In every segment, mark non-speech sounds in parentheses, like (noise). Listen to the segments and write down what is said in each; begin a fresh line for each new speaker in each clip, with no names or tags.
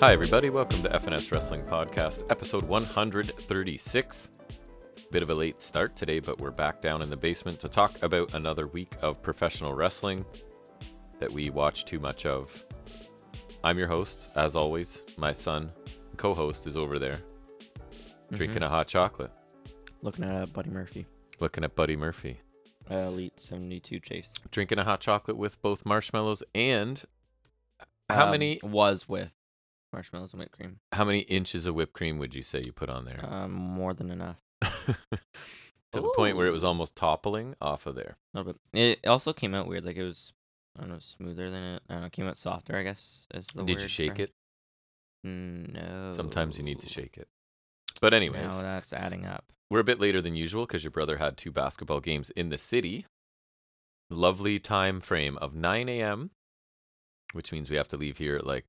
Hi, everybody. Welcome to FNS Wrestling Podcast, episode 136. Bit of a late start today, but we're back down in the basement to talk about another week of professional wrestling that we watch too much of. I'm your host, as always. My son, co host, is over there
Mm-hmm.
drinking a hot chocolate,
Looking at uh, Buddy Murphy,
looking at Buddy Murphy,
uh, Elite 72 Chase.
drinking a hot chocolate with both marshmallows and. How
Um,
many
Was with marshmallows and whipped cream.
how many inches of whipped cream would you say you put on there?
Um, more than enough.
(laughs) to the point where it was almost toppling off of there.
A little bit. It also came out weird. Like it was, I don't know, smoother than it. I don't know. It came out softer, I guess. Is the
Did
word
you
for
shake it?
No.
Sometimes you need to shake it. But anyways,
Now that's adding up.
we're a bit later than usual because your brother had two basketball games in the city. Lovely time frame of 9 a.m., which means we have to leave here at like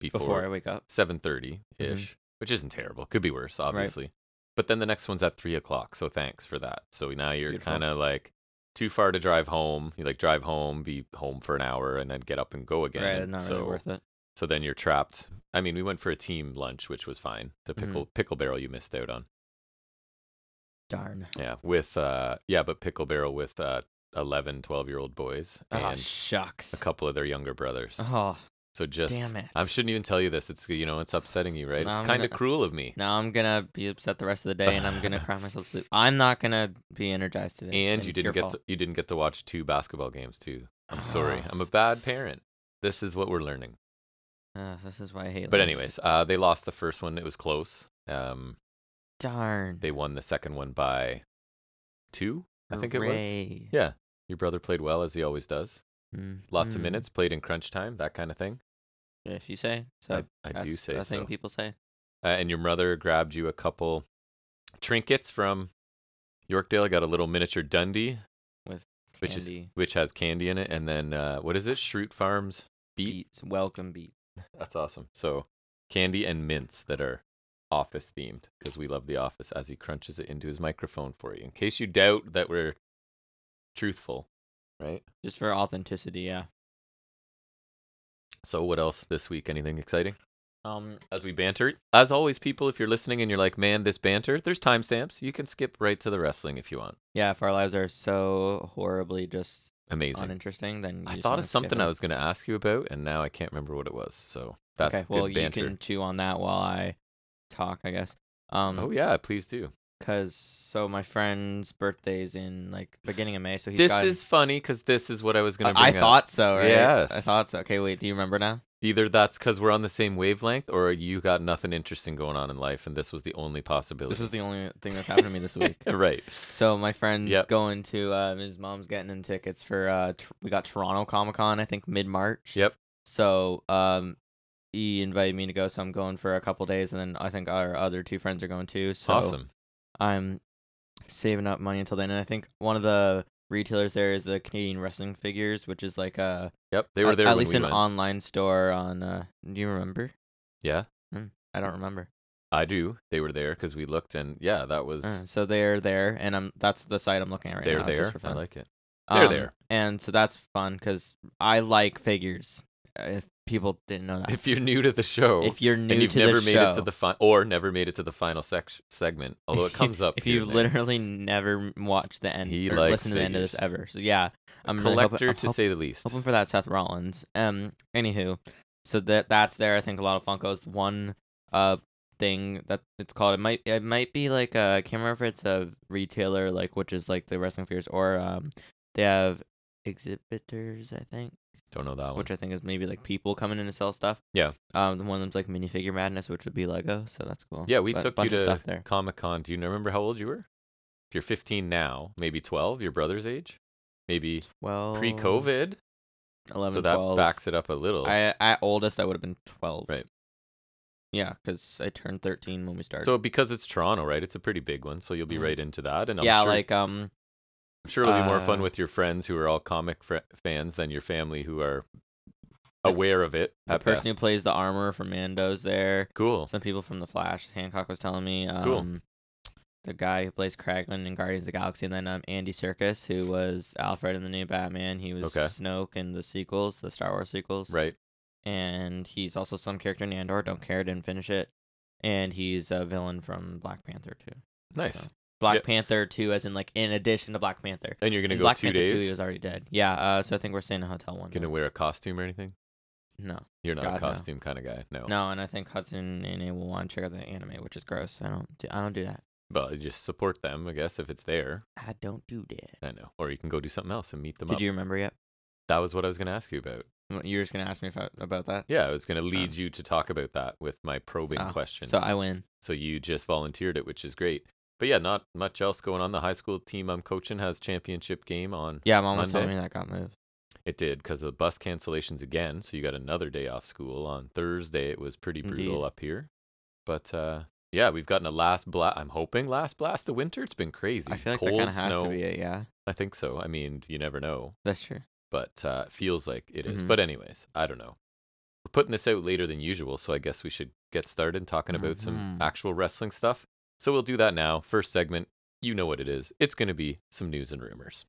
before,
Before I wake up.
7.30 ish,
Mm-hmm.
which isn't terrible. Could be worse, obviously. But then the next one's at 3 o'clock. So thanks for that. So now you're
Beautiful.
kind of like too far to drive home. You like drive home, be home for an hour, and then get up and go again.
Right, not
so
really worth it.
So then you're trapped. I mean, we went for a team lunch, which was fine. The
Mhm.
pickle pickle barrel you missed out on.
Darn.
Yeah, with uh yeah, but pickle barrel with uh 11, 12-year-old boys
Oh,
and
shucks.
a couple of their younger brothers.
Oh,
So just
damn it.
I shouldn't even tell you this. It's you know, it's upsetting you, right?
No,
it's
I'm
kind of
not-
cruel of me.
now I'm gonna be upset the rest of the day, and
(laughs)
I'm gonna cry myself to sleep. I'm not gonna be energized today.
and you
it's your
didn't get
fault.
to, you didn't get to watch two basketball games too. I'm sorry.
Ah.
I'm a bad parent. This is what we're learning.
Ugh, this is why I hate.
But
life.
anyways, uh, they lost the first one. It was close. Um,
darn.
they won the second one by two. I think it was.
Hooray.
Yeah, your brother played well as he always does.
Mm,
Lots
mm.
of minutes played in crunch time, that kind of thing.
If you say so,
I, I do
that's
say
a thing
so.
people say.
Uh, and your mother grabbed you a couple trinkets from Yorkdale. I got a little miniature Dundee, Which is
Candy
which has candy in it, and then uh, what is it? Shroot Farms beet.
beats, welcome beat.
That's awesome. So, candy and mints that are office themed because we love the office as he crunches it into his microphone for you. In case you doubt that we're truthful, right?
Just for authenticity, yeah.
So, what else this week? Anything exciting?
Um,
As we banter, as always, people, if you're listening and you're like, man, this banter, there's timestamps. You can skip right to the wrestling if you want.
yeah. If our lives are so horribly just
Amazing.
uninteresting, then you
I
just
thought
wanna
of
skip
something
it.
I was going to ask you about, and now I can't remember what it was. So, that's
okay. Well,
good banter.
you can chew on that while I talk, I guess. Um,
Oh, yeah, please do.
because so my friend's birthday's in like beginning of May, so he's
this
got.
is funny because this is what I was going to bring
I, I
up.
thought so. Right? I
Yes.
thought so. Okay, wait. Do you remember now?
either that's because we're on the same wavelength or you got nothing interesting going on in life and this was the only possibility
This
(laughs)
was the only thing that's happened to me this week.
right
So my friend's
Yep.
going to um, his mom's getting him tickets for uh tr- we got Toronto Comic Con I think mid March.
Yep.
So um he invited me to go, so I'm going for a couple days, and then I think our other two friends are going too. So
awesome
I'm saving up money until then, and I think one of the retailers there is the Canadian Wrestling Figures, which is like a
yep they were
at-
there
at
when
least
we
an
went.
online store on. Uh, do you remember? Hmm,
yeah
I don't remember.
i do they were there because we looked and yeah that was
Uh, so they're there, and I'm that's the site I'm looking at right
they're
now. just
there
for
i
fun. Um,
like it They're there.
And so that's fun because I like figures. uh, If people didn't know that, if,
if you're new to the show
you're new
and you've
to
never
the
made
show,
it to the fi- or never made it to the final sec- segment although
(laughs)
it comes up
if
here
you've
and there.
literally never m- watched the end
He
or
likes
listened to the end of this ever, so yeah, I'm really
collector
hoping, I'm
to
hop-
say the least
hoping for that Seth Rollins. Um, anywho, so that that's there. I think a lot of Funkos. One uh thing that it's called it might it might be like a I can't remember if it's a retailer like which is like the wrestling figures or um they have exhibitors I think.
don't know that one
which I think is maybe like people coming in to sell stuff.
Yeah.
Um, the one of them's like minifigure madness, which would be Lego, so that's cool.
yeah we
But
took you
bunch
to
of stuff there.
comic-con do you remember how old you were if you're 15 now maybe 12 your brother's age maybe
Well,
pre-covid
11,
so that
12.
backs it up a little.
I at oldest I would have been twelve.
Right.
Yeah, because I turned thirteen when we started.
so because it's Toronto, right? It's a pretty big one, so you'll be
Mhm.
right into that. And I'm
yeah,
sure,
like um,
I'm sure it'll be more fun
uh,
with your friends who are all comic fr- fans than your family who are aware of it.
the
at
person who
best.
plays the armor from Mando's there.
cool.
Some people from the Flash. Hancock was telling me. Um,
Cool.
The guy who plays Kraglin in Guardians of the Galaxy, and then um, Andy Circus, who was Alfred in the new Batman. He was
Okay.
Snoke in the sequels, the Star Wars sequels.
Right.
and he's also some character in Andor. Don't care, didn't finish it. And he's a villain from Black Panther too.
Nice.
So, Black
Yeah.
Panther two, as in like in addition to Black Panther.
And you're gonna
In
go
Black
two
Panther
days.
two, he was already dead. Yeah. Uh, so I think we're staying in a hotel one.
Gonna
night.
wear a costume or anything?
No,
You're not a
God, no.
costume kind of guy. No.
no, and I think Hudson and I will want to check out the anime, which is gross. I don't, do, I don't do that.
But just support them, I guess, if it's there.
I don't do that.
I know. Or you can go do something else and meet them
Did
up.
you remember yet?
That was what I was gonna ask you about.
Well, You were just gonna ask me if I- about that.
Yeah, I was gonna lead you to talk about that with my probing
Oh,
questions.
So I win.
So you just volunteered it, which is great. But yeah, not much else going on. The high school team I'm coaching has championship game on.
Yeah, mom almost told
Monday?
me that got moved.
It did because of the bus cancellations again. So you got another day off school on Thursday. It was pretty brutal
Indeed.
up here. But uh, yeah, we've gotten a last blast. I'm hoping last blast of winter. It's been crazy.
I feel like that
Cold
kind of has
snow.
to be it. Yeah,
I think so. I mean, you never know,
that's true.
but uh, it feels like it is.
Mhm.
But anyways, I don't know. We're putting this out later than usual, so I guess we should get started talking about some
Mhm.
actual wrestling stuff. So we'll do that now. First segment, you know what it is. It's going to be some news and rumors.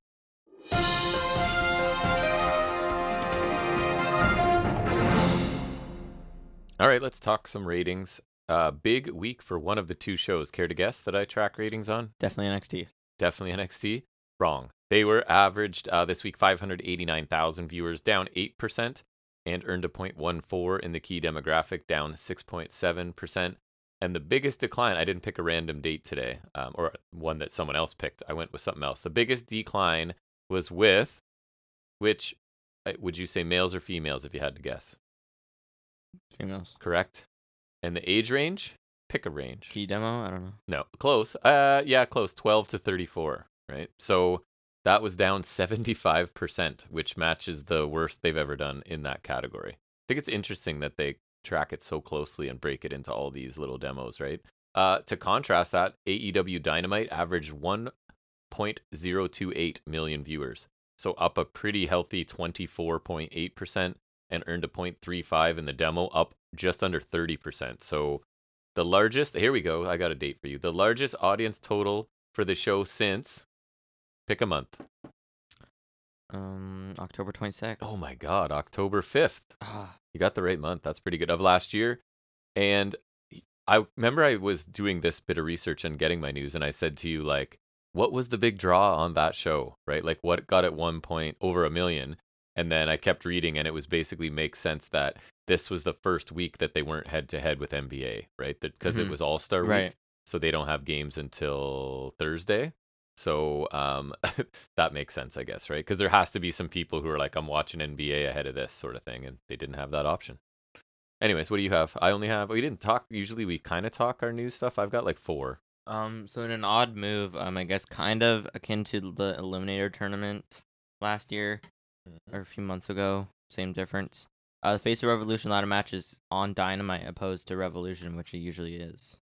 All right, let's talk some ratings. Uh, big week for one of the two shows. Care to guess that I track ratings on?
Definitely NXT.
definitely NXT. Wrong. They were averaged uh, this week 589,000 viewers, down 8%, and earned a 0.14 in the key demographic, down 6.7%. And the biggest decline, I didn't pick a random date today um, or one that someone else picked. I went with something else. The biggest decline was with, which uh, would you say males or females if you had to guess?
Females.
Correct? And the age range? Pick a range.
Key demo. I don't know.
No, close. Uh, yeah, close. Twelve to thirty-four. Right. So that was down (laughs) seventy-five percent, which matches the worst they've ever done in that category. I think it's interesting that they track it so closely and break it into all these little demos, right? Uh, to contrast that, AEW Dynamite averaged one point zero two eight million viewers, so up a pretty healthy twenty-four point eight percent, and earned a point three five in the demo, up just under thirty percent. So the largest, here we go. I got a date for you. The largest audience total for the show since pick a month.
Um, October twenty sixth.
Oh my God, October 5th.
Ah,
You got the right month. That's pretty good. Of last year. And I remember I was doing this bit of research and getting my news, and I said to you, like, what was the big draw on that show, right? Like, what got at one point over a million? And then I kept reading, and it was basically makes sense that this was the first week that they weren't head to head with NBA, right? Because it
Mhm.
was All Star Week.
right.
so they don't have games until Thursday. So um, (laughs) that makes sense, I guess, right? Because there has to be some people who are like, "I'm watching NBA ahead of this sort of thing," and they didn't have that option. Anyways, what do you have? I only have. We didn't talk. Usually, we kind of talk our news stuff. I've got like four.
Um, so in an odd move, um, I guess kind of akin to the Eliminator tournament last year or a few months ago, same difference. Uh, the Face of Revolution ladder match is on Dynamite opposed to Revolution, which it usually is.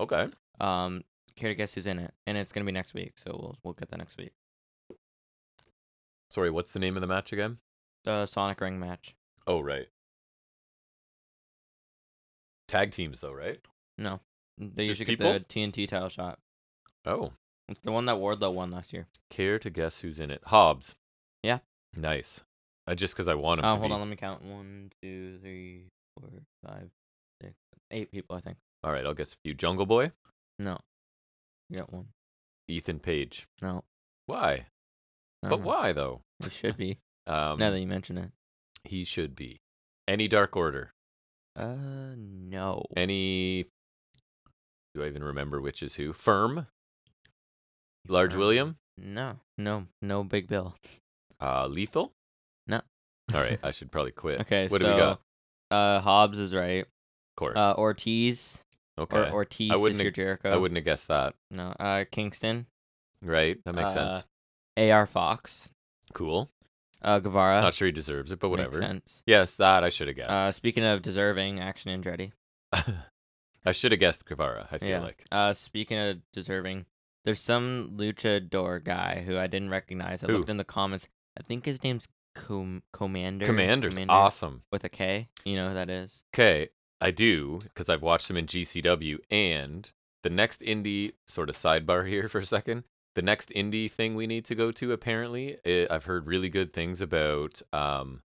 Okay,
Um, care to guess who's in it? And it's gonna be next week, so we'll we'll get that next week.
sorry. What's the name of the match again?
The Sonic Ring match.
Oh, right. Tag teams, though, right?
No, they
Just
usually
people?
get the TNT title shot.
Oh,
It's the one that Wardlow won last year.
care to guess who's in it? Hobbs.
Yeah.
Nice. Uh, just because I want him.
Oh,
to
hold
be.
on, let me count. One, two, three, four, five, six, eight people, I think.
All right, I'll guess a few. Jungle Boy,
No, you got one.
Ethan Page.
No,
Why? But
I don't know.
why though?
It should be.
(laughs) Um,
now that you mention it.
he should be. Any Dark Order.
Uh, no.
Any. Do I even remember which is who? Firm. Large
Firm.
William.
No, no, no. Big Bill.
Uh, lethal.
No.
All
(laughs)
right, I should probably quit.
Okay,
Eh, What
so
do we got? Of
uh, Hobbs is right.
course.
Uh, Ortiz
okay.
or Ortiz
wouldn't
if you're
ag-
Jericho.
I wouldn't have guessed that.
No, uh, Kingston,
Right. That makes
Uh,
sense.
A.R. Fox,
Cool.
uh, Guevara.
Not sure he deserves it, but
Makes
whatever.
sense.
Yes, that I should have
Uh,
guessed.
speaking of deserving, Action Andretti.
(laughs) I should have guessed Guevara. I feel
Uh, yeah.
like.
Uh, speaking of deserving, there's some luchador guy who I didn't recognize. I
Who?
looked in the comments. I think his name's Com- Commander.
Commanders. Awesome.
With a K. You know who that is?
Okay, I do because I've watched him in GCW and the next indie sort of sidebar (laughs) here for a second. The next eh, indie thing we need to go to apparently, i I've heard really good things about. Um,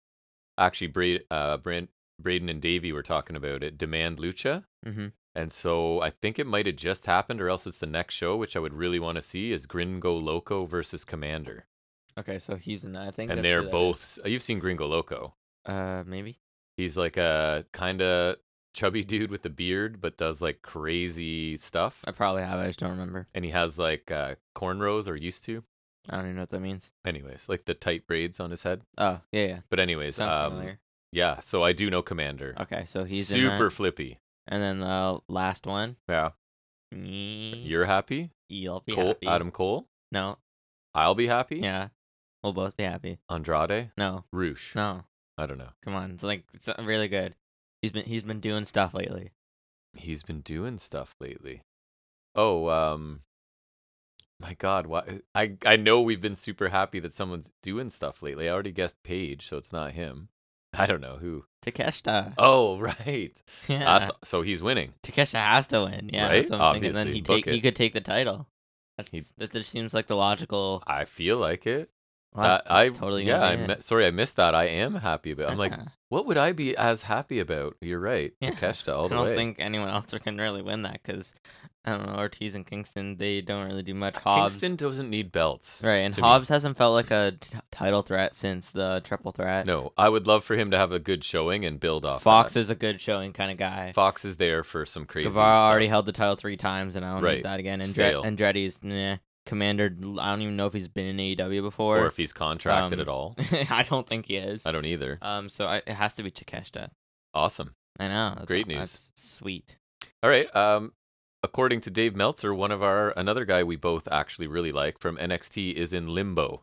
actually, Braid, uh, Brand, Braden and Davey were talking about it. Demand Lucha,
Mm-hmm.
and so I think it might have just happened, or else it's the next show, which I would really want to see is Gringo Loco versus Commander,
Okay, so he's in that. I think.
and
that's who
they're
that is.
both. You've seen Gringo Loco.
Uh, maybe.
He's like a kind of chubby dude with a beard, but does like crazy stuff.
I probably have. I just don't remember.
And he has like uh, cornrows, or used to.
I don't even know what that means.
Anyways, like the tight braids on his head.
Oh yeah, yeah.
But anyways,
Sounds
um,
familiar.
yeah. So I do know Commander.
Okay, so he's in that.
super flippy.
And then the last one.
Yeah,
You're
you're happy.
You'll be
Cole,
happy.
Adam Cole.
No.
I'll be happy.
Yeah. We'll both be happy.
Andrade.
No.
Roosh.
No.
I don't know.
Come on. It's like it's uh, really good. He's been he's been doing stuff lately.
He's been doing stuff lately. Oh, um, my God, why? I I know we've been super happy that someone's doing stuff lately. I already guessed Paige, so it's not him. (laughs) I don't know who.
Takeshita.
Oh, (laughs) right.
(laughs) yeah. (laughs)
That's, so he's winning.
Takeshita has to win. Yeah.
Right?
That's what I'm thinking. Then
Obviously,
he
book
take he
it.
could take the title. That's
He-
that just seems like the logical.
I feel like it.
Well,
Uh,
that's
I
totally
yeah.
gonna
I
be
mi-
it.
sorry, I missed that. I am happy about. I'm
(laughs)
like,
Yeah.
what would I be as happy about? You're right,
Yeah.
Takeshita all
I
the
don't
way.
think anyone (laughs) else can really win that because I don't know Ortiz and Kingston they don't really do much. Hobbs
Uh, Kingston doesn't need belts.
right and
to me.
Hobbs hasn't felt like a t- title threat since the triple threat.
No, I would love for him to have a good showing and build off.
Fox
that.
is a good showing kind of guy.
Fox is there for some crazy.
Guevara
stuff.
already held the title three times, and I don't
Right.
need that again. And
Stale.
Dre- Andretti's nah. Commander, I don't even know if he's been in AEW before.
or if he's contracted
um,
at all.
(laughs) I don't think he is.
I don't either.
Um, so I, it has to be Takeshita.
Awesome.
I know. That's,
Great news.
That's sweet.
All right. Um, according to Dave Meltzer, one of our another guy we both actually really like from NXT is in limbo.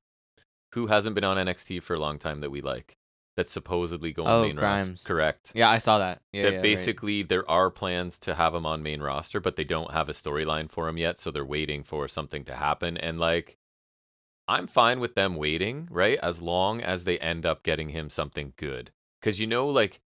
Who hasn't been on NXT for a long time that we like? That's supposedly going
Oh,
main
Grimes.
roster. Correct.
Yeah, I saw that. Yeah,
that
yeah, right.
basically there are plans to have him on main roster, but they don't have a storyline for him yet, so they're waiting for something to happen. And like, I'm fine with them waiting, right? As long as they end up getting him something good, because you know, like,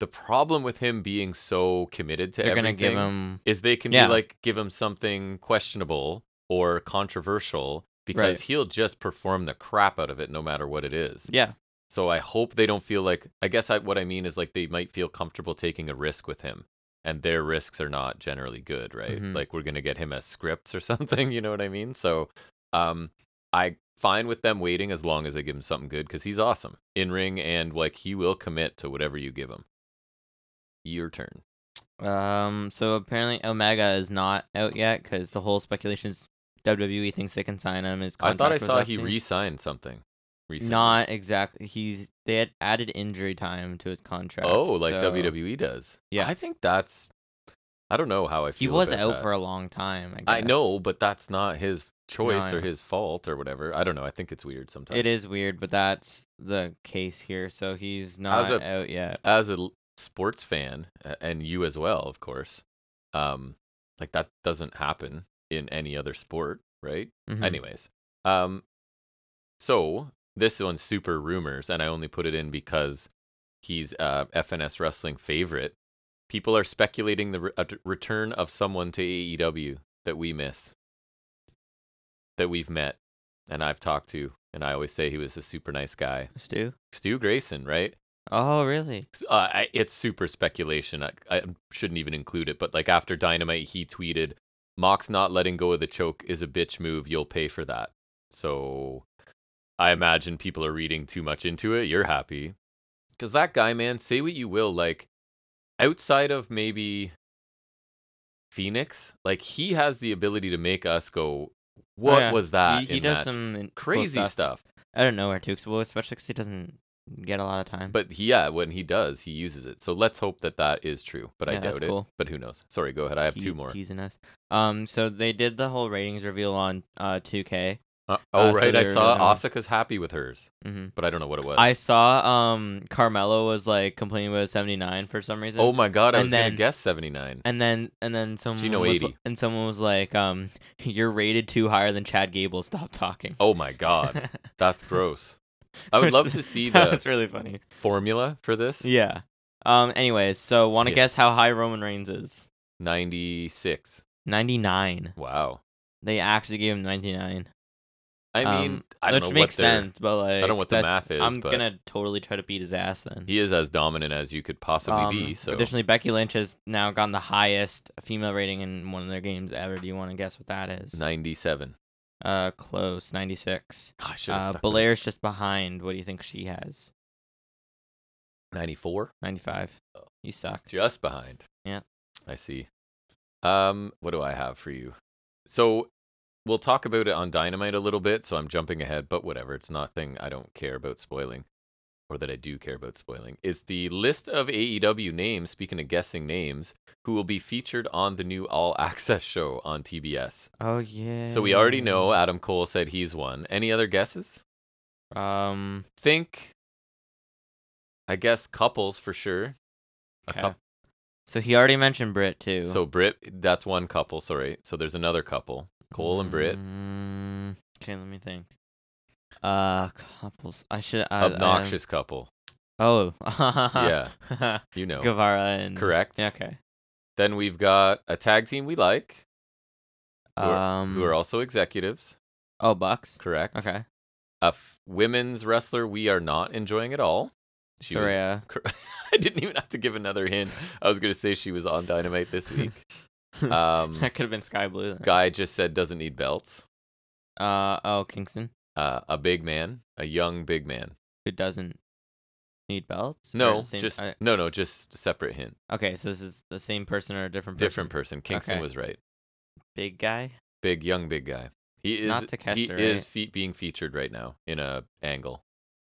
the problem with him being so committed to
they're gonna
everything
give him.
is they can
Yeah.
be like give him something questionable or controversial because
Right.
he'll just perform the crap out of it no matter what it is.
Yeah,
So I hope they don't feel like. I guess I, what I mean is like they might feel comfortable taking a risk with him, and their risks are not generally good, right?
Mhm.
Like we're gonna get him as scripts or (laughs) something. You know what I mean? So, um, I fine with them waiting as long as they give him something good because he's awesome in ring and like he will commit to whatever you give him. Your turn.
Um. So apparently Omega is not out yet because the whole speculation is WWE E thinks they can sign him. His
I thought I
contract was
saw
up
he
soon.
re-signed something. Recently.
Not exactly. He's they had added injury time to his contract.
oh, like
so
WWE does.
Yeah.
I think that's. I don't know how I feel.
He was
about
out
that.
for a long time. I,
I
guess.
know, but that's not his choice
I
or
know.
his fault or whatever. I don't know. I think it's weird sometimes.
It is weird, but that's the case here. So he's not
a-
out yet.
As a l- sports fan, a- and you as well, of course, um, like that doesn't happen in any other sport, right?
Mhm.
Anyways, um, so this one's super rumors, and I only put it in because he's uh, FNS wrestling favorite. People are speculating the re- a t- return of someone to AEW that we miss, that we've met, and I've talked to, and I always say he was a super nice guy.
Stu.
Stu Grayson, right?
Oh, really?
S- Uh, I, it's super speculation. I, I shouldn't even include it, but like after Dynamite, he tweeted, "Mox not letting go of the choke is a bitch move. You'll pay for that." So, I imagine people are reading too much into it. You're happy, because that guy, man, say what you will, like outside of maybe Phoenix, like he has the ability to make us go, "What
Oh, yeah.
was that?"
he he
in
does
that?"
some in- cool
crazy stuff.
out of nowhere too. 'cause- well, especially because he doesn't get a lot of time.
But he- yeah, when he does, he uses it. So let's hope that that is true. But I
Yeah, that's
doubt it.
cool.
But who knows? Sorry, go ahead. I have
Te-
two more.
teasing us. Um, so they did the whole ratings reveal on uh 2K.
Uh, oh
uh, so
right, I
they're
saw
gonna-
Asuka's happy with hers,
Mm-hmm.
but I don't know what it was.
I saw um Carmelo was like complaining about 79 for some reason.
oh my god, I
and
was
then-
gonna guess seventy nine.
And then and then someone
Gino
was,
80.
and someone was like, um, (laughs) you're rated two higher than Chad Gable. Stop talking.
Oh my
(laughs)
god, that's gross. I would
Which- (laughs)
love to see
that
the
was really funny.
formula for this.
Yeah. Um. Anyways, so want to
Yeah.
guess how high Roman Reigns is?
Ninety six.
99.
Wow.
They actually gave him 99.
I mean,
Um,
I don't
which
know
makes
what their-
sense, but like
don't know what the
that's-
math is,
I'm
but-
gonna totally try to beat his ass then.
He is as dominant as you could possibly be.
Um,
So
Additionally, Becky Lynch has now gotten the highest female rating in one of their games ever. Do you want to guess what that is?
ninety-seven.
Uh, close, ninety six.
God, I should have
Uh,
stuck with
Belair's just behind. What do you think she has?
ninety-four.
Ninety five.
Oh.
You suck.
Just behind.
Yeah.
I see. Um, what do I have for you? So we'll talk about it on Dynamite a little bit, so I'm jumping ahead, but whatever. It's nothing I don't care about spoiling. Or that I do care about spoiling. It's the list of AEW names, speaking of guessing names, who will be featured on the new All Access show on TBS.
Oh yeah.
So we already know Adam Cole said he's one. Any other guesses?
Um.
Think I guess couples for sure. A
Okay.
couple
So he already mentioned Britt too.
So Brit, that's one couple. Sorry. So there's another couple, Cole and Brit.
Mm, okay, let me think. Uh, couples. I should. I, I am-
Obnoxious couple.
oh. (laughs)
Yeah,
yeah.
you know.
Guevara and.
Correct.
mm, Yeah, okay.
Then we've got a tag team we like, Who are-
Um.
who are also executives.
oh, Bucks.
Correct.
Okay.
A f- women's wrestler we are not enjoying at all. She was.
Soraya.
cor- (laughs) I didn't even have to give another hint. I was going to say she was on Dynamite this
(laughs)
week. Um,
that could have been Sky Blue. Then.
Guy just said doesn't need belts.
Uh oh, Kingston,
Uh, a big man, a young big man.
who doesn't need belts. Or
No,
the same-
just
I-
no, no, just separate hint.
okay. So this is the same person or a different person?
Different person. Kingston
Okay.
was right.
Big guy.
big young big guy. He is
Not
he
Takeshita, right?
is fe- being featured right now in a angle.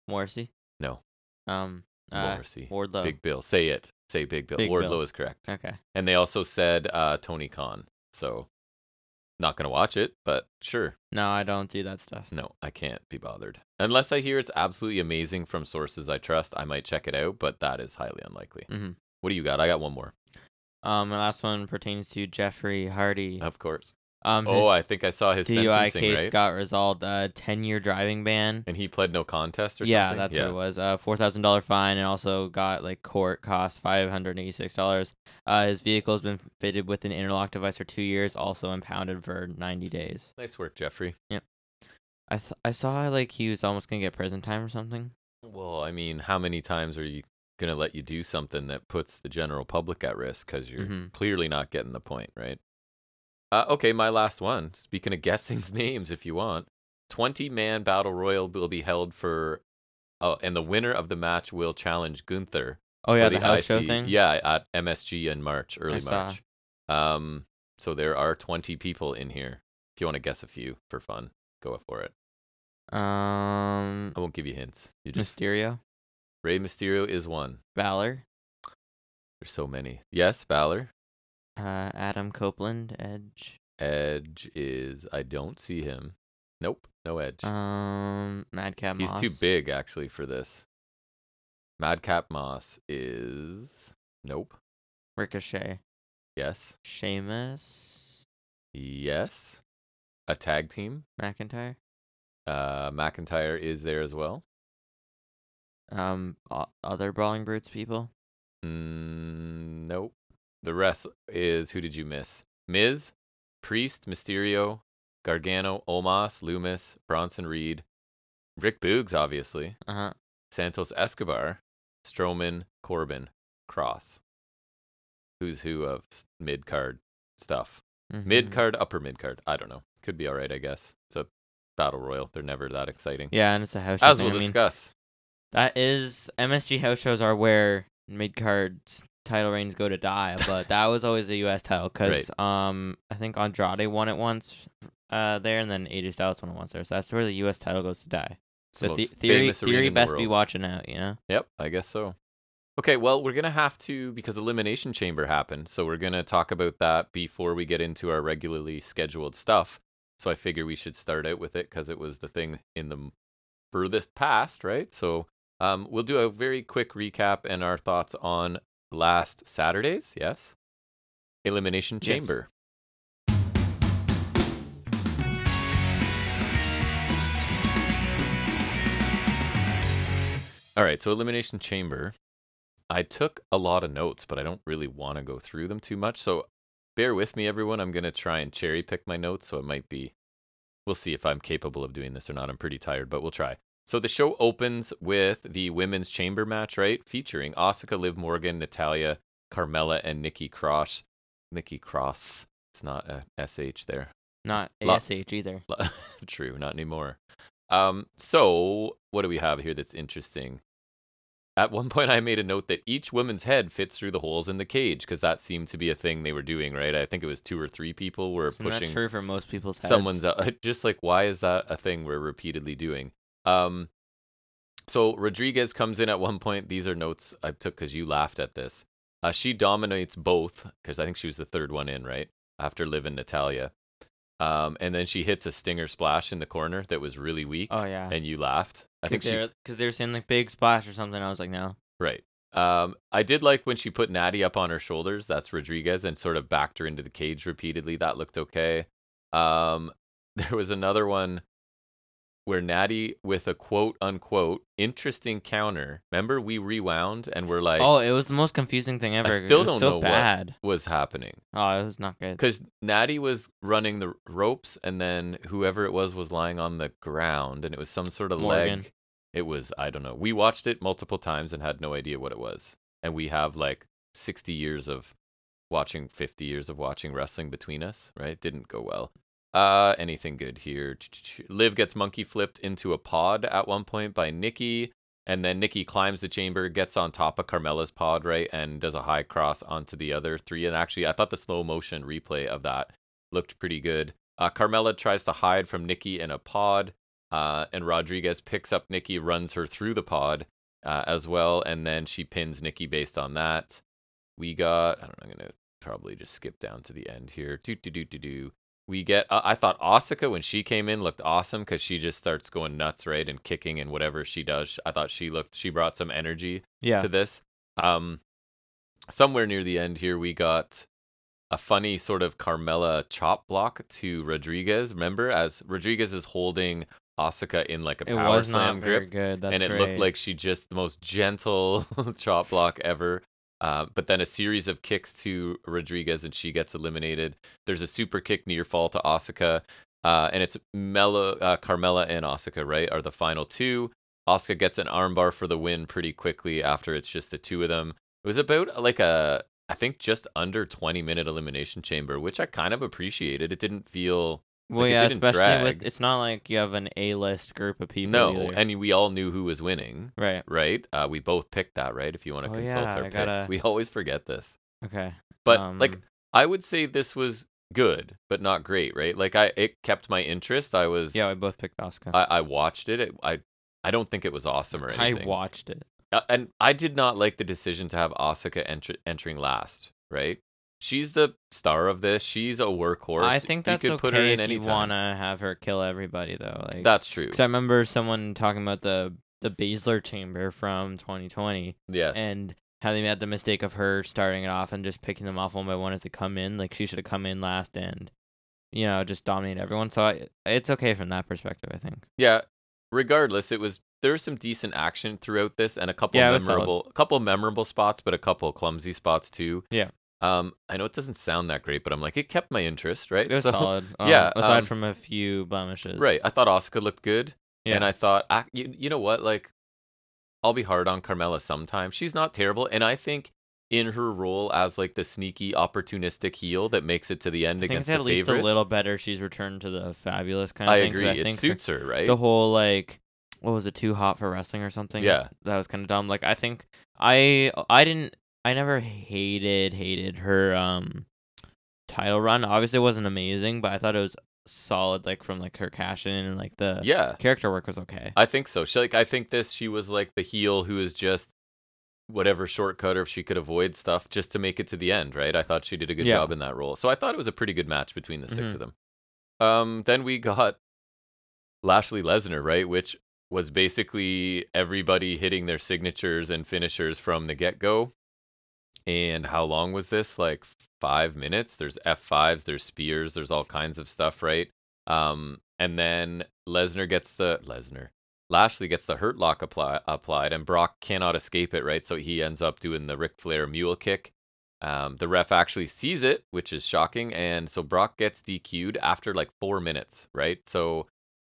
Morrissey.
No.
Um. Uh,
Morrissey.
Wardlow.
Big Bill. Say it. Say Big Bill.
Big
Wardlow
Bill.
is correct.
Okay.
And they also said uh, Tony Khan. So not gonna watch it, but sure.
No, I don't do that stuff.
No, I can't be bothered. Unless I hear it's absolutely amazing from sources I trust, I might check it out, but that is highly unlikely.
Mhm.
What do you got? I got one more.
Um, my last one pertains to Jeffrey Hardy.
Of course.
Um, his
Uh, oh, I think I saw his
DUI
sentencing,
case
right?
got resolved. A ten-year driving ban.
and he pled no contest or
Yeah,
something.
that's what it was. Uh, four thousand dollar fine, and also got like court costs five hundred eighty six dollars. Uh, his vehicle has been fitted with an interlock device for two years, also impounded for ninety days.
Nice work, Jeffrey.
I th- I saw like he was almost gonna get prison time or something.
Well, I mean, how many times are you going to let you do something that puts the general public at risk because you're
Mhm.
clearly not getting the point, right? Uh, okay, my last one. Speaking of (laughs) guessing names, if you want, 20 man battle royal will be held for, oh, and the winner of the match will challenge Gunther.
Oh
for
yeah, the, house
IC
show thing.
Yeah, at MSG in March, early
saw.
March. Um, so there are 20 people in here. If you want to guess a few for fun, go for it.
Um,
I won't give you hints. You Oh, just
Mysterio,
Rey Mysterio is one.
Balor,
There's so many. Yes, Balor.
uh, Adam Copeland, Edge,
Edge is. I don't see him. Nope, no Edge.
um, Madcap
He's
Moss.
too big actually for this. Madcap Moss is. Nope.
Ricochet,
Yes.
Sheamus,
Yes. A tag team.
McIntyre,
Uh, McIntyre is there as well.
um, o- other Brawling Brutes people.
Mm, nope. The rest is who did you miss? Miz, Priest, Mysterio, Gargano, Omos, Loomis, Bronson Reed, Rick Boogs, obviously.
Uh huh.
Santos Escobar, Strowman, Corbin, Cross. Who's who of mid card stuff?
mm-hmm.
Mid card, upper mid card. I don't know. Could be all right, I guess. It's a battle royal. They're never that exciting.
Yeah, and it's a house show.
As
thing.
we'll
I mean,
discuss.
that is MSG house shows are where mid card title reigns go to die,
(laughs)
but that was always the U.S. title because um I think Andrade won it once uh there, and then AJ Styles won it once there, so that's where the U.S. title goes to die.
It's the
So the
most
theory
famous arena
theory
in the
best be
world.
watching out, you know.
Yep, I guess so. Okay, well, we're going to have to, because Elimination Chamber happened. So we're going to talk about that before we get into our regularly scheduled stuff. So I figure we should start out with it because it was the thing in the m- furthest past, right? So um, we'll do a very quick recap and our thoughts on last Saturday's, yes? Elimination
Yes.
Chamber. All right, so Elimination Chamber. I took a lot of notes, but I don't really want to go through them too much. So bear with me, everyone. I'm going to try and cherry pick my notes, so it might be We'll see if I'm capable of doing this or not. I'm pretty tired, but we'll try. So the show opens with the women's chamber match, right? Featuring Asuka, Liv Morgan, Natalia, Carmella, and Nikki Cross. Nikki Cross. It's not a SH there. (laughs)
Not
Lo-
ASH either.
True, not anymore. Um, so what do we have here that's interesting? At one point, I made a note that each woman's head fits through the holes in the cage because that seemed to be a thing they were doing, right? I think it was two or three people were
Isn't that
pushing
true for most people's heads?
someone's out. (laughs) just like why is that a thing we're repeatedly doing um so rodriguez comes in at one point these are notes i took because you laughed at this uh, she dominates both because i think she was the third one in right after liv and natalia um and then she hits a stinger splash in the corner that was really weak
Oh yeah.
and you laughed i think she's
because they were saying like big splash or something. I was like, no.
Right. Um, I did like when she put Natty up on her shoulders. That's Rodriguez, and sort of backed her into the cage repeatedly. That looked okay. Um, (laughs) there was another one where Natty, with a quote unquote interesting counter, remember we rewound and we're like,
oh, it was the most confusing thing ever.
still
it was
don't
so
know what-
bad.
was happening
Oh, it was not good.
because Natty was running the ropes, and then whoever it was was lying on the ground, and it was some sort of
Morgan.
leg. It was I don't know. We watched it multiple times and had no idea what it was, and we have like sixty years of watching, fifty years of watching wrestling between us. Right? Didn't go well. Uh, anything good here? Liv gets monkey flipped into a pod at one point by Nikki, and then Nikki climbs the chamber, gets on top of Carmella's pod, right, and does a high cross onto the other three. And actually, I thought the slow motion replay of that looked pretty good. Uh, Carmella tries to hide from Nikki in a pod, uh, and Rodriguez picks up Nikki, runs her through the pod uh, as well, and then she pins Nikki based on that. We got, I don't know, I'm going to probably just skip down to the end here. Do, do, do, do, do. We get, uh, I thought Asuka, when she came in, looked awesome because she just starts going nuts, right? And kicking and whatever she does. I thought she looked, she brought some energy
Yeah.
to this. Um, somewhere near the end here, we got a funny sort of Carmella chop block to Rodriguez. Remember, as Rodriguez is holding Asuka in like a
It
power
was
slam
not very
grip,
good. That's
and it
right.
looked like she just the most gentle (laughs) chop block ever. Uh, but then a series of kicks to Rodriguez, and she gets eliminated. There's a super kick near fall to Asuka, uh, and it's Mello, uh, Carmella, and Asuka, right, are the final two. Asuka gets an armbar for the win pretty quickly after it's just the two of them. It was about uh, like a, I think just under 20 minute elimination chamber, which I kind of appreciated. It didn't feel
well,
like, it
yeah,
didn't
especially
drag.
with it's not like you have an A-list group of people.
no,
either.
and we all knew who was winning,
right.
right? Uh, we both picked that, right? If you want to
Oh,
consult
yeah,
our
I
picks,
gotta-
we (laughs) always forget this.
Okay.
But like,
Um,
I would say this was good, but not great, right? Like, I it kept my interest. I was
Yeah, we both picked Oscar.
I, I watched it. it. I I don't think it was awesome or
I
anything.
watched it.
Uh, and I did not like the decision to have Asuka entr entering last, right? She's the star of this. She's a workhorse.
I think that's
you could
okay
put her in
if
any
you
time.
wanna have her kill everybody though. Like,
That's true.
Because I remember someone talking about the the Baszler chamber from 2020
Yes.
and how they made the mistake of her starting it off and just picking them off one by one as they come in. Like she should have come in last and you know just dominate everyone. So I, it's okay from that perspective, I think.
yeah. Regardless, it was there was some decent action throughout this and a couple
Yeah, it was solid.
memorable a couple memorable spots, but a couple clumsy spots too.
Yeah.
Um, I know it doesn't sound that great, but I'm like, it kept my interest, right?
It was
So- (laughs)
solid. um,
yeah,
aside
um,
from a few blemishes.
Right. I thought Oscar looked good.
Yeah.
And I thought, I, you, you know what? Like, I'll be hard on Carmella sometimes. She's not terrible. And I think in her role as like the sneaky, opportunistic heel that makes it to the end
I think
against
it's at
the
least
favorite,
a little better. She's returned to the fabulous kind of
I
thing. 'cause
agree.
I
it
think her-
suits her, right?
the whole like what was it too hot for wrestling or something
Yeah.
that was kind of dumb like i think i i didn't i never hated hated her um title run obviously it wasn't amazing but i thought it was solid like from like her cash in and like the
yeah.
character work was okay
I think so. She like I think this she was like the heel who is just whatever shortcut or if she could avoid stuff just to make it to the end, right? I thought she did a good
Yeah.
job in that role. So I thought it was a pretty good match between the 6 of them. Um then we got Lashley Lesnar, right, which was basically everybody hitting their signatures and finishers from the get-go. And how long was this? Like 5 minutes. There's F5s, there's spears, there's all kinds of stuff, right? Um, and then Lesnar gets the Lesnar. Lashley gets the hurt lock apply, applied, and Brock cannot escape it, right? So he ends up doing the Ric Flair mule kick. Um, the ref actually sees it, which is shocking, and so Brock gets DQ'd after like four minutes, right? So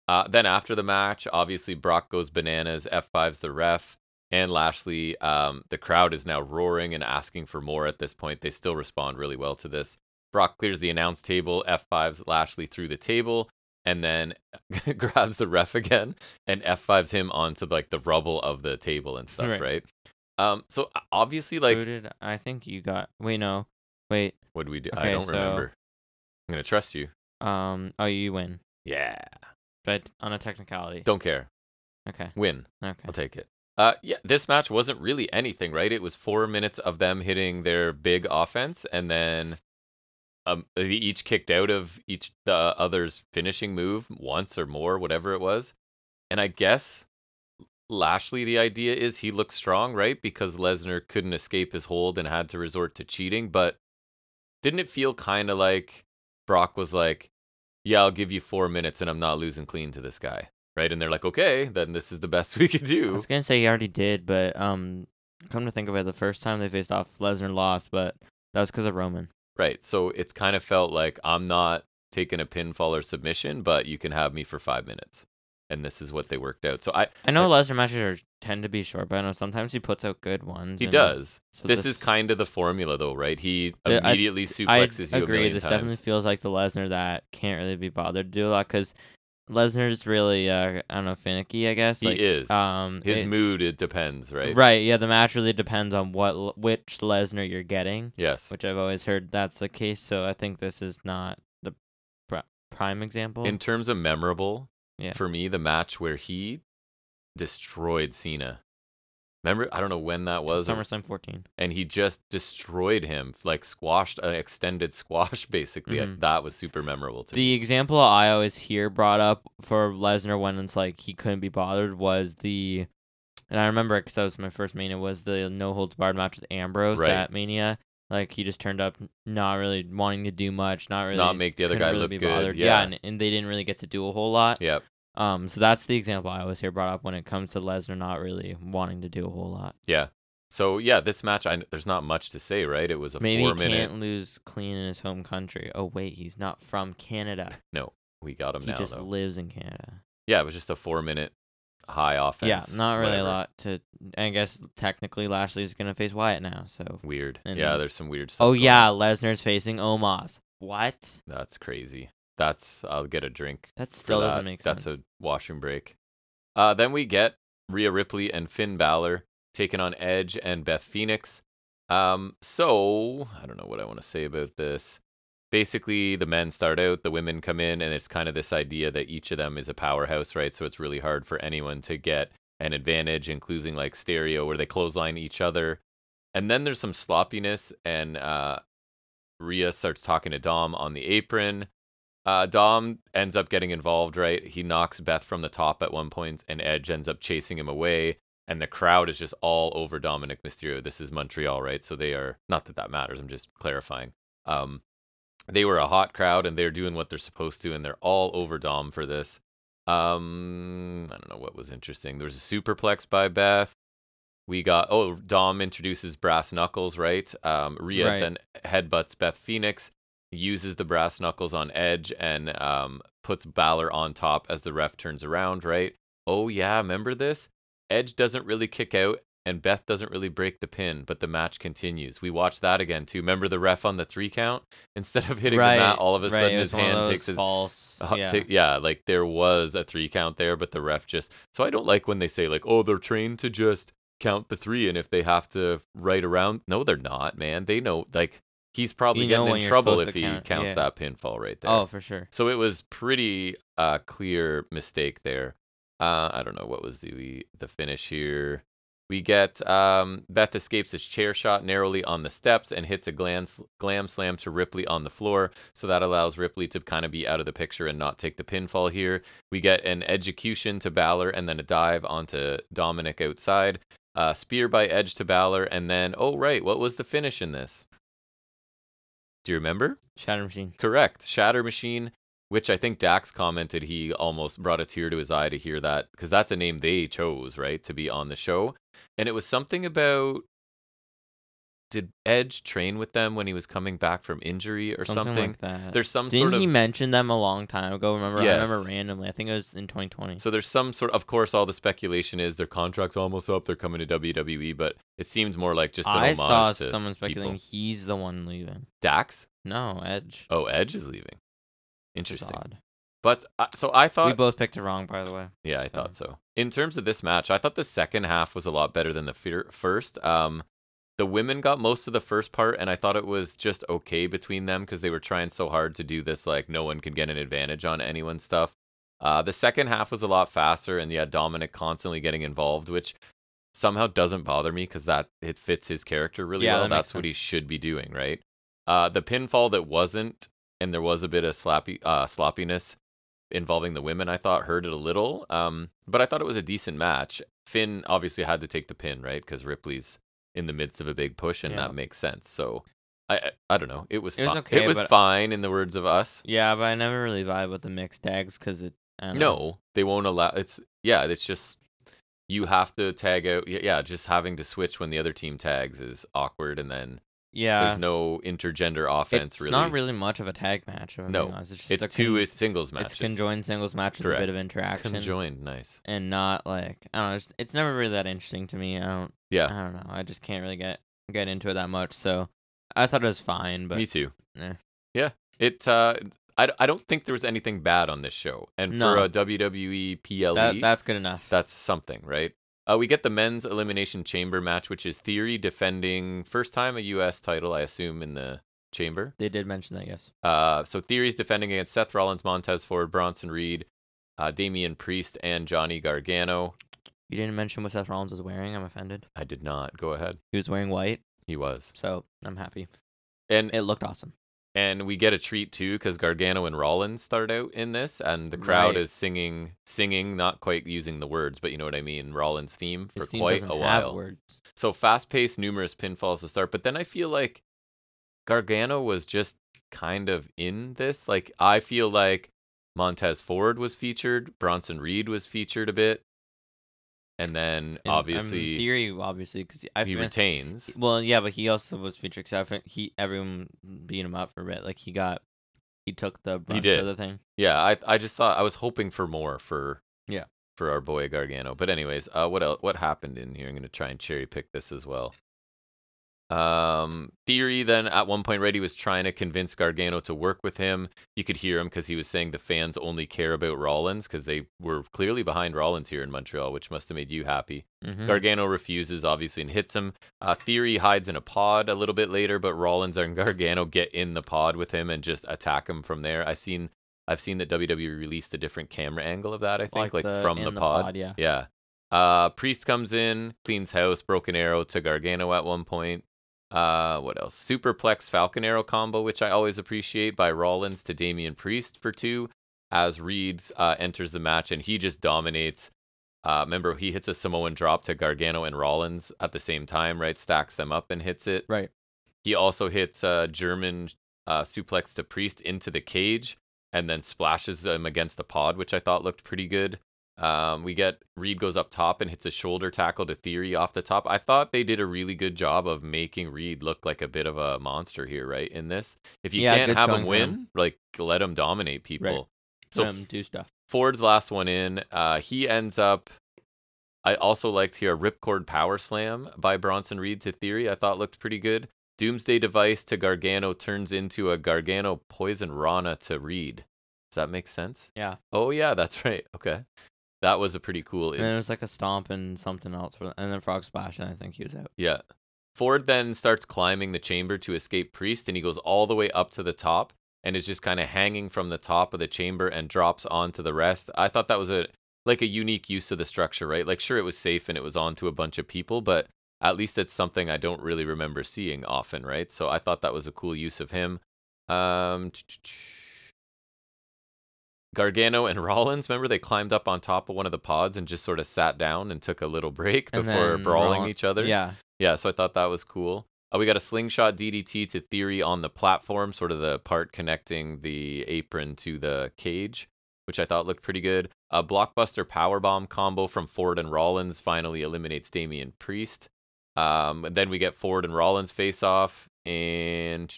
uh, then after the match, obviously Brock goes bananas, F5s the ref, and Lashley. Um, the crowd is now roaring and asking for more at this point. They still respond really well to this. Brock clears the announce table, F5s Lashley through the table, and then (laughs) grabs the ref again and F5s him onto like the rubble of the table and stuff, right?
Right.
Um, so obviously, like,
Who did I think you got? Wait, no, wait.
what do we do? I
Okay,
don't
so-
remember. I'm gonna trust you.
Um, oh, you win,
Yeah.
but on a technicality.
Don't care.
Okay,
Win.
okay.
I'll take it. Uh, yeah, this match wasn't really anything, right? It was four minutes of them hitting their big offense, and then um, they each kicked out of each the other's finishing move once or more, whatever it was. And I guess Lashley, the idea is he looks strong, right? Because Lesnar couldn't escape his hold and had to resort to cheating. But didn't it feel kind of like Brock was like, "Yeah, I'll give you four minutes, and I'm not losing clean to this guy." Right, and they're like, okay, then this is the (laughs) best we could
I
do.
was gonna say he already did, but um, come to think of it, the first time they faced off, Lesnar lost, but that was because of Roman.
Right. So it's kind of felt like I'm not taking a pinfall or submission, but you can have me for five minutes. And this is what they worked out. So I
I know Lesnar matches are tend to be short, but I know sometimes he puts out good ones.
he
and-
does.
So
this, is kind of the formula though, right? He
Yeah, I-
immediately
I
suplexes you a
agree.
million
This
times.
definitely feels like the Lesnar that can't really be bothered to do a lot because Lesnar's really uh, I don't know finicky. I guess
He
like,
is.
Um,
His
it-
mood it depends, right?
Right. Yeah. The match really depends on what l- which Lesnar you're getting,
Yes.
which I've always heard that's the case. So I think this is not the pri prime example.
In terms of memorable,
Yeah.
for me, the match where he destroyed Cena. Remember, I don't know when that was. or-
SummerSlam 14.
and he just destroyed him, like squashed an extended squash, (laughs) basically.
Mhm.
That was super memorable to
The
me.
example I always hear brought up for Lesnar when it's like he couldn't be bothered was the, and I remember it because that was my first Mania was the no holds barred match with Ambrose
Right.
at Mania. Like he just turned up n- not really wanting to do much, not really
Not make the other
couldn't
guy
really
look
be
good.
bothered.
yeah.
and, and they didn't really get to do a whole lot.
Yep.
Um, so that's the example I always hear brought up when it comes to Lesnar not really wanting to do a whole lot.
Yeah. So yeah, this match, I, there's not much to say, right? It was a
Maybe he
four-minute.
can't lose clean in his home country. Oh wait, he's not from Canada.
We got him
He
now.
just
though.
lives in Canada.
yeah, it was just a four-minute high offense.
yeah, not really
whatever.
a lot to. I guess technically Lashley's gonna face Wyatt now. So.
Weird.
And
yeah,
then-
there's some weird stuff.
Oh
going
yeah,
on.
Lesnar's facing Omos. What?
That's crazy. That's. I'll get a drink.
That
for
still
that.
doesn't make sense.
That's a washroom break. Uh, then we get Rhea Ripley and Finn Balor taking on Edge and Beth Phoenix. Um, so I don't know what I want to say about this. Basically, the men start out, the women come in, and it's kind of this idea that each of them is a powerhouse, right? So it's really hard for anyone to get an advantage, including like stereo, where they clothesline each other. And then there's some sloppiness, and uh, Rhea starts talking to Dom on the apron. Uh, Dom ends up getting involved, right? He knocks Beth from the top at one point, and Edge ends up chasing him away. And the crowd is just all over Dominic Mysterio. This is Montreal, right? So they are not that that matters. I'm just clarifying. Um, they were a hot crowd, and they're doing what they're supposed to, and they're all over Dom for this. Um, I don't know what was interesting. There was a superplex by Beth. We got oh Dom introduces brass knuckles, right? Um, Rhea
Right.
then headbutts Beth Phoenix uses the brass knuckles on Edge and um, puts Balor on top as the ref turns around, right? Oh, yeah, remember this? Edge doesn't really kick out and Beth doesn't really break the pin, but the match continues. We watched that again too. Remember the ref on the three count? (laughs) Instead of hitting
right,
the mat, all of a
right,
sudden
it
his
was one of
hand
those
takes his.
false.
(laughs) uh,
yeah.
ta- yeah, like there was a three count there, but the ref just. So I don't like when they say, like, oh, they're trained to just count the three, and if they have to right around. No, they're not, man. They know, like, he's probably
You know
getting
when
in
you're
trouble
supposed
if
to
he
count,
counts
yeah.
that pinfall right there.
oh, for sure.
So it was pretty uh, clear mistake there. Uh, I don't know what was the the finish here. We get um, Beth escapes his chair shot narrowly on the steps and hits a glam, glam slam to Ripley on the floor. So that allows Ripley to kind of be out of the picture and not take the pinfall here. We get an execution to Balor and then a dive onto Dominic outside. Uh, spear by Edge to Balor. And then, oh, right, what was the finish in this? Do you remember?
Shatter Machine.
Correct. Shatter Machine, which I think Dax commented he almost brought a tear to his eye to hear that because that's a name they chose, right, to be on the show. And it was something about did Edge train with them when he was coming back from injury or something?
like that.
There's some
Didn't
sort of
he mention them a long time ago? Remember? I remember
Yes.
randomly. I think it was in 2020.
So there's some sort of course all the speculation is their contract's almost up, they're coming to WWE, but it seems more like just an
I
homage
saw
to
someone speculating
people.
he's the one leaving.
Dax.
No, Edge.
Oh, Edge is leaving.
which is
Interesting.
odd.
But uh, so I
we
thought
both picked it wrong, by the way.
Yeah, I thought
So-
so. In terms of this match, I thought the second half was a lot better than the fir- first. Um, the women got most of the first part, and I thought it was just okay between them because they were trying so hard to do this like no one can get an advantage on anyone stuff. Uh, the second half was a lot faster, and yeah, Dominic constantly getting involved, which somehow doesn't bother me because that it fits his character really
Yeah,
well.
that makes
That's what he should be doing, right? Uh, the pinfall that wasn't, and there was a bit of slappy uh, sloppiness involving the women. I thought hurt it a little, um, but I thought it was a decent match. Finn obviously had to take the pin, right? Because Ripley's in the midst of a big push, and
Yeah.
that makes sense. So I I, I don't know. It was
It was
fi-
okay,
it was
but-
fine in the words of us.
Yeah, but I never really vibe with the mixed tags because it. I don't know.
No, they won't allow. It's yeah. It's just you have to tag out. y- Yeah, just having to switch when the other team tags is awkward, and then
Yeah.
there's no intergender offense.
it's
really,
not really much of a tag match. If I'm
No,
being honest. it's just
It's
a
two
con-
is singles matches.
It's conjoined singles match with a
Correct.
bit of interaction
Conjoined, nice.
and not like I don't know. It's, it's never really that interesting to me. I don't.
Yeah,
I don't know. I just can't really get get into it that much. So I thought it was fine, but
me too.
eh.
Yeah, it. Uh, I, d- I don't think there was anything bad on this show, and for
No.
a E WWE PLE,
that, that's good enough.
That's something, right? Uh, we get the men's elimination chamber match, which is Theory defending first time a U.S. title, I assume, in the chamber.
they did mention that. Yes.
Uh, so Theory's defending against Seth Rollins, Montez Ford, Bronson Reed, uh, Damian Priest, and Johnny Gargano.
You didn't mention what Seth Rollins was wearing. I'm offended.
I did not. Go ahead.
He was wearing white,
He was,
so I'm happy.
and
It looked awesome.
and we get a treat too because Gargano and Rollins start out in this, and the crowd
Right.
is singing, singing, not quite using the words, but you know what I mean. Rollins' theme for
His team
quite
doesn't
a
have
while.
words.
So fast paced, numerous pinfalls to start. But then I feel like Gargano was just kind of in this. Like I feel like Montez Ford was featured, Bronson Reed was featured a bit, and then
In- um,
obviously
theory, obviously, because I
he
fe-
retains.
Well, yeah, but he also was featured because he everyone beat him up for a bit. Like he got, he took the brunt
did.
of the thing.
Yeah, I I just thought I was hoping for more for
Yeah.
for our boy Gargano. But anyways, uh, what else, what happened in here? I'm gonna try and cherry pick this as well. Um, Theory then at one point, Reddy was trying to convince Gargano to work with him. You could hear him because he was saying the fans only care about Rollins because they were clearly behind Rollins here in Montreal, which must have made you happy.
Mhm.
Gargano refuses, obviously, and hits him. Uh, Theory hides in a pod a little bit later, but Rollins and (laughs) Gargano get in the pod with him and just attack him from there. I seen, I've seen that WWE released a different camera angle of that. I think, like,
the-
from
in
the, pod.
yeah.
Yeah. Uh, Priest comes in, cleans house, broken arrow to Gargano at one point. Uh, what else? Superplex Falcon Arrow combo, which I always appreciate, by Rollins to Damian Priest for two. As Reed uh, enters the match and he just dominates. Uh, remember, he hits a Samoan drop to Gargano and Rollins at the same time, right? Stacks them up and hits it.
Right.
He also hits uh, German uh, suplex to Priest into the cage and then splashes him against a pod, which I thought looked pretty good. Um, we get Reed goes up top and hits a shoulder tackle to Theory off the top. I thought they did a really good job of making Reed look like a bit of a monster here, right? In this, if you
Yeah,
can't
good
have
showing
him
from
win,
him.
like let him dominate people. So
um, do stuff.
Ford's last one in. Uh, he ends up. I also liked here a ripcord power slam by Bronson Reed to Theory. I thought looked pretty good. Doomsday device to Gargano turns into a Gargano poison Rana to Reed. Does that make sense?
Yeah.
Oh yeah, that's (laughs) right. Okay, that was a pretty cool.
And then it was like a stomp and something else, for, and then frog splash, and I think he was out.
Yeah. Ford then starts climbing the chamber to escape Priest, and he goes all the way up to the top and is just kind of hanging from the top of the chamber and drops onto the rest. I thought that was a like a unique use of the structure, right? Like sure it was safe and it was onto a bunch of people, but at least it's something I don't really remember seeing often, right? So I thought that was a cool use of him. Um Gargano and (laughs) Rollins, remember they climbed up on top of one of the pods and just sort of sat down and took a little break
And
before
then
brawling
Rollins-
each other.
Yeah,
Yeah, so I thought that was cool. Uh, we got a slingshot DDT to Theory on the platform, sort of the part connecting the apron to the cage, which I thought looked pretty good. A blockbuster powerbomb combo from Ford and Rollins finally eliminates Damian Priest. Um, and then we get Ford and Rollins face off, and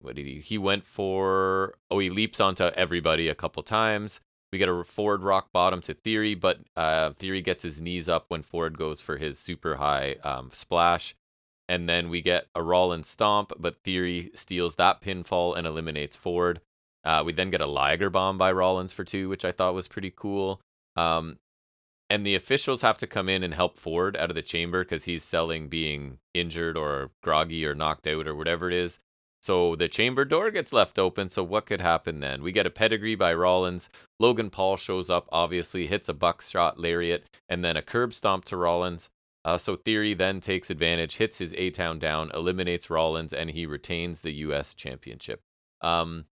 what did he? He went for oh, he leaps onto everybody a couple times. We get a Ford rock bottom to Theory, but uh, Theory gets his knees up when Ford goes for his super high um, splash. And then we get a Rollins stomp, but Theory steals that pinfall and eliminates Ford. Uh, we then get a Liger bomb by Rollins for two, which I thought was pretty cool. Um, and the officials have to come in and help Ford out of the chamber because he's selling being injured or groggy or knocked out or whatever it is. So the chamber door gets left open. So what could happen then? We get a pedigree by Rollins. Logan Paul shows up, obviously hits a buckshot lariat, and then a curb stomp to Rollins. Uh, so Theory then takes advantage, hits his A Town down, eliminates Rollins, and he retains the U.S. Championship. Um,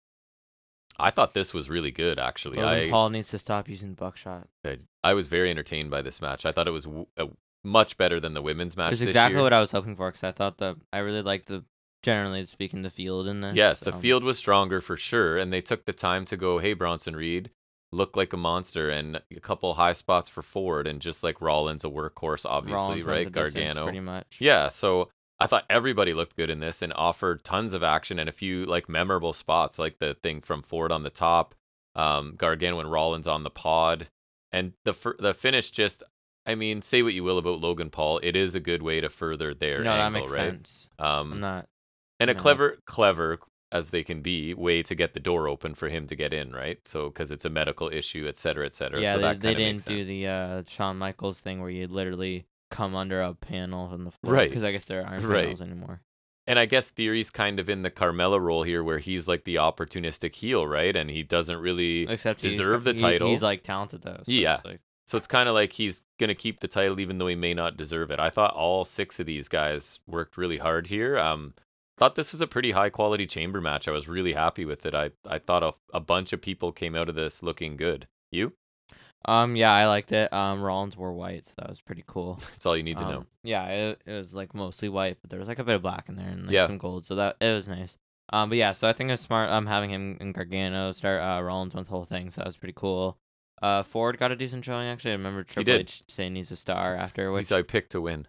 I thought this was really good, actually.
Logan
I,
Paul needs to stop using buckshot.
I, I was very entertained by this match. I thought it was w- uh, much better than the women's match.
It's
this
exactly
year.
what I was hoping for because I thought that I really liked the generally speaking the field in this.
Yes, the
um,
field was stronger for sure, and they took the time to go, hey, Bronson Reed, look like a monster, and a couple high spots for Ford, and just like Rollins, a workhorse, obviously,
Rollins went
right?
the distance
Gargano.
pretty much.
Yeah, so I thought everybody looked good in this and offered tons of action and a few like memorable spots, like the thing from Ford on the top, um, Gargano and Rollins on the pod, and the fir- the finish. Just, I mean, say what you will about Logan Paul, it is a good way to further their
no, that
angle,
makes
right?
sense. I'm
Um,
not.
and a
no.
clever, clever as they can be way to get the door open for him to get in, right? So because it's a medical issue, et cetera, et cetera.
Yeah,
so
they,
that
they
kinda makes
didn't do
sense.
the uh, Shawn Michaels thing where you literally come under a panel on the floor.
Right.
Because I guess there aren't
Right.
panels anymore.
And I guess Theory's kind of in the Carmella role here, where he's like the opportunistic heel, right? And he doesn't really.
Except he's-
deserve the
he-
title.
he's like talented though. So
Yeah.
It's like,
So it's kind of like he's going to keep the title, even though he may not deserve it. I thought all six of these guys worked really hard here. Um, thought this was a pretty high quality chamber match. I was really happy with it. I, I thought a, a bunch of people came out of this looking good. You? (laughs)
um. Yeah, I liked it. Um. Rollins wore white, so that was pretty cool.
That's all you need to know.
Um, Yeah, it, it was like mostly white, but there was like a bit of black in there and like
Yeah.
some gold, so that it was nice. Um, but yeah, so I think it's smart. um, having him and Gargano start uh, Rollins won the whole thing, so that was pretty cool. Uh, Ford got a decent showing actually. I remember Triple
did.
H saying he's a star after which.
He's
(laughs)
I picked to win.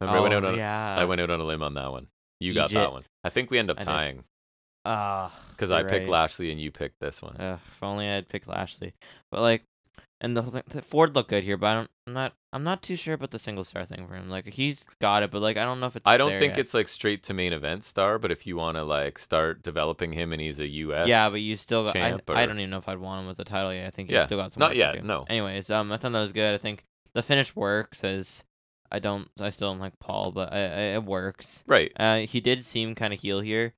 remember I went out
Oh,
on a-
yeah.
I went out on a limb on that one. You got
Egypt.
that one. I think we end up
E I did.
tying because
because
I picked Lashley and you picked this one.
Ah, Ugh, if only I had picked Lashley. But like, and the whole thing, th- Ford looked good here, but I don't, I'm not, I'm not too sure about the single star thing for him. Like he's got it, but like I don't know if it's.
I don't
there
think
yet.
it's like straight to main event star, but if you want to like start developing him and he's a US,
Yeah, but you still got. I,
champ
I
or-
don't even know if I'd want him with the title yet. I think you
Yeah,
still got some.
not
work to
yet,
do.
no.
Anyways, um, I thought that was good. I think the finish works. As I don't, I still don't like Paul, but I, I, it works.
right,
Uh, he did seem kind of heel here.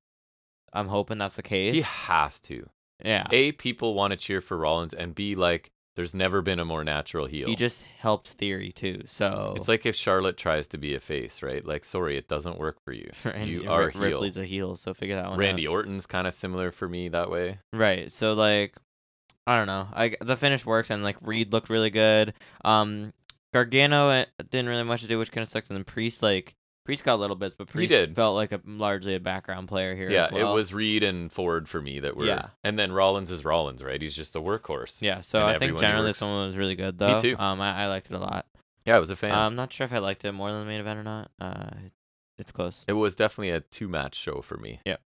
I'm hoping that's the case.
he has to.
yeah.
A people want to cheer for Rollins, and B like there's never been a more natural heel.
He just helped Theory too. So
it's like if Charlotte tries to be a face, right? Like, sorry, it doesn't work for you.
(laughs) Randy-
you are
Rip-
a heel.
Ripley's a heel, so figure that one out.
Randy Orton's kind of similar for me that way.
Right. So like, I don't know. I the finish works and like Reed looked really good. Um, Gargano eh, didn't really much to do, which kind of sucks. And then Priest like Priest got little bits, but Priest
did.
felt like a largely a background player here.
yeah,
as well.
it was Reed and Ford for me that were.
Yeah.
And then Rollins is Rollins, right? He's just a workhorse.
Yeah. So
and
I think
everyone who
generally
works.
this one was really good
Me
though.
too.
Um, I, I liked it a lot.
Yeah, I was a fan.
I'm not sure if I liked it more than the main event or not. Uh, it's close.
It was definitely a two match show for me.
Yeah.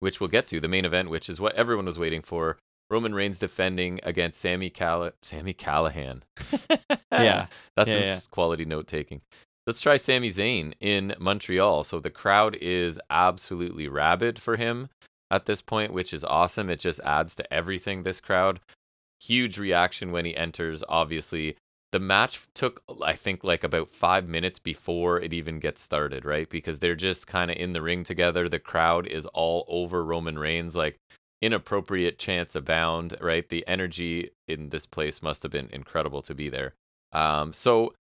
Which we'll get to the main event, which is what everyone was waiting for. Roman Reigns defending against Sammy Calla Sammy Callahan.
(laughs)
Eh.
yeah.
That's
Yeah,
some
yeah.
s- quality note taking. Let's try Sami Zayn in Montreal. So the crowd is absolutely rabid for him at this point, which is awesome. It just adds to everything, this crowd. Huge reaction when he enters, obviously. The match took, I think, like about five minutes before it even gets started, right? Because they're just kind of in the ring together. The crowd is all over Roman Reigns. Like, inappropriate chants abound, right? The energy in this place must have been incredible to be there. Um, so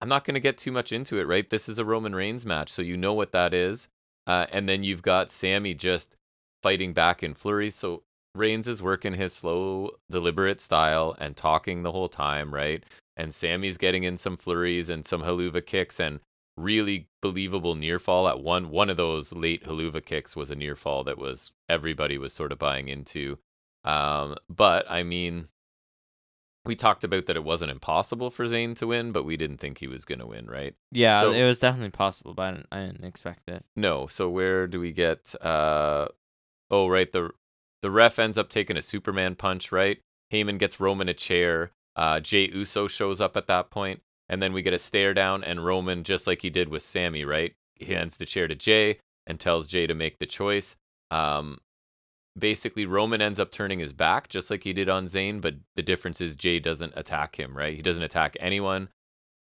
I'm not going to get too much into it, right? This is a Roman Reigns match, so you know what that is. Uh, and then you've got Sammy just fighting back in flurries. So Reigns is working his slow, deliberate style and talking the whole time, right? And Sammy's getting in some flurries and some haluva kicks and really believable near fall at one one of those late haluva kicks was a near fall that was everybody was sort of buying into um but i mean we talked about that it wasn't impossible for Zayn to win, but we didn't think he was going to win, right?
Yeah,
So-
it was definitely possible, but I didn't, I didn't expect it.
No. So where do we get? Uh, oh, right. The the ref ends up taking a Superman punch. Right. Heyman gets Roman a chair. Uh, Jay Uso shows up at that point, and then we get a stare down, and Roman just like he did with Sammy. Right. He hands the chair to Jay and tells Jay to make the choice. Um, basically, Roman ends up turning his back just like he did on Zayn, but the difference is Jay doesn't attack him. Right. He doesn't attack anyone.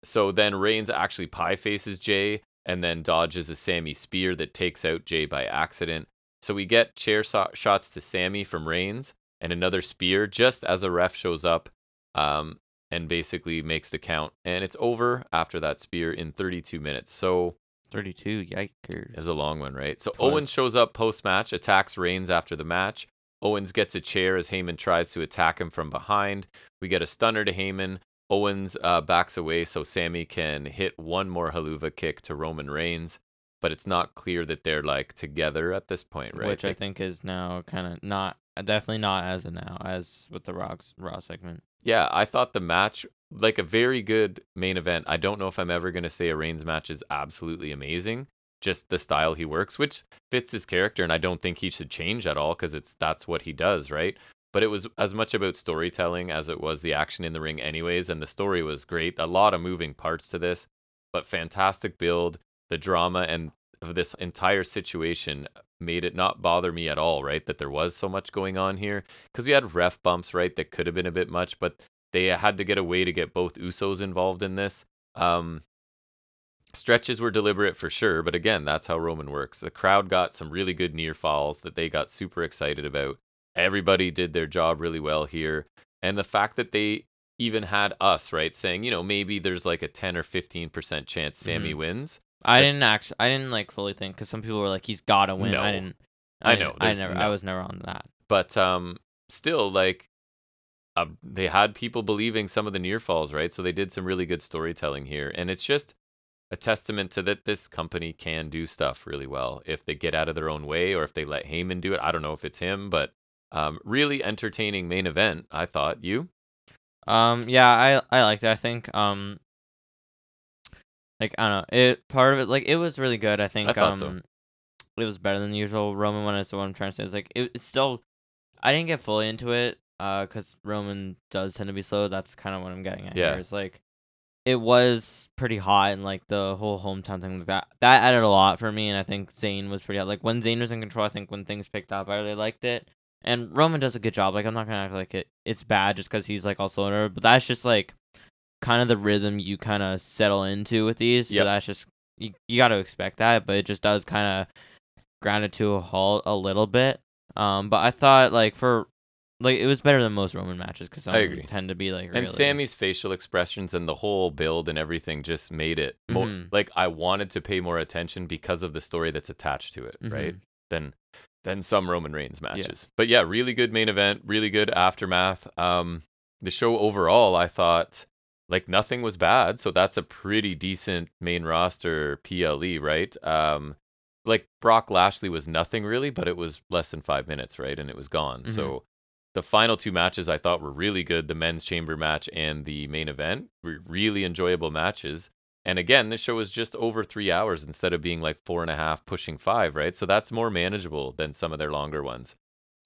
So then Reigns actually pie faces Jay and then dodges a Sammy spear that takes out Jay by accident. So we get chair so- shots to Sammy from Reigns and another spear just as a ref shows up um, and basically makes the count. And it's over after that spear in 32 minutes. So
32, yikers.
it was a long one, right? So
It
Owens
was.
shows up post match, attacks Reigns after the match. Owens gets a chair as Heyman tries to attack him from behind. We get a stunner to Heyman. Owens uh, backs away so Sammy can hit one more haluva kick to Roman Reigns, but it's not clear that they're like together at this point, right?
Which I
They-
think is now kind of not, definitely not as of now as with the Rock's Raw segment.
Yeah, I thought the match like a very good main event. I don't know if I'm ever gonna say a Reigns match is absolutely amazing. Just the style he works, which fits his character, and I don't think he should change at all because it's that's what he does, right? But it was as much about storytelling as it was the action in the ring, anyways. And the story was great. A lot of moving parts to this, but fantastic build. The drama and of this entire situation made it not bother me at all, right? That there was so much going on here because we had ref bumps, right? That could have been a bit much, but they had to get a way to get both Usos involved in this. Um, stretches were deliberate for sure, but again, that's how Roman works. The crowd got some really good near falls that they got super excited about. Everybody did their job really well here. And the fact that they even had us, right, saying, you know, maybe there's like a 10 or 15% chance Sammy wins.
I
But-
didn't actually, I didn't like fully think because some people were like, he's gotta win. I
No.
didn't.
I
didn't-
know,
I
there's
never. I
no-
was never on that.
but um still like uh, they had people believing some of the near falls right so they did some really good storytelling here and it's just a testament to that this company can do stuff really well if they get out of their own way or if they let Heyman do it I don't know if it's him but um really entertaining main event I thought you
Um, yeah, I I liked it. I think um, like I don't know, it part of it like it was really good. I think
thought
um,
so.
it was better than the usual Roman one. Is what I'm trying to say. It's like it, it's still, I didn't get fully into it. Uh, cause Roman does tend to be slow. That's kind of what I'm getting at
Yeah.
here. It's like it was pretty hot and like the whole hometown thing like that that added a lot for me. And I think Zayn was pretty hot. Like when Zayn was in control, I think when things picked up, I really liked it. And Roman does a good job. Like I'm not gonna act like it. It's bad just because he's like also an but that's just like kind of the rhythm you kind of settle into with these.
Yep.
So that's just you, you got to expect that. But it just does kind of grind it to a halt a little bit. Um, but I thought like for like it was better than most Roman matches because some
I
of them
agree.
tend to be like
and
really-
Sammy's facial expressions and the whole build and everything just made it more
Mhm.
like I wanted to pay more attention because of the story that's attached to it right
Mhm.
than than some Roman Reigns matches. But yeah, really good main event, really good aftermath. Um, the show overall, I thought like nothing was bad, so that's a pretty decent main roster PLE, right? Um, like Brock Lashley was nothing really, but it was less than five minutes, right? And it was gone.
Mhm.
So the final two matches I thought were really good: the men's chamber match and the main event. Were really enjoyable matches. And again, this show is just over three hours instead of being like four and a half, pushing five, right? So that's more manageable than some of their longer ones.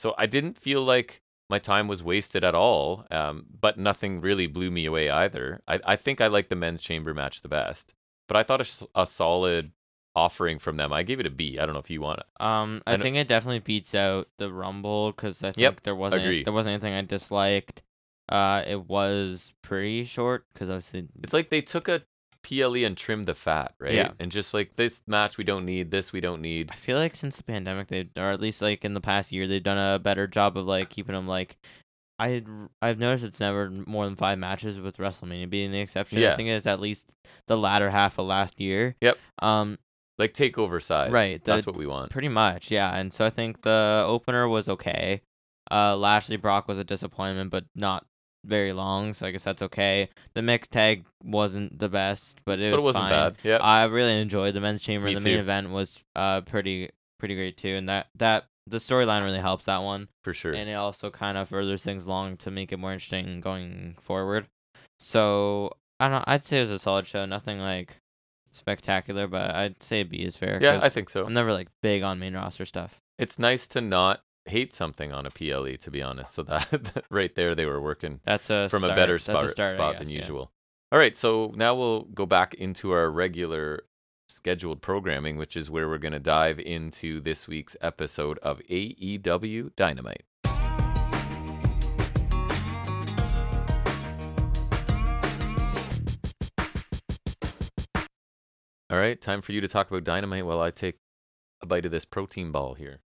So I didn't feel like my time was wasted at all, um, but nothing really blew me away either. I, I think I liked the men's chamber match the best, but I thought a, s- a solid offering from them. I gave it a B. I don't know if you want it.
Um, I
And- uh,
think it definitely beats out the Rumble because I think there wasn't
agree.
there wasn't anything I disliked. Uh, it was pretty short because obviously
It's like they took a PLE and trimmed the fat, right?
Yeah.
And just like this match we don't need, this we don't need.
I feel like since the pandemic, they or at least like in the past year, they've done a better job of like keeping them like. I I've noticed it's never more than five matches with WrestleMania being the exception.
Yeah.
I think it's at least the latter half of last year.
Yep.
Um.
Like takeover size.
Right,
That's
the-
what we want.
Pretty much. Yeah. And so I think the opener was okay. Uh, Lashley Brock was a disappointment, but not very long. So I guess that's okay. The mixed tag wasn't the best, but it
but
was
it wasn't
fine.
bad. Yeah.
I really enjoyed the men's chamber.
Me
the main
too.
event was uh pretty pretty great too, and that that the storyline really helps that one,
for sure.
and it also kind of furthers things along to make it more interesting going forward. So I don't. I'd say it was a solid show. Nothing like spectacular, but I'd say B is fair.
yeah, I
'cause
think so.
I'm never like big on main roster stuff.
It's nice to not hate something on a PLE, to be honest. So that (laughs) right there, they were working
That's a
from a
start-
better
that's
spot,
start, I
spot than
guess, yeah.
usual. All right, so now we'll go back into our regular scheduled programming, which is where we're going to dive into this week's episode of AEW Dynamite. All right, time for you to talk about Dynamite while I take a bite of this protein ball here.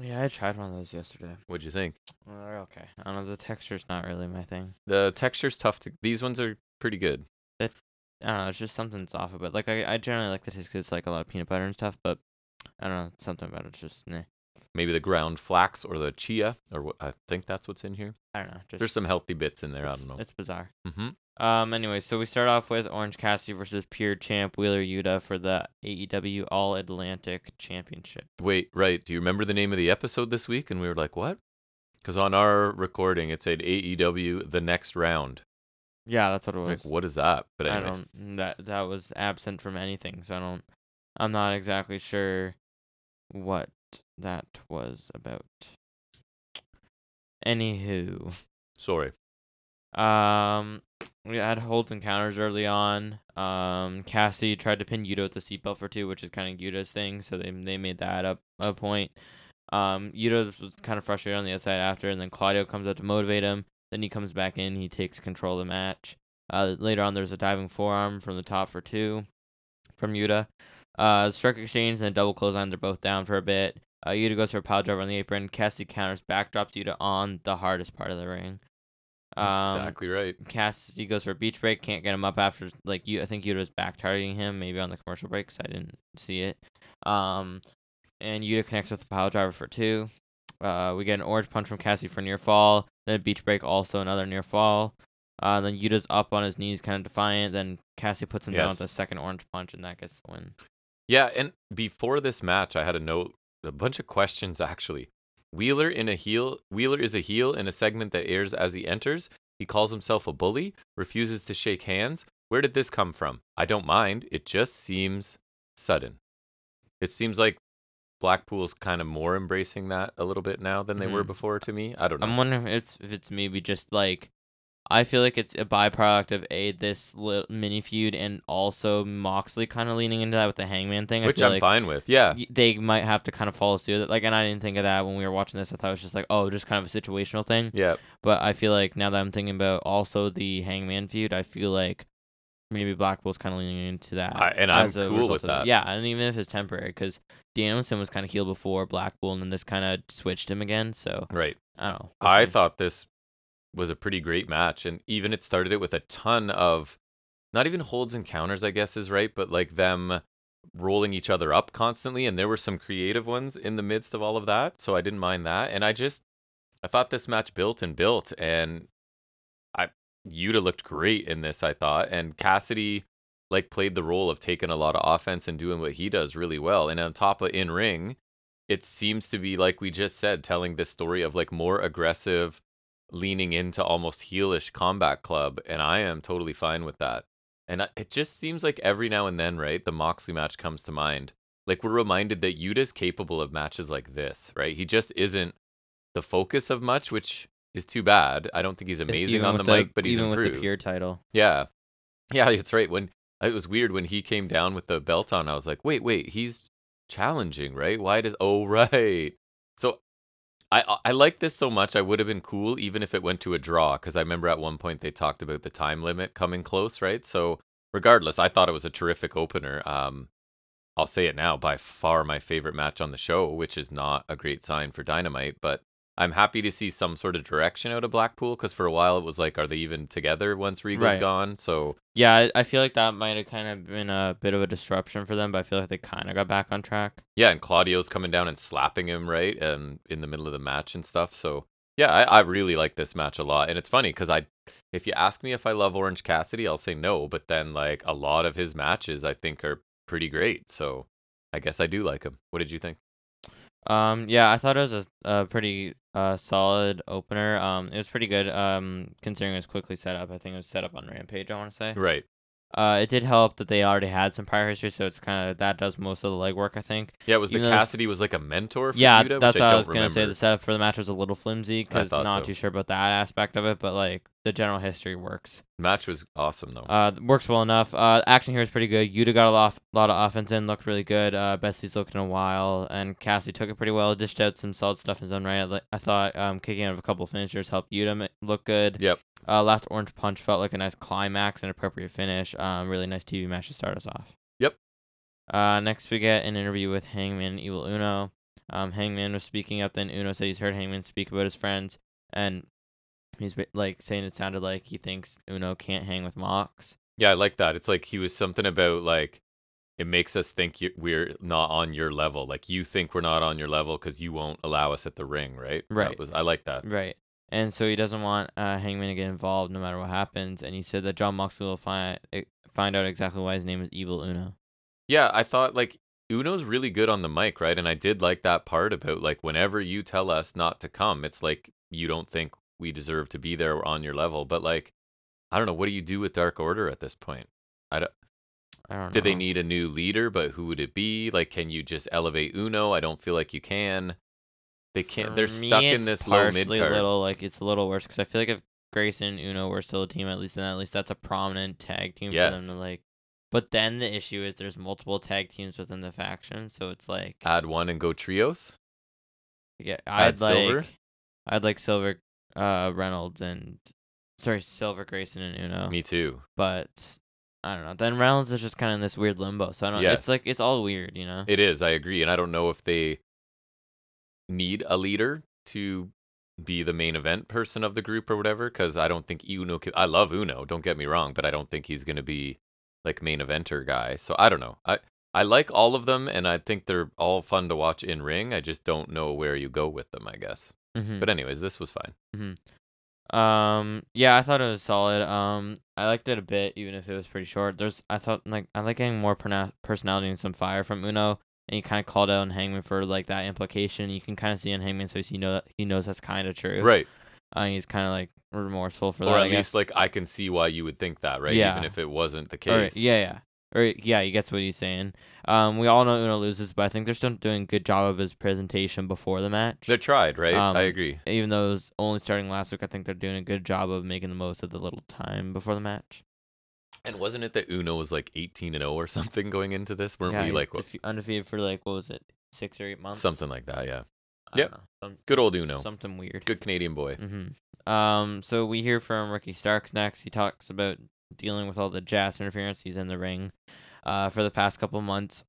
Yeah, I tried one of those yesterday.
What'd you think?
Uh, okay. I don't know. The texture's not really my thing.
The texture's tough to. These ones are pretty good.
I don't know. It's just something's off about. Like I, I generally like the taste 'cause it's like a lot of peanut butter and stuff. But I don't know. Something about it's just nah.
maybe the ground flax or the chia or what I think that's what's in here.
I don't know. Just,
There's some healthy bits in there. I
It's,
don't know.
it's bizarre.
hmm
Um. Anyway, so we start off with Orange Cassidy versus Pure Champ Wheeler Yuta for the AEW All Atlantic Championship.
Wait, right. Do you remember the name of the episode this week? And we were like, what? Because on our recording, it said AEW the next round.
Yeah, that's what it was.
Like, what is that? But
I
anyways,
don't. That that was absent from anything. So I don't. I'm not exactly sure what that was about. Anywho.
sorry.
Um, we had holds and counters early on. Um, Cassie tried to pin Yuta with the seatbelt for two, which is kind of Yuta's thing. So they they made that up a point. Um, Yuta was kind of frustrated on the outside after, and then Claudio comes out to motivate him. Then he comes back in. He takes control of the match. Uh, later on, there's a diving forearm from the top for two, from Yuta. Uh, the strike exchange and the double clothesline. They're both down for a bit. Uh, Yuta goes for a pile driver on the apron. Cassie counters, backdrops Yuta on the hardest part of the ring.
That's
Um,
exactly right.
Cassidy goes for a beach break, can't get him up after like you. I think Yuta was back targeting him maybe on the commercial break 'cause I didn't see it. Um, and Yuta connects with the pile driver for two. Uh, we get an orange punch from Cassidy for near fall, then a beach break, also another near fall. Uh, then Yuta's up on his knees, kind of defiant. Then Cassidy puts him down with a
Yes.
second orange punch, and that gets the win.
Yeah, and before this match, I had a note, a bunch of questions actually. Wheeler in a heel. Wheeler is a heel in a segment that airs as he enters. He calls himself a bully, refuses to shake hands. Where did this come from? I don't mind. It just seems sudden. It seems like Blackpool's kind of more embracing that a little bit now than they were
Mhm.
before to me. I don't know.
I'm wondering if it's if it's maybe just like I feel like it's a byproduct of a this li- mini feud and also Moxley kind of leaning into that with the Hangman thing. I
Which
feel
I'm
like
fine with. Yeah.
y- They might have to kind of follow suit. Like, and I didn't think of that when we were watching this. I thought it was just like, oh, just kind of a situational thing.
Yeah.
But I feel like now that I'm thinking about also the Hangman feud, I feel like maybe Blackpool's kind of leaning into that.
I- and I'm
as a
cool
result
with
of
that.
Yeah, and even if it's temporary, because Danielson was kind of healed before Blackpool, and then this kind of switched him again. So
Right.
I don't know. We'll
I
see.
thought this was a pretty great match, and even it started it with a ton of not even holds and counters, I guess is right, but like them rolling each other up constantly, and there were some creative ones in the midst of all of that, so I didn't mind that, and I just I thought this match built and built, and I Yuta looked great in this, I thought, and Cassidy like played the role of taking a lot of offense and doing what he does really well, and on top of in ring it seems to be like we just said telling this story of like more aggressive leaning into almost heelish combat club and i am totally fine with that and I, it just seems like every now and then right the moxley match comes to mind like we're reminded that yuta's capable of matches like this right he just isn't the focus of much which is too bad i don't think he's
It-
amazing
E even
on the
with
mic but he's
even
improved
with the pure title.
yeah. Yeah, that's right. When uh, it was weird when he came down with the belt on, I was like, wait, wait, he's challenging, right? Why does oh (laughs) right. So I I- I like this so much I would have been cool even if it went to a draw, because I remember at one point they talked about the time limit coming close, right? So regardless, I thought it was a terrific opener. Um I'll say it now, by far my favorite match on the show, which is not a great sign for Dynamite, but I'm happy to see some sort of direction out of Blackpool because for a while it was like, are they even together once Regal's
Right.
gone? So
Yeah, I- I feel like that might have kind of been a bit of a disruption for them, but I feel like they kind of got back on track.
yeah, and Claudio's coming down and slapping him right um, in the middle of the match and stuff. So yeah, I, I really like this match a lot, and it's funny because I, if you ask me if I love Orange Cassidy, I'll say no, but then like a lot of his matches I think are pretty great. So I guess I do like him. What did you think?
Um, yeah, I thought it was a, a pretty uh solid opener. Um, it was pretty good. Um, considering it was quickly set up, I think it was set up on Rampage. I want to say.
Right.
Uh, it did help that they already had some prior history, so it's kind of that does most of the legwork, I think.
Yeah, was the
Even though-
Cassidy was like a mentor for
yeah,
Yuta,
that's
which
what
I,
I,
don't
was gonna say.
remember.
The setup for the match was a little flimsy because
thought
not
so.
too sure about that aspect of it, but like the general history works.
Match was awesome though.
Uh, works well enough. Uh, action here was pretty good. Yuta got a lot, lot of offense in, looked really good. Uh, best he's looked in a while, and Cassidy took it pretty well. Dished out some solid stuff in his own right. I, li- I thought um, kicking out of a couple finishers helped Yuta ma- look good.
Yep.
Uh, last orange punch felt like a nice climax and appropriate finish. Um, really nice TV match to start us off.
Yep.
Uh, next we get an interview with Hangman and Evil Uno. Um, Hangman was speaking up, then Uno said he's heard Hangman speak about his friends, and he's ba- like saying it sounded like he thinks Uno can't hang with Mox.
Yeah, I like that. It's like he was something about like it makes us think you, we're not on your level. Like you think we're not on your level because you won't allow us at the ring, right? That
Right.
was I like that.
Right. And so he doesn't want uh, Hangman to get involved no matter what happens. And he said that John Moxley will find eh, find out exactly why his name is Evil Uno.
Yeah, I thought like Uno's really good on the mic, right? And I did like that part about like whenever you tell us not to come, it's like you don't think we deserve to be there or on your level. But like, I don't know, what do you do with Dark Order at this point?
I don't know.
Did they need a new leader? But who would it be? Like, can you just elevate Uno? I don't feel like you can. They can't.
For
They're
me,
stuck in
it's
this low mid
partially
card.
Little like it's a little worse because I feel like if Grayson and Uno were still a team, at least then at least that's a prominent tag team for them
Yes.
to like. But then the issue is there's multiple tag teams within the faction, so it's like
Add one and go trios.
yeah,
Uh, add
I'd
Silver?
like I'd like Silver, uh, Reynolds and sorry Silver Grayson and Uno,
Me too.
but I don't know. Then Reynolds is just kind of in this weird limbo, so I don't.
Yes.
It's like it's all weird, you know.
It is. I agree, and I don't know if they need a leader to be the main event person of the group or whatever. Because I don't think Uno. Could, I love Uno. Don't get me wrong, but I don't think he's going to be like main eventer guy. So I don't know. I I like all of them, and I think they're all fun to watch in ring. I just don't know where you go with them. I guess.
Mhm.
But anyways, this was fine.
Um, yeah, I thought it was solid. Um, I liked it a bit, even if it was pretty short. There's, I thought like I like getting more perna- personality and some fire from Uno, and he kind of called out on Hangman for like that implication. You can kind of see on Hangman's face, you know, that he knows that's kind of true.
Right.
Uh, he's kind of like remorseful for
or
that.
at
I
least
guess.
like I can see why you would think that, right?
Yeah.
Even if it wasn't the
Or-
case.
yeah, yeah. Or yeah, he gets what he's saying. Um, we all know Uno loses, but I think they're still doing a good job of his presentation before the match.
They're tried, right?
Um,
I agree.
Even though it was only starting last week, I think they're doing a good job of making the most of the little time before the match.
And wasn't it that Uno was like 18 and 0 or (laughs) something going into this? Weren't we
he's
like what-
defe- undefeated for like what was it, six or eight months?
something like that? Yeah.
I don't
Yep.
know, some-
Good old Uno.
Something weird.
Good Canadian boy.
hmm Um. So we hear from Ricky Starks next. He talks about dealing with all the jazz interference he's in the ring, uh, for the past couple months.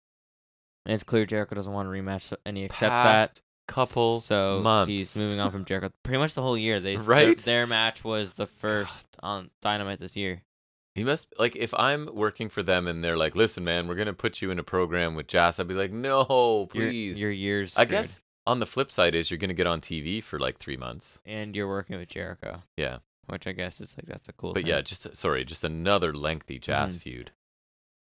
And it's clear Jericho doesn't want a rematch, so, and he accepts that.
Past couple
so
months.
he's moving on from Jericho. Pretty much the whole year. They
(laughs)
their-
Right?
Their, match was the first on Dynamite this year.
He must like if I'm working for them and they're like, "Listen, man, we're gonna put you in a program with Jazz," I'd be like, "No,
Your-
please."
your years.
I guess on the flip side is you're gonna get on TV for like three months.
and you're working with Jericho.
Yeah.
Which I guess is like that's a cool.
But
thing.
yeah, just sorry, just another lengthy Jazz
Mhm.
feud.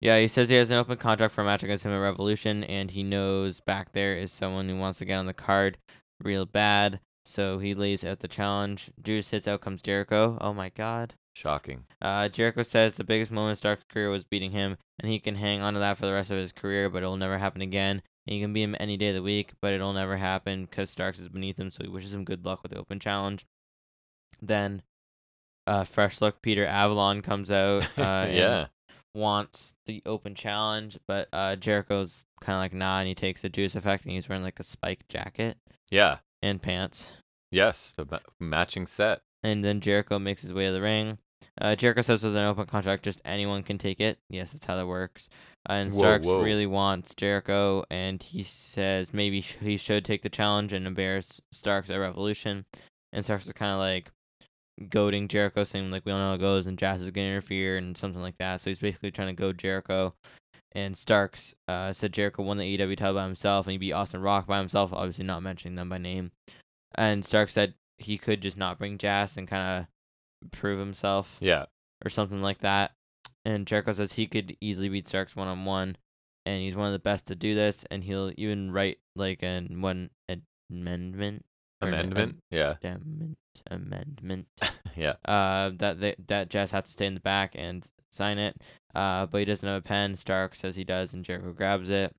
Yeah, he says he has an open contract for a match against him at Revolution, and he knows back there is someone who wants to get on the card real bad. So he lays out the challenge. Juice hits, out comes Jericho. Oh my god.
Shocking.
Uh, Jericho says the biggest moment in Stark's career was beating him, and he can hang on to that for the rest of his career, but it'll never happen again. And he can beat him any day of the week, but it'll never happen because Starks is beneath him, so he wishes him good luck with the open challenge. Then, uh, fresh look Peter Avalon comes out. Uh, and
yeah.
wants the open challenge, but uh, Jericho's kind of like nah, and he takes the juice effect, and he's wearing like a spike jacket
Yeah.
and pants.
Yes, the ma- matching set.
And then Jericho makes his way to the ring. Uh, Jericho says with an open contract, just anyone can take it. Yes, that's how that works. Uh, and
Whoa,
Starks
whoa.
really wants Jericho, and he says maybe sh- he should take the challenge and embarrass Starks at Revolution. And Starks is kind of like goading Jericho, saying like we all know how it goes, and Jazz is gonna interfere and something like that. So he's basically trying to goad Jericho. And Starks uh, said Jericho won the AEW title by himself, and he beat Austin Rock by himself, obviously not mentioning them by name. And Starks said he could just not bring Jazz and kind of prove himself
Yeah.
or something like that. And Jericho says he could easily beat Starks one on one. and he's one of the best to do this. And he'll even write like an one amendment, or an
Amendment? Yeah.
amendment, amendment.
Yeah.
Uh, that they, that Jess has to stay in the back and sign it. Uh, but he doesn't have a pen. Stark says he does, and Jericho grabs it.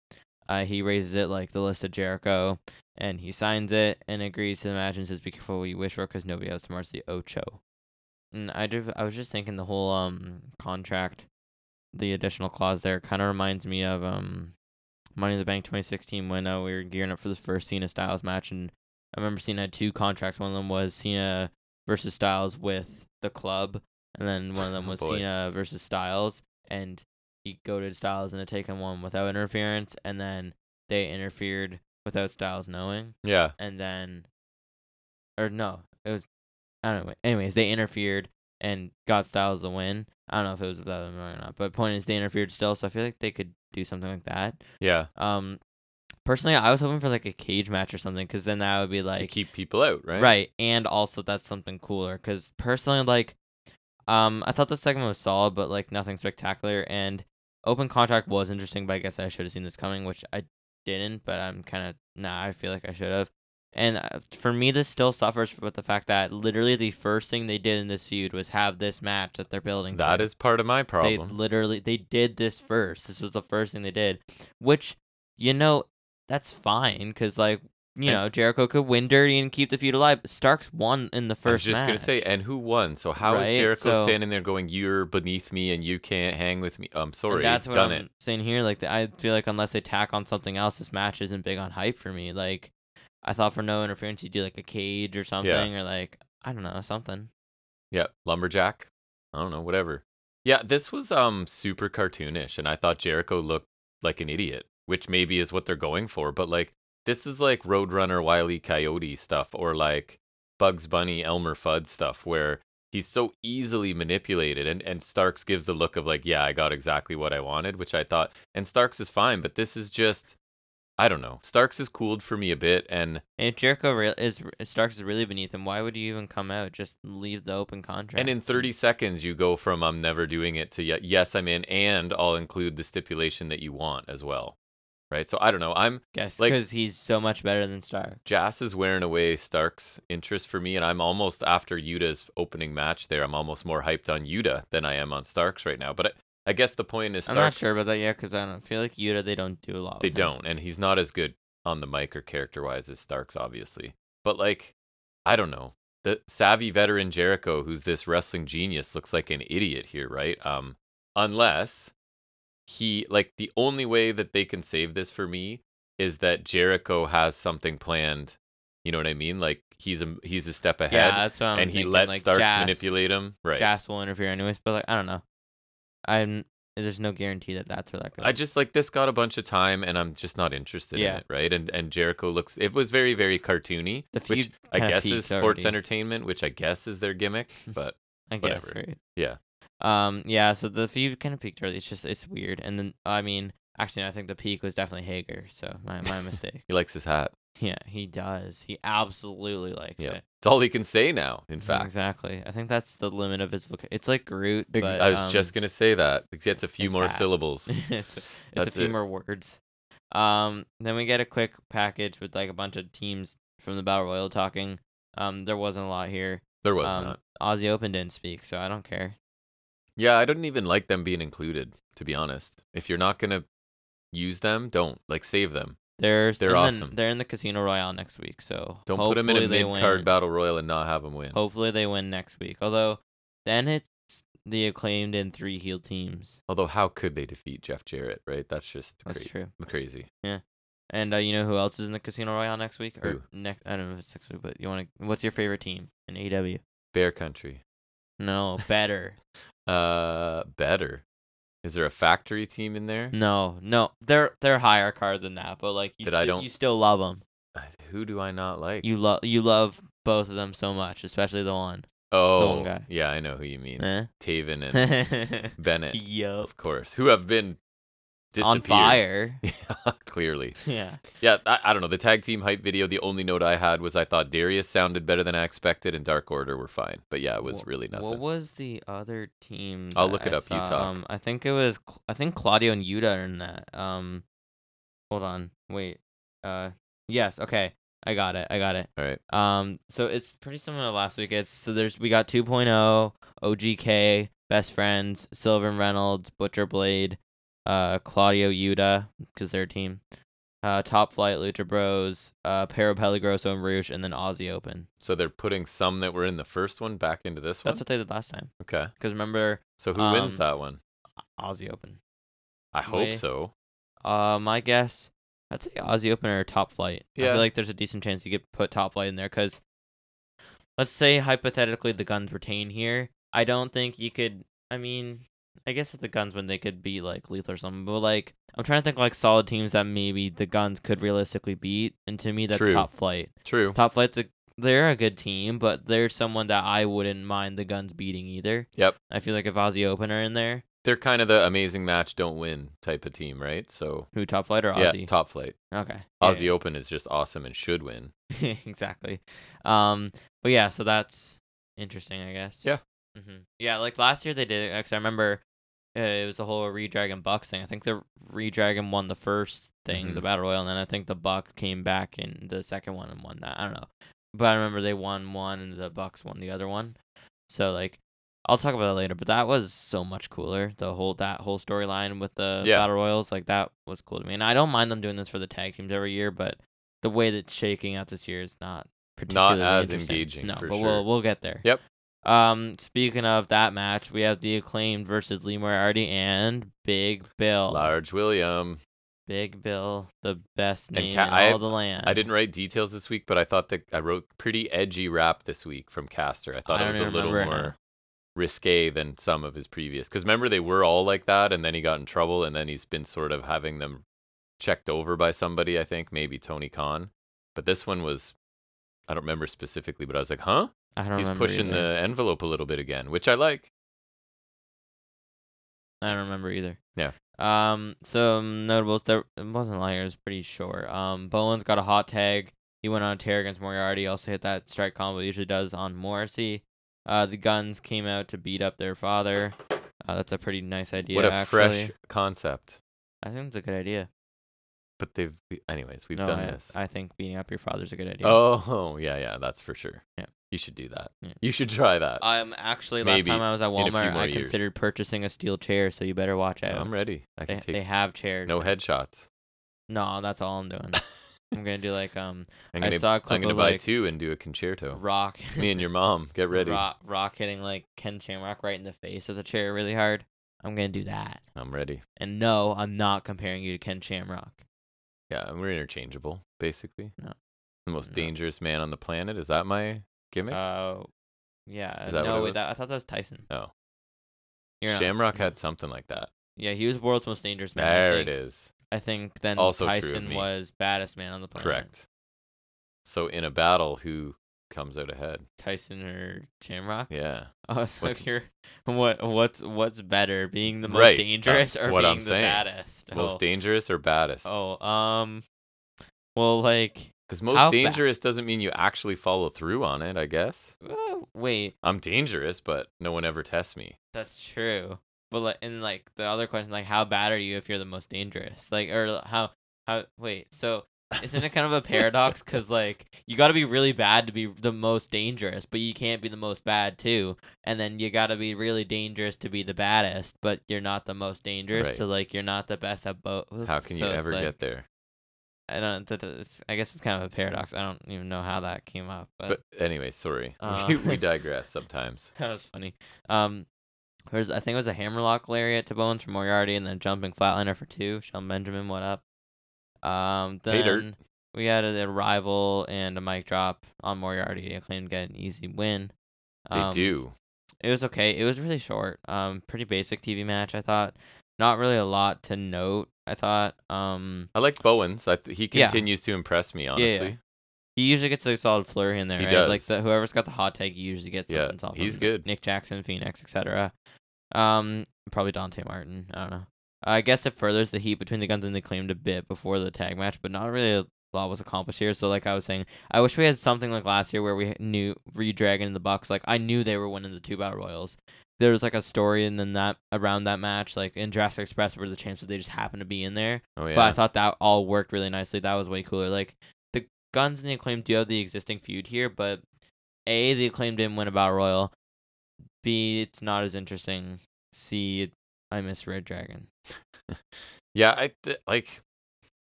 Uh, he raises it like the list of Jericho, and he signs it and agrees to the match and says, "Be careful what you wish for, because nobody outsmarts the Ocho." And Mm, I just, I was just thinking the whole um contract, the additional clause there kind of reminds me of um Money in the Bank 2016 when uh, we were gearing up for the first Cena Styles match, and I remember Cena had two contracts. One of them was Cena versus Styles with the club, and then one of
(laughs)
them
Oh,
was
boy.
Cena versus Styles, and he goaded Styles into taking one without interference, and then they interfered without Styles knowing,
Yeah.
and then, or no, it was, I don't know. Anyways, they interfered and got Styles the win. I don't know if it was without him or not, but point is they interfered still, so I feel like they could do something like that.
Yeah.
Um, personally, I was hoping for like a cage match or something, because then that would be
to
like
keep people out, right?
and also that's something cooler because personally, like, um, I thought the segment was solid, but like nothing spectacular. And open contract was interesting, but I guess I should have seen this coming, which I didn't. But I'm kind of nah. I feel like I should have. And uh, for me, this still suffers with the fact that literally the first thing they did in this feud was have this match that they're building.
That
to.
is part of my
They
problem.
literally they did this first. This was the first thing they did, which you know that's fine because like you
And-
know Jericho could win dirty and keep the feud alive. but Starks won in the
I was
first.
just gonna say,
match.
and who won? So how is
Right,
Jericho
so-
standing there going, "You're beneath me, and you can't hang with me"? I'm
And
sorry,
that's what
done
I'm
it.
saying here. Like the, I feel like unless they tack on something else, this match isn't big on hype for me. Like I thought for no interference, you do like a cage or something, or like I don't know something.
Yeah, lumberjack. I don't know, whatever. Yeah, this was um super cartoonish, and I thought Jericho looked like an idiot, which maybe is what they're going for. But like, this is like Roadrunner Wiley Coyote stuff, or like Bugs Bunny Elmer Fudd stuff, where he's so easily manipulated. And and Starks gives the look of like, yeah, I got exactly what I wanted, which I thought. And Starks is fine, but this is just, I don't know. Starks is cooled for me a bit, and
And if Jericho re- is if Starks is really beneath him, why would you even come out? Just leave the open contract.
And in 30 seconds, you go from I'm never doing it to "Ye- yes, I'm in, and I'll include the stipulation that you want as well. Right. So I don't know. I'm
guess
like-
because he's so much better than Starks.
Jas is wearing away Stark's interest for me. And I'm almost after Yuta's opening match there. I'm almost more hyped on Yuta than I am on Stark's right now. But I, I guess the point is
I'm
Stark's,
not sure about that yet because I don't feel like Yuta. They don't do a lot.
they
with him.
don't. And he's not as good on the mic or character wise as Stark's, obviously. But like, I don't know. The savvy veteran Jericho, who's this wrestling genius, looks like an idiot here, right? Um, unless he like the only way that they can save this for me is that Jericho has something planned. You know what I mean? Like he's a he's a step
Yeah,
ahead,
that's what I'm
and he
thinking,
let
like,
Starks
Jas-
manipulate him. Right.
Jas will interfere anyways, but like I don't know. I'm there's no guarantee that that's where that goes.
I just like this got a bunch of time, and I'm just not interested in
Yeah.
it, right? And and Jericho looks it was very very cartoony,
The
which
feud
I
kinda
guess is
peaked
sports
already.
entertainment, which I guess is their
(laughs)
gimmick, but
I guess
whatever.
right.
Yeah.
Um. Yeah. So the feud kind of peaked early. It's just it's weird. And then I mean, actually, I think the peak was definitely Hager. So my
(laughs)
my mistake.
he likes his hat.
Yeah, he does. He absolutely likes
Yeah.
it.
It's all he can say now. In
Mhm,
fact,
exactly. I think that's the limit of his vocab. It's like Groot,
Ex-
but
I was
um,
just gonna say that. It gets a few
his
more
hat.
syllables.
(laughs) it's, it's a
That's
few
it.
more words. Um, then we get a quick package with like a bunch of teams from the battle royal talking. Um, there wasn't a lot here.
There was
um,
not.
Aussie Open didn't speak, so I don't care.
Yeah, I don't even like them being included. To be honest, if you're not gonna use them, don't like save them.
They're
They're
in the-
awesome.
they're in the Casino Royale next week, so
Don't put them in a
hopefully they
mid card
win.
battle royal and not have them win.
Hopefully they win next week. Although, then it's the acclaimed and three heel teams.
Although, how could they defeat Jeff Jarrett? Right? That's just
That's
cra-
true.
crazy.
And uh, you know who else is in the Casino Royale next week? Or
Who?
next? I don't know if it's next week, but you want to? What's your favorite team in AEW?
Bear country.
No, better.
Uh, better. Is there a factory team in there?
no, no, they're they're higher card than that, but like you,
That I
still-
don't-
you still love them.
I- Who do I not like?
You love you love both of them so much, especially the one.
oh,
guy.
yeah, I know who you mean.
(laughs) Eh?
Taven and Bennett,
Yup.
of course, who have been
on
disappeared.
fire.
(laughs) Yeah, clearly.
yeah.
Yeah, I, I don't know. The tag team hype video, the only note I had was I thought Darius sounded better than I expected and Dark Order were fine. But yeah, it was
Wha-
really nothing.
What was the other team?
I'll
that
look it
I
up, you
saw?
talk.
Um, I think it was. Cl- I think Claudio and Yuta are in that. Um, hold on. Wait. Uh, yes. Okay. I got it. I got it.
All right.
Um, so it's pretty similar to last week. It's so there's we got oh, 2.0, OGK, Best Friends, Sylvan Reynolds, Butcher Blade, uh, Claudio Yuta, because they're a team. Uh, Top Flight, Lucha Bros, uh, Pero Peligroso and Rouge, and then Aussie Open.
So they're putting some that were in the first one back into this one?
That's what they did last time.
okay.
Because remember,
So who wins
um,
that one?
Aussie Open.
I hope
way-
so.
Uh, my guess, I'd say Aussie Open or Top Flight. I
Yeah.
feel like there's a decent chance you could put Top Flight in there because, let's say hypothetically the Guns retain here. I don't think you could. I mean, I guess if the Guns win, they could be like Lethal or something. But like, I'm trying to think like solid teams that maybe the Guns could realistically beat, and to me that's
True.
Top Flight.
True.
Top Flight's a they're a good team, but they're someone that I wouldn't mind the Guns beating either.
Yep.
I feel like if Aussie Open are in there,
They're kind of the amazing match don't win type of team, right? So
who Top Flight or
yeah,
Aussie?
top flight.
okay. Yeah,
Aussie Open is just awesome and should win.
(laughs) exactly. Um, but yeah, so that's interesting, I guess.
Yeah.
hmm Yeah, like last year they did it because I remember uh, it was the whole Redragon Bucks thing. I think the Redragon won the first thing, the
Mhm.
Battle Royal, and then I think the Bucks came back in the second one and won that. I don't know, but I remember they won one and the Bucks won the other one. So like. I'll talk about that later, but that was so much cooler. The whole that whole storyline with the
Yeah.
battle royals, like that was cool to me. And I don't mind them doing this for the tag teams every year, but the way that's shaking out this year is not particularly
as
interesting.
engaging,
No,
for
but
sure.
we'll we'll get there.
Yep.
Um, speaking of that match, we have the acclaimed versus Lee Moriarty and Big Bill.
Large William.
Big Bill, the best
And
name
Ca-
in
I-
all the land.
I didn't write details this week, but I thought that I wrote pretty edgy rap this week from Caster. I thought
I
it was
don't
a
even
little
remember it now.
more risque than some of his previous. Because remember, they were all like that, and then he got in trouble, and then he's been sort of having them checked over by somebody. I think maybe Tony Khan, but this one was. I don't remember specifically, but I was like, huh?
I don't
He's
remember
pushing
either.
the envelope a little bit again, which I like.
I don't remember either.
Yeah.
Um. So um, notables. There it wasn't like it was pretty short. Um. Bowen's got a hot tag. He went on a tear against Moriarty. Also hit that strike combo he usually does on Morrissey. Uh. The guns came out to beat up their father. Uh, that's a pretty nice idea.
what a
actually.
fresh concept.
I think it's a good idea.
But they've, we- anyways, we've
No,
done
I,
this.
I think beating up your father's a good idea.
Oh, (laughs) yeah, yeah, that's for sure.
Yeah.
You should do that.
Yeah.
You should try that.
Um. Actually,
Maybe
last time I was at
in a few
Walmart,
more
I
years.
considered purchasing a steel chair. So you better watch out.
I'm ready. I
they,
can take
they have chairs.
no headshots.
No, that's all
(laughs)
I'm doing. I'm gonna do like um.
I'm
I
gonna,
saw a clip
I'm gonna
of,
buy
like,
two and do a concerto.
Rock.
Me
(laughs)
and your mom, get ready.
Rock, Rock hitting like Ken Shamrock right in the face with a chair really hard. I'm gonna do that.
I'm ready.
And no, I'm not comparing you to Ken Shamrock.
Yeah, and we're interchangeable, basically.
No.
The most
No.
dangerous man on the planet. Is that my gimmick?
Oh, yeah.
Is that what it
no, wait,
was?
that, I thought that was Tyson.
Oh.
You're not-
Shamrock
no.
had something like that.
Yeah, he was world's most dangerous man. I
There it
think.
is.
I think then
Also true of
Tyson
me.
was baddest man on the planet.
Correct. So in a battle, who comes out ahead?
Tyson or Shamrock?
Yeah.
(laughs) Oh, so
What's-
if you're what what's what's better, being the most
Right,
dangerous
that's
or
what
being
I'm
the
saying.
baddest? oh.
Most dangerous or baddest?
Oh, um, well, like,
Because
How
most
bad?
dangerous doesn't mean you actually follow through on it, I guess.
uh, wait,
I'm dangerous, but no one ever tests me.
that's true. But like, and like the other question, like, how bad are you if you're the most dangerous? Like, or how how wait, so isn't
(laughs)
it kind of a paradox? Cause like you got to be really bad to be the most dangerous, but you can't be the most bad too. And then you got to be really dangerous to be the baddest, but you're not the most dangerous.
Right.
So like you're not the best at both.
How can
So
you
it's
ever
like-
get there?
I don't. That, it's, I guess it's kind of a paradox. I don't even know how that came up, but
But anyway, sorry. (laughs)
Uh,
we,
(laughs)
we digress sometimes.
that was funny. Um, there's I think it was a hammerlock lariat to Bones for Moriarty, and then a jumping flatliner for two. Sean Benjamin, what up? Um, then
Hey, Dirt.
we had an arrival and a mic drop on Moriarty. Acclaimed get an easy win.
They
Um,
do.
It was okay. It was really short. Um, pretty basic TV match. I thought not really a lot to note. I thought um.
I like Bowens. I th- he
yeah.
continues to impress me,
yeah.
honestly.
He usually gets a solid flurry in there,
He
right? Like
does.
the, whoever's got the hot tag usually gets
Yeah,
something solid.
he's
from
good.
Nick Jackson, Phoenix, etc. Um, probably Dante Martin. I don't know. I guess it furthers the heat between the guns and they claimed a bit before the tag match, but not really a lot was accomplished here. So like I was saying, I wish we had something like last year where we knew Redragon and the Bucks. Like I knew they were winning the two battle royals. There was like a story and then that around that match, like in Jurassic Express, were the chance that they just happened to be in there.
Oh yeah.
But I thought that all worked really nicely. That was way cooler. Like the guns and the acclaim do have the existing feud here, but A, the acclaim didn't win a battle royal. B, it's not as interesting. C, it, I miss Red Dragon.
yeah, I th- like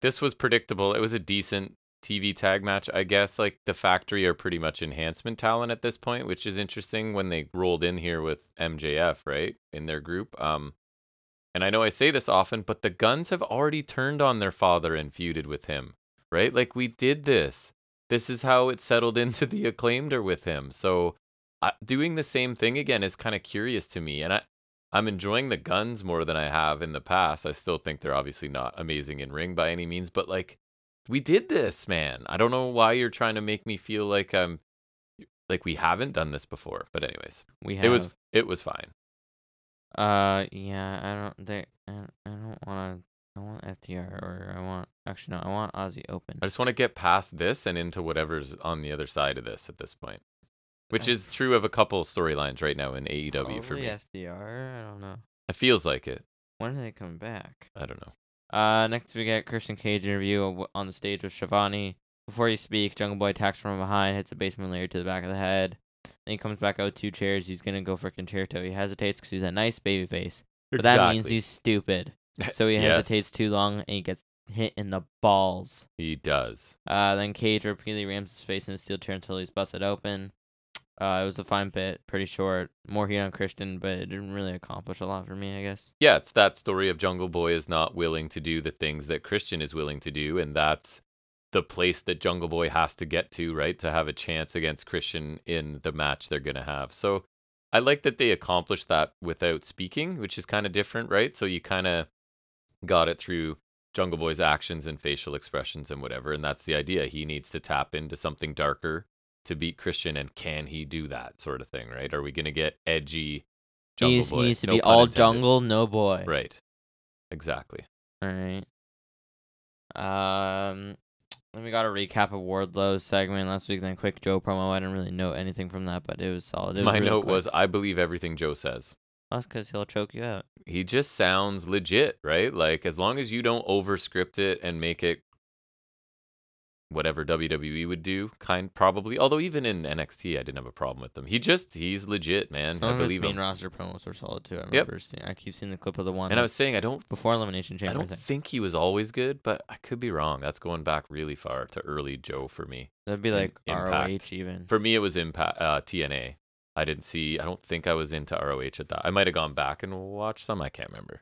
this was predictable. It was a decent TV tag match, I guess. Like the factory are pretty much enhancement talent at this point, which is interesting when they rolled in here with MJF, right? In their group. Um and I know I say this often, but the guns have already turned on their father and feuded with him, right? Like we did this. This is how it settled (laughs) into the acclaimed are with him. So uh, doing the same thing again is kind of curious to me. And I, I'm enjoying the guns more than I have in the past. I still think they're obviously not amazing in ring by any means, but like we did this, man. I don't know why you're trying to make me feel like I'm like we haven't done this before. But anyways,
We have
it was it was fine.
Uh, yeah, I don't. They, I don't, I don't want. I want FTR, or I want. Actually, no, I want Aussie Open.
I just want to get past this and into whatever's on the other side of this at this point. Which
Okay.
is true of a couple storylines right now in AEW for
Probably
me.
FTR. I don't know.
It feels like it.
When do they come back?
I don't know.
Uh, next we get Christian Cage interview w- on the stage with Shivani. Before he speaks, Jungle Boy attacks from behind, hits a basement layer to the back of the head. Then he comes back out two chairs. He's gonna go for concerto. He hesitates because he's a nice baby face, but that means
(laughs)
he's stupid. So he
Yes.
hesitates too long and he gets hit in the balls.
he does.
Uh, then Cage repeatedly rams his face in a steel chair until he's busted open. Uh, it was a fine bit, pretty short. More heat on Christian, but it didn't really accomplish a lot for me, I guess.
yeah, it's that story of Jungle Boy is not willing to do the things that Christian is willing to do, and that's the place that Jungle Boy has to get to, right, to have a chance against Christian in the match they're gonna have. So I like that they accomplished that without speaking, which is kind of different, right? So you kind of got it through Jungle Boy's actions and facial expressions and whatever, and that's the idea. He needs to tap into something darker to beat Christian, and can he do that sort of thing, right? Are we gonna get edgy? Jungle
He's-
Boy?
He needs to
No
be
pun
all
intended.
jungle, no boy.
Right. Exactly.
All right. Um, then we got a recap of Wardlow's segment last week, then quick Joe promo. I didn't really note anything from that, but it was solid. It was
My
really
note
quick.
was I believe everything Joe says.
That's because he'll choke you out.
He just sounds legit, right? Like as long as you don't overscript it and make it whatever WWE would do, kind probably. Although even in NXT I didn't have a problem with them. He just he's legit, man.
Some
I
of his
believe
main
him.
roster promos were solid too. I remember seeing. I keep seeing the clip of the one
And I was saying I don't
before Elimination
I
Chamber.
don't
thing.
think he was always good, but I could be wrong. That's going back really far to early Joe for me.
That'd be
in
like
Impact.
ROH even.
For me, it was Impact uh, TNA. I didn't see. I don't think I was into ROH at that. I might have gone back and watched some. I can't remember,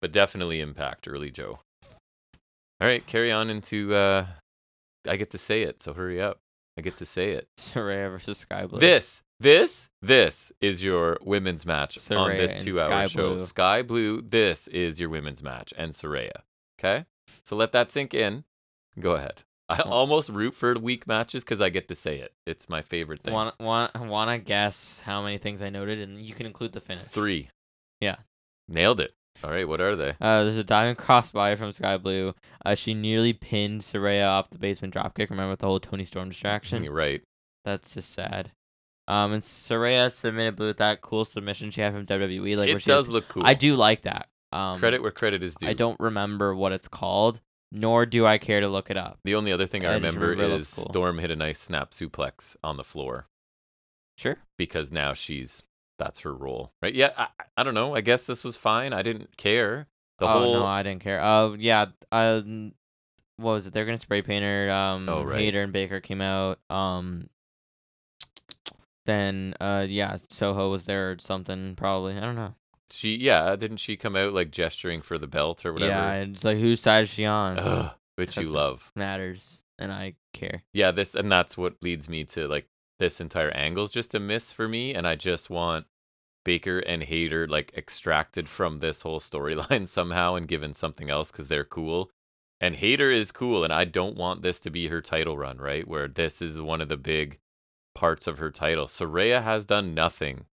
but definitely Impact early Joe. All right, carry on into. Uh, I get to say it, so hurry up. I get to say it.
(laughs) Soraya versus Sky Blue.
This, this, this is your women's match on
Soraya
this
and
two-hour
Sky
show.
Blue.
Sky Blue. This is your women's match and Soraya. Okay, so let that sink in. Go ahead. I
Well-
almost root for weak matches because I get to say it. It's my favorite thing.
Want want want to guess how many things I noted, and you can include the finish.
Three.
Yeah.
Nailed it. All right, what are they?
Uh, there's a diving crossbody from Sky Blue. Uh, she nearly pinned Soraya off the basement dropkick. Remember with the whole Tony Storm distraction?
You're right.
That's just sad. Um, and Soraya submitted Blue with that cool submission she had from WWE. Like where
it
she has-
does look cool.
I do like that. Um,
credit where credit is due.
I don't remember what it's called, nor do I care to look it up.
The only other thing I,
I just
remember,
remember it looked
is
cool.
Storm hit a nice snap suplex on the floor
Sure.
because now she's that's her role, right? Yeah, I, I- I don't know. I guess this was fine. I didn't care. The
oh
whole
no, I didn't care. Uh, yeah. Uh, n- what was it? They're gonna spray paint her. Um,
Oh, right.
Hater and Baker came out. Um, then uh, yeah, Soho was there or something. Probably, I don't know.
she yeah, didn't she come out like gesturing for the belt or whatever?
Yeah, it's like whose side is she on?
Ugh, which you
That's-
love.
Matters, and I
(laughs)
care.
yeah this and that's what leads me to like this entire angle's just a miss for me and i just want baker and hayter like extracted from this whole storyline (laughs) somehow and given something else because they're cool and hayter is cool and i don't want this to be her title run right where this is one of the big parts of her title soraya E has done nothing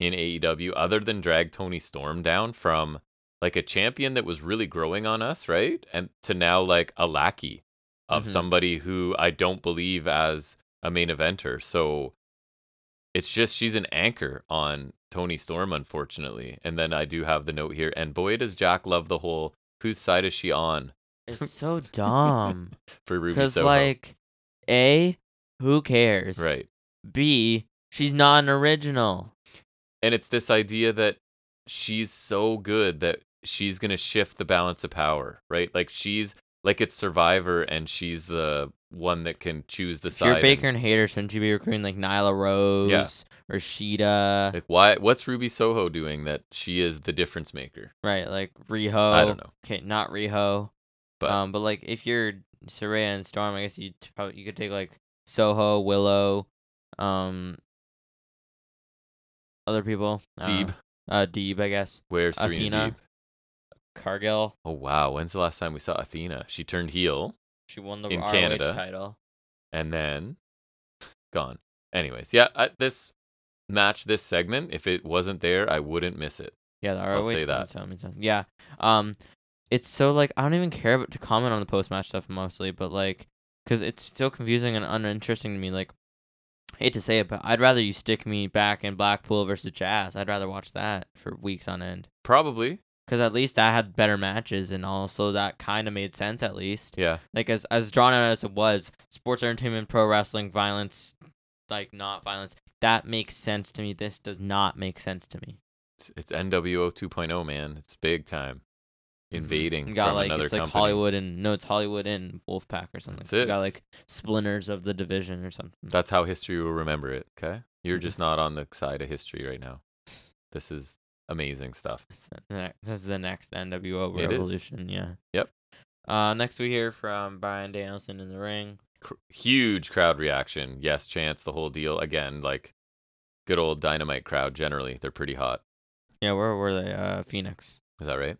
in aew other than drag tony storm down from like a champion that was really growing on us, right? And to now like a lackey of
Mhm.
somebody who I don't believe as a main eventer. So it's just she's an anchor on Tony Storm, unfortunately. And then I do have the note here. And boy, does Jack love the whole whose side is she on
It's so dumb.
for Ruby
Because
Soho.
like, a, who cares?
right.
B, she's not an original.
and it's this idea that she's so good that she's going to shift the balance of power right like she's like it's survivor and she's the one that can choose the
If
side
you're
and-
Baker and Hater, shouldn't you be recruiting like Nyla Rose or Sheeta?
like why what's ruby soho doing that she is the difference maker
right, like Riho.
i don't know
Okay, not Riho.
But-
um, but like if you're Saraya and Storm, I guess you probably you could take like Soho, Willow, um, other people. I don't
deeb
know. Uh, Deeb, I guess.
where's serena
Athena.
Deeb?
Cargill.
oh wow when's the last time we saw athena she turned heel
She won the
In
ROH
Canada.
title.
and then gone anyways yeah I, this match this segment if it wasn't there i wouldn't miss it
Yeah, the ROH.
I'll say
one,
that.
so it makes sense. Yeah. Um, it's so like I don't even care about to comment on the post match stuff mostly, but like, cause it's still confusing and uninteresting to me. Like, hate to say it, but I'd rather you stick me back in Blackpool versus Jazz. I'd rather watch that for weeks on end.
probably
Cause at least that had better matches, and also that kind of made sense. At least,
yeah
like as as drawn out as it was, sports entertainment, pro wrestling, violence, like not violence, that makes sense to me. This does not make sense to me.
It's- it's NWO 2.0, oh, man. It's big time. Invading
You got
from
Mm-hmm. like
another
it's like
company.
Hollywood and no, it's Hollywood and Wolfpack or something.
That's
So you
it.
got like splinters of the division or something.
That's how history will remember it. Okay, you're
Mhm.
just not on the side of history right now. This is amazing stuff.
That's the, ne- that's the next NWO
It is.
revolution. Yeah.
Yep.
Uh, next we hear from Brian Danielson in the ring.
Cr- huge crowd reaction. Yes, chance the whole deal again. Like good old dynamite crowd. Generally, they're pretty hot.
Yeah, where were they? Uh, Phoenix.
Is that right?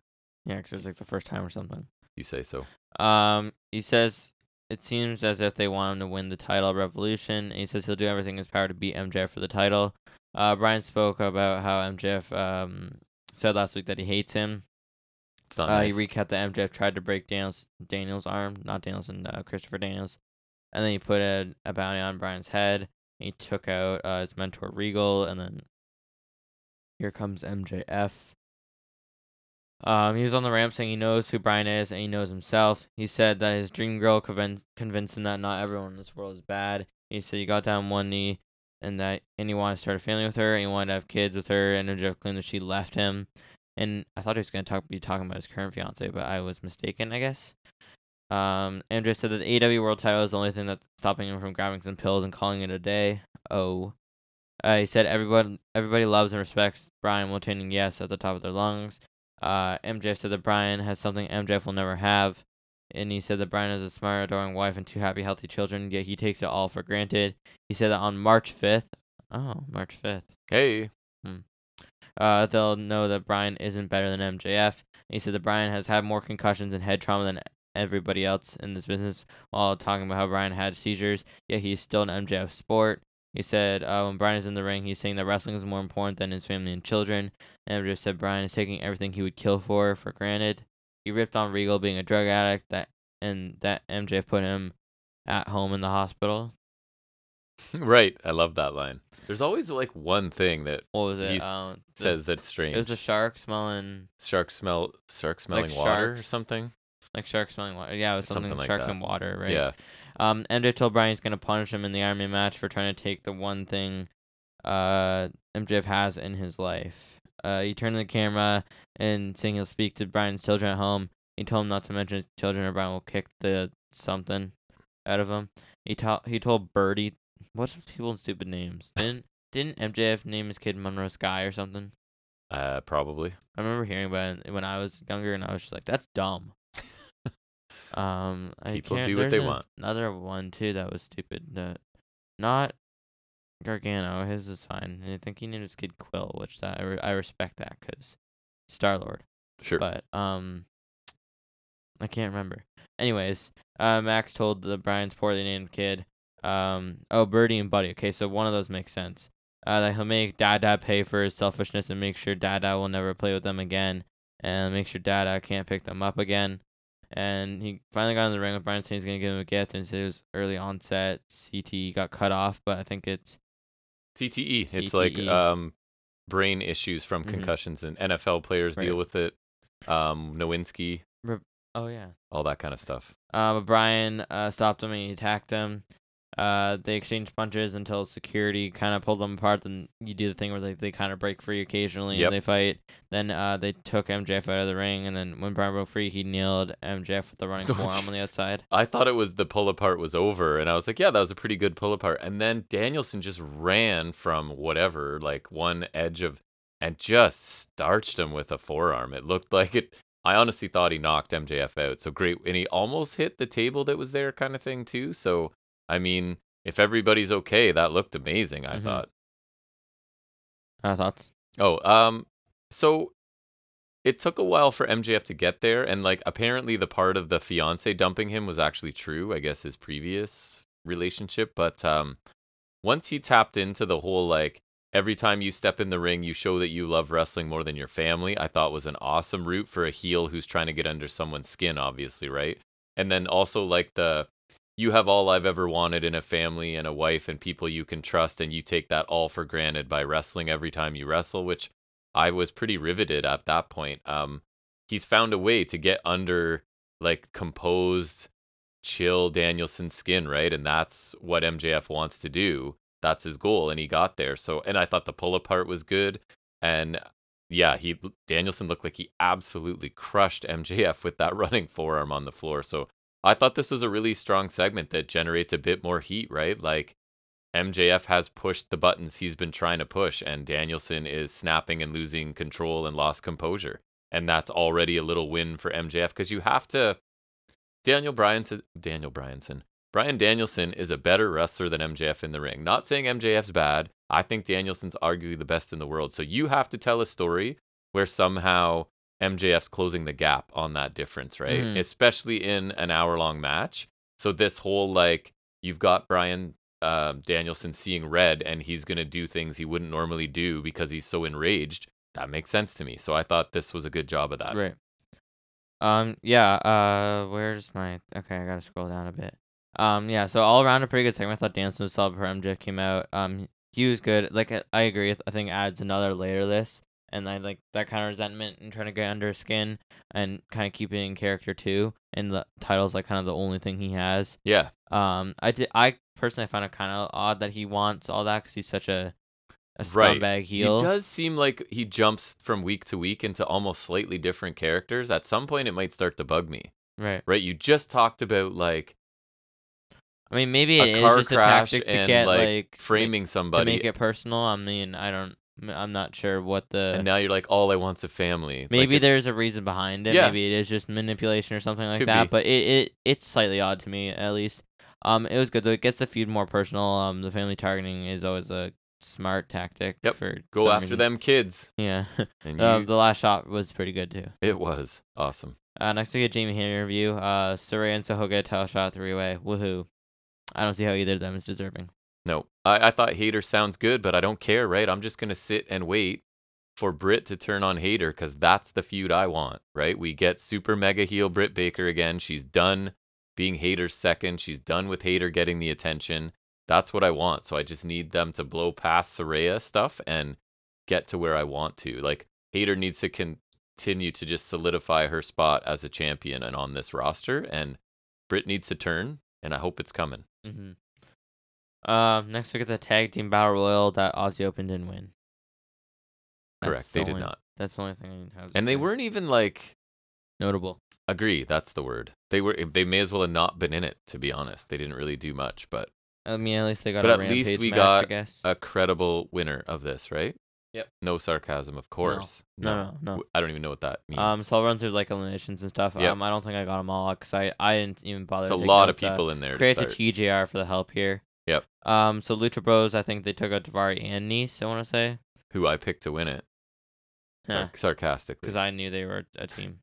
Yeah, 'cause it was like the first time or something.
You say so.
Um, he says it seems as if they want him to win the title at Revolution. And he says he'll do everything in his power to beat MJF for the title. Uh, Brian spoke about how MJF um said last week that he hates him.
It's not
Uh,
nice.
He recapped that MJF tried to break Daniels Daniels' arm, not Daniels and uh, Christopher Daniels, and then he put a, a bounty on Brian's head. And he took out uh, his mentor Regal, and then here comes MJF. Um, he was on the ramp saying he knows who Brian is and he knows himself. He said that his dream girl convinced convinced him that not everyone in this world is bad. He said he got down on one knee and that and he wanted to start a family with her and he wanted to have kids with her. And MJF claimed that she left him. And I thought he was gonna talk be talking about his current fiance, but I was mistaken, I guess. Um, MJF said that the AW World Title is the only thing that's stopping him from grabbing some pills and calling it a day. Oh. Uh, he said everyone everybody loves and respects Brian while chanting yes at the top of their lungs. Uh, MJF said that Brian has something MJF will never have. And he said that Brian has a smart, adoring wife and two happy, healthy children, yet he takes it all for granted. He said that on March 5th, oh, March 5th,
hey, (laughs)
uh, they'll know that Brian isn't better than MJF. He said that Brian has had more concussions and head trauma than everybody else in this business while talking about how Brian had seizures, yet he's still an MJF sport. He said uh, when Brian is in the ring, he's saying that wrestling is more important than his family and children. And MJF said Brian is taking everything he would kill for for granted. He ripped on Regal being a drug addict that and that MJF put him at home in the hospital.
right. I love that line. There's always like one thing that
What was
He s-
it? Um, the-
says that's strange.
it was a shark smelling
shark smell, shark smelling water or
sharks.
something.
like shark smelling water. Yeah, it was something,
Something like
sharks
that.
and water, right?
Yeah,
Um, MJ told Brian he's gonna punish him in the Iron Man match for trying to take the one thing, uh, MJF has in his life. Uh, he turned to the camera and saying he'll speak to Brian's children at home. He told him not to mention his children or Brian will kick the something out of him. He told he told Birdie, what's with people with stupid names? Didn't didn't MJF name his kid Monroe Sky or something?
uh, probably.
I remember hearing about it when I was younger, and I was just like, "That's
(laughs)
dumb." um, I
People
can't-
do what
there's
they
an-
want.
Another one too that was stupid. That not Gargano. His is fine. And I think he named his kid Quill, which that I, re- I respect that because Star Lord.
Sure.
But um, I can't remember. Anyways, uh, Max told the Brian's poorly named kid, um, oh Birdie and Buddy. Okay, so one of those makes sense. Uh, that he'll make Dada pay for his selfishness and make sure Dada will never play with them again. and makes your dad I can't pick them up again. And he finally got in the ring with Brian saying he's gonna give him a gift and said it was early onset CTE got cut off, but I think it's
CTE. E. It's like
CTE.
um, brain issues from
Mhm.
concussions, and NFL players deal
Right.
with it. Um, Nowinski,
oh yeah.
all that kind of stuff.
Uh, but Brian uh, stopped him and he attacked him. Uh, they exchanged punches until security kind of pulled them apart. Then you do the thing where they, they kind of break free occasionally
Yep.
and they fight. Then uh, they took MJF out of the ring. And then when Brian broke free, he nailed MJF with the
(laughs)
running
Don't
forearm
you-
on the outside.
I thought it was the pull apart was over, and I was like, yeah, that was a pretty good pull apart. And then Danielson just ran from whatever, like one edge of, and just starched him with a forearm. It looked like it. I honestly thought he knocked MJF out. So great, and he almost hit the table that was there, kind of thing too. So I mean, if everybody's okay, that looked amazing. I
Mhm.
thought.
Uh, thoughts?
Oh, um, so it took a while for MJF to get there, and like apparently the part of the fiance dumping him was actually true. I guess his previous relationship, but um, once he tapped into the whole like every time you step in the ring, you show that you love wrestling more than your family. I thought was an awesome route for a heel who's trying to get under someone's skin, obviously, right? And then also like the you have all I've ever wanted in a family and a wife and people you can trust, and you take that all for granted by wrestling every time you wrestle, which I was pretty riveted at that point. Um, he's found a way to get under like composed, chill Danielson's skin, right? And that's what MJF wants to do. That's his goal, and he got there. So, and I thought the pull apart was good, and yeah, he Danielson looked like he absolutely crushed MJF with that (laughs) running forearm on the floor. So I thought this was a really strong segment that generates a bit more heat, right? Like MJF has pushed the buttons he's been trying to push, and Danielson is snapping and losing control and lost composure. And that's already a little win for MJF because you have to. Daniel Bryanson, Daniel Bryanson, Brian Danielson is a better wrestler than MJF in the ring. Not saying MJF's bad. I think Danielson's arguably the best in the world. So you have to tell a story where somehow MJF's closing the gap on that difference, right?
Mhm.
Especially in an hour long match. So this whole like you've got Brian uh, Danielson seeing red and he's gonna do things he wouldn't normally do because he's so enraged. That makes sense to me. So I thought this was a good job of that.
Right. Um. Yeah. Uh. Where's my? Okay, I gotta scroll down a bit. Um. Yeah. So all around a pretty good segment. I thought Dance was solid before MJF came out. Um. He was good. Like I, I agree. I think adds another layer list, and I like that kind of resentment and trying to get under his skin and kind of keep it in character too. And the title's like kind of the only thing he has.
Yeah.
Um. I did. I personally found it kind of odd that he wants all that because he's such a a
Right.
scumbag heel.
He does seem like he jumps from week to week into almost slightly different characters. At some point, it might start to bug me,
Right.
right? You just talked about like
I mean, maybe
A
it is
car
just a
crash
tactic to
and,
get
like,
like ma-
framing
to
somebody,
make it personal. I mean, I don't, I'm not sure what the
and now you're like, all I want's a family. Like,
maybe
it's-
there's a reason behind it.
Yeah.
Maybe it is just manipulation or something like
Could
that.
be.
But it, it it's slightly odd to me at least. Um, it was good though. It gets the feud more personal. Um, the family targeting is always a smart tactic.
Yep.
For
go
some
after
reason.
them kids,
Yeah. (laughs)
and
Uh,
you-
the last shot was pretty good too.
it was awesome.
Uh, next we get Jamie Hayter interview. Uh, Saray and Soho get a title shot three way. Woohoo! I don't see how either of them is deserving.
No, I, I thought Hater sounds good, but I don't care, right? I'm just gonna sit and wait for Britt to turn on Hater because that's the feud I want, right? We get super mega heel Britt Baker again. She's done being Hater's second. She's done with Hater getting the attention. That's what I want. So I just need them to blow past Soraya stuff and get to where I want to. Like Hater needs to continue to just solidify her spot as a champion and on this roster, and Britt needs to turn, and I hope it's coming.
Mm-hmm. Um, next we get the tag team battle royal that Aussie Open didn't win. That's
Correct. they
the
did
only-
not.
That's the only thing I have. to
And they
say.
weren't even like
notable.
agree. That's the word. They were. They may as well have not been in it. To be honest, they didn't really do much. But
I mean, at least they got
But
a
at least
rampage
we
match, I
got
guess.
a credible winner of this, right?
Yep.
No sarcasm, of course.
No, no, no.
W- I don't even know what that means.
um, so I'll run through like eliminations and stuff.
Yep.
Um, I don't think I got them all because I I didn't even bother.
it's a
to take
lot of
notes, uh,
people in there. To
Credit
start.
to TJR for the help here.
Yep.
Um, so Lucha Bros, I think they took out Davari and Nice. I want to say
Who I picked to win it? Sar- sarcastically.
because I knew they were a team.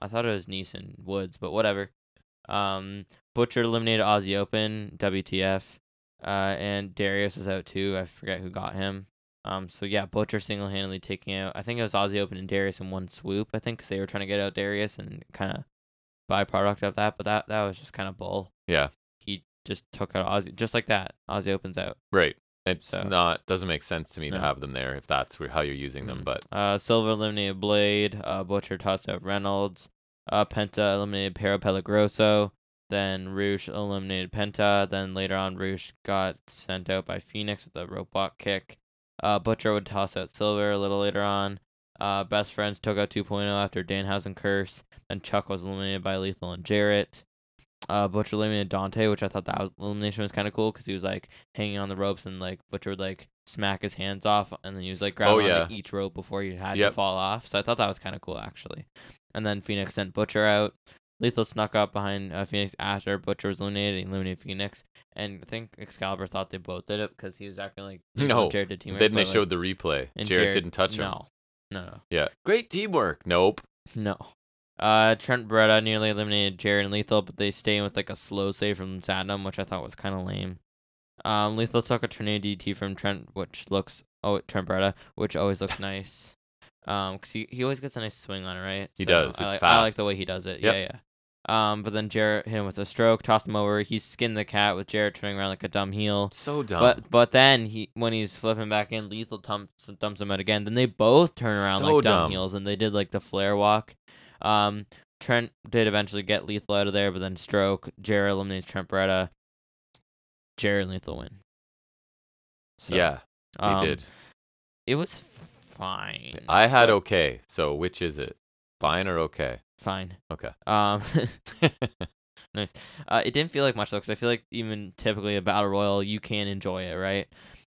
I thought it was Nice and Woods, but whatever. Um, Butcher eliminated Aussie Open, WTF, uh, and Darius was out too. I forget who got him. Um, so yeah, Butcher single handedly taking out. I think it was Aussie Open and Darius in one swoop. I think because they were trying to get out Darius and kind of byproduct of that. But that that was just kind of bull.
Yeah.
He just took out Aussie just like that. Aussie opens out.
Right. It's
So-
not doesn't make sense to me to
No.
have them there if that's where, how you're using them.
Mhm.
But
Uh, Silver eliminated Blade. Uh, Butcher tossed out Reynolds. Uh, Penta eliminated Pero Pelagroso. Then Roosh eliminated Penta. Then later on, Roosh got sent out by Phoenix with a robot kick. Uh, Butcher would toss out Silver a little later on. Uh, Best Friends took out 2.0 after Danhausen curse. Then Chuck was eliminated by Lethal and Jarrett. Uh, Butcher eliminated Dante, which I thought that was, elimination was kind of cool because he was like hanging on the ropes and like Butcher would like smack his hands off and then he was like grabbing
Oh,
onto
yeah.
each rope before you had
Yep.
to fall off. So I thought that was kind of cool actually. And then Phoenix sent Butcher out. Lethal snuck up behind uh, Phoenix after Butcher was eliminated. He eliminated Phoenix, and I think Excalibur thought they both did it because he was acting like Lethal and
No,
Jared did teamwork.
then they
but, like,
showed the replay.
and
Jared, didn't touch him.
No, no, no.
Yeah. Great teamwork. Nope.
No. Uh, Trent Beretta nearly eliminated Jared and Lethal, but they stay with like a slow save from Satnam, which I thought was kind of lame. Um, Lethal took a tornado DT from Trent, which looks oh Trent Beretta, which
(laughs)
always looks nice. Um, cause he, he always gets a nice swing on it, right?
He does.
I,
It's
like- I like the
fast.
way he does it.
Yep.
Yeah, yeah. Um, but then Jarrett hit him with a stroke, tossed him over. He skinned the cat with Jarrett turning around like a dumb heel.
So dumb.
But but then he when he's flipping back in, lethal dumps dumps him out again. Then they both turn around
So
like dumb,
dumb.
heels, and they did like the flare walk. Um, Trent did eventually get lethal out of there, but then stroke Jared eliminates Trent Beretta. Jared and lethal win. So,
yeah, they
um,
did.
It was fine.
I had
but-
okay. So which is it? Fine or okay?
fine.
Okay.
Um, (laughs) Nice. Uh, it didn't feel like much though, 'cause I feel like even typically a battle royal, you can enjoy it, right?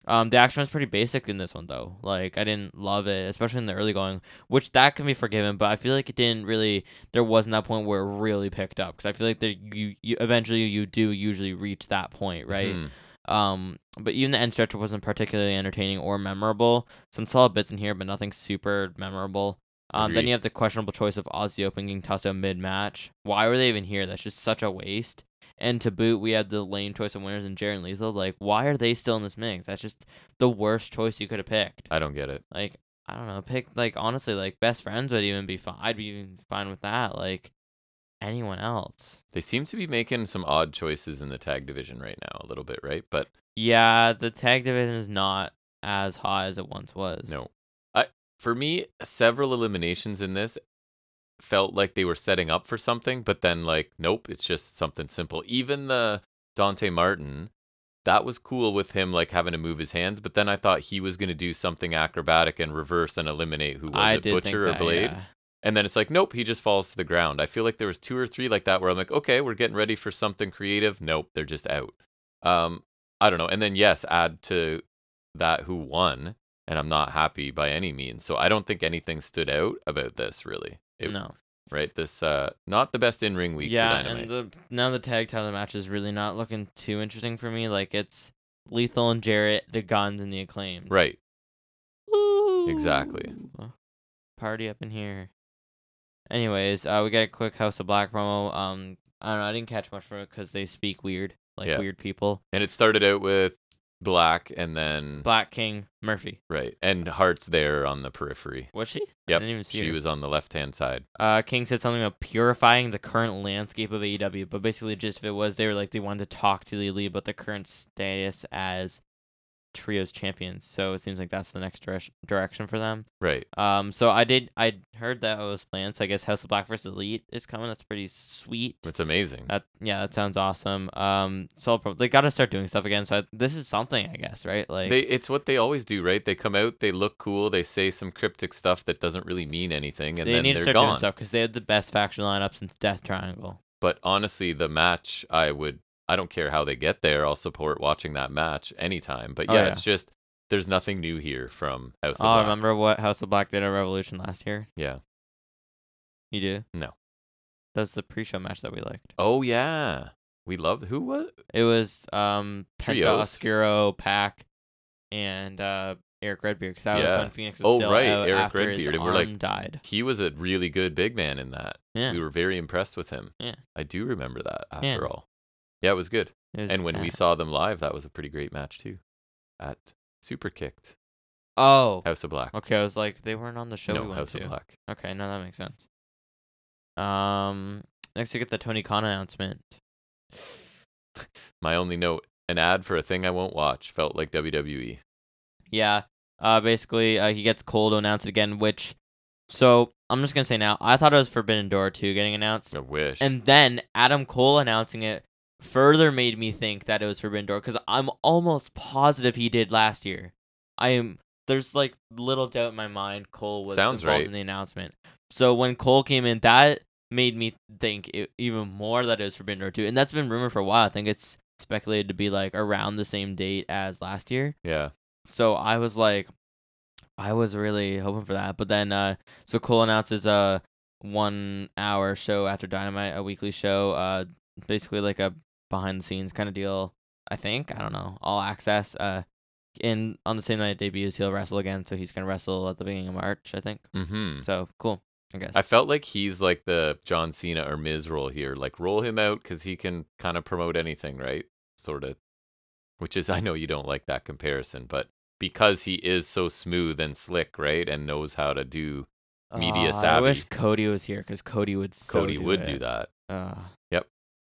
Um, the action was pretty basic in this one though. Like I didn't love it, especially in the early going, which that can be forgiven. But I feel like it didn't really. There wasn't that point where it really picked up, 'cause I feel like there you, you eventually you do usually reach that point, right?
Hmm.
Um, but even the end stretcher wasn't particularly entertaining or memorable. Some solid bits in here, but nothing super memorable. Um, then
Agreed.
you have the questionable choice of Aussie Open getting tossed out mid match. Why were they even here? That's just such a waste. And to boot, we had the lame choice of winners and Jaren Lethal. Like, why are they still in this mix? That's just the worst choice you could have picked.
I don't get it.
Like, I don't know. Pick like honestly, like best friends would even be fine. I'd be even fine with that. Like anyone else.
They seem to be making some odd choices in the tag division right now, a little bit, right? But
Yeah, the tag division is not as hot as it once was.
No. I for me, several eliminations in this felt like they were setting up for something, but then like, nope, it's just something simple. Even the Dante Martin, that was cool with him like having to move his hands, but then I thought he was gonna do something acrobatic and reverse and eliminate who was
I
it,
did think
Butcher or
that,
Blade.
yeah.
And then it's like, nope, he just falls to the ground. I feel like there was two or three like that where I'm like, okay, we're getting ready for something creative. Nope, they're just out. Um, I don't know. And then yes, add to that who won, and I'm not happy by any means. So I don't think anything stood out about this really. It-
no.
Right? This uh not the best in ring week
yeah,
for Dynamite.
and the now the tag title match is really not looking too interesting for me. Like it's Lethal and Jarrett, the Guns, and the Acclaimed.
right.
Woo!
Exactly.
Party up in here. Anyways, uh, we got a quick House of Black promo. Um, I don't know. I didn't catch much from it because they speak weird, like
Yeah.
weird people.
And it started out with Black and then
Black King Murphy
right. And Hart's there on the periphery.
was she?
Yep,
I didn't even see
She
her.
was on the left hand side.
Uh, King said something about purifying the current landscape of AEW, but basically, the gist of it was they were like they wanted to talk to Lee about the current status as trios champions. So it seems like that's the next direc- direction for them.
Right.
Um, so I did I heard that was planned. So I guess House of Black versus Elite is coming. That's pretty sweet.
It's amazing.
That yeah, that sounds awesome. Um, so pro- they got to start doing stuff again. So I, this is something, I guess, right? Like
they it's what they always do, right? They come out, they look cool, they say some cryptic stuff that doesn't really mean anything, and
they
then
need to
they're
start doing
gone.
stuff because they had the best faction lineup since Death Triangle.
But honestly, the match, I would, I don't care how they get there. I'll support watching that match anytime. But
Oh,
yeah,
yeah.
it's just there's nothing new here from House of
oh,
Black.
remember what House of Black did at Revolution last year?
Yeah.
You do?
No.
That's the pre-show match that we liked.
Oh yeah, we love who was
It was um Penta
Trios.
Oscuro Pack and uh Eric Redbeard because that was
Yeah.
when Phoenix was
Oh,
still
right,
out
Eric
after his
Redbeard, and we're
arm
like-
died.
he was a really good big man in that.
Yeah.
We were very impressed with him.
Yeah.
I do remember that after
Yeah.
all. Yeah, it was good.
It was
And when we
bad.
saw them live, that was a pretty great match too. At Super Kicked.
Oh.
House of Black.
Okay, I was like, they weren't on the show we
no,
went
House
to.
of Black.
Okay, no, that makes sense. Um, next we get the Tony Khan announcement.
My only note: an ad for a thing I won't watch felt like E. WWE.
Yeah. Uh, basically, uh, he gets Cole to announce it again, which, so I'm just gonna say now, I thought it was Forbidden Door two getting announced,
I wish.
and then Adam Cole announcing it further made me think that it was Forbidden Door because I'm almost positive he did last year. I am. There's like little doubt in my mind Cole was
Sounds
involved
right.
in the announcement. So when Cole came in, that made me think it, even more that it was Forbidden Door two, and that's been rumored for a while. I think it's speculated to be like around the same date as last year.
yeah,
So I was like, I was really hoping for that. But then, uh, so Cole announces a one hour show after Dynamite, a weekly show, uh, basically like a behind the scenes kind of deal. I think I don't know all access. Uh, in on the same night it debuts, he'll wrestle again. So he's gonna wrestle at the beginning of March, I think.
mm-hmm.
So cool, I guess.
I felt like he's like the John Cena or Miz role here. Like roll him out because he can kind of promote anything, right? Sort of. Which is, I know you don't like that comparison, but because he is so smooth and slick, right, and knows how to do, media
Aw, Uh, I
savvy.
wish Cody was here because Cody would. So
Cody
do
would
it.
do that.
Uh,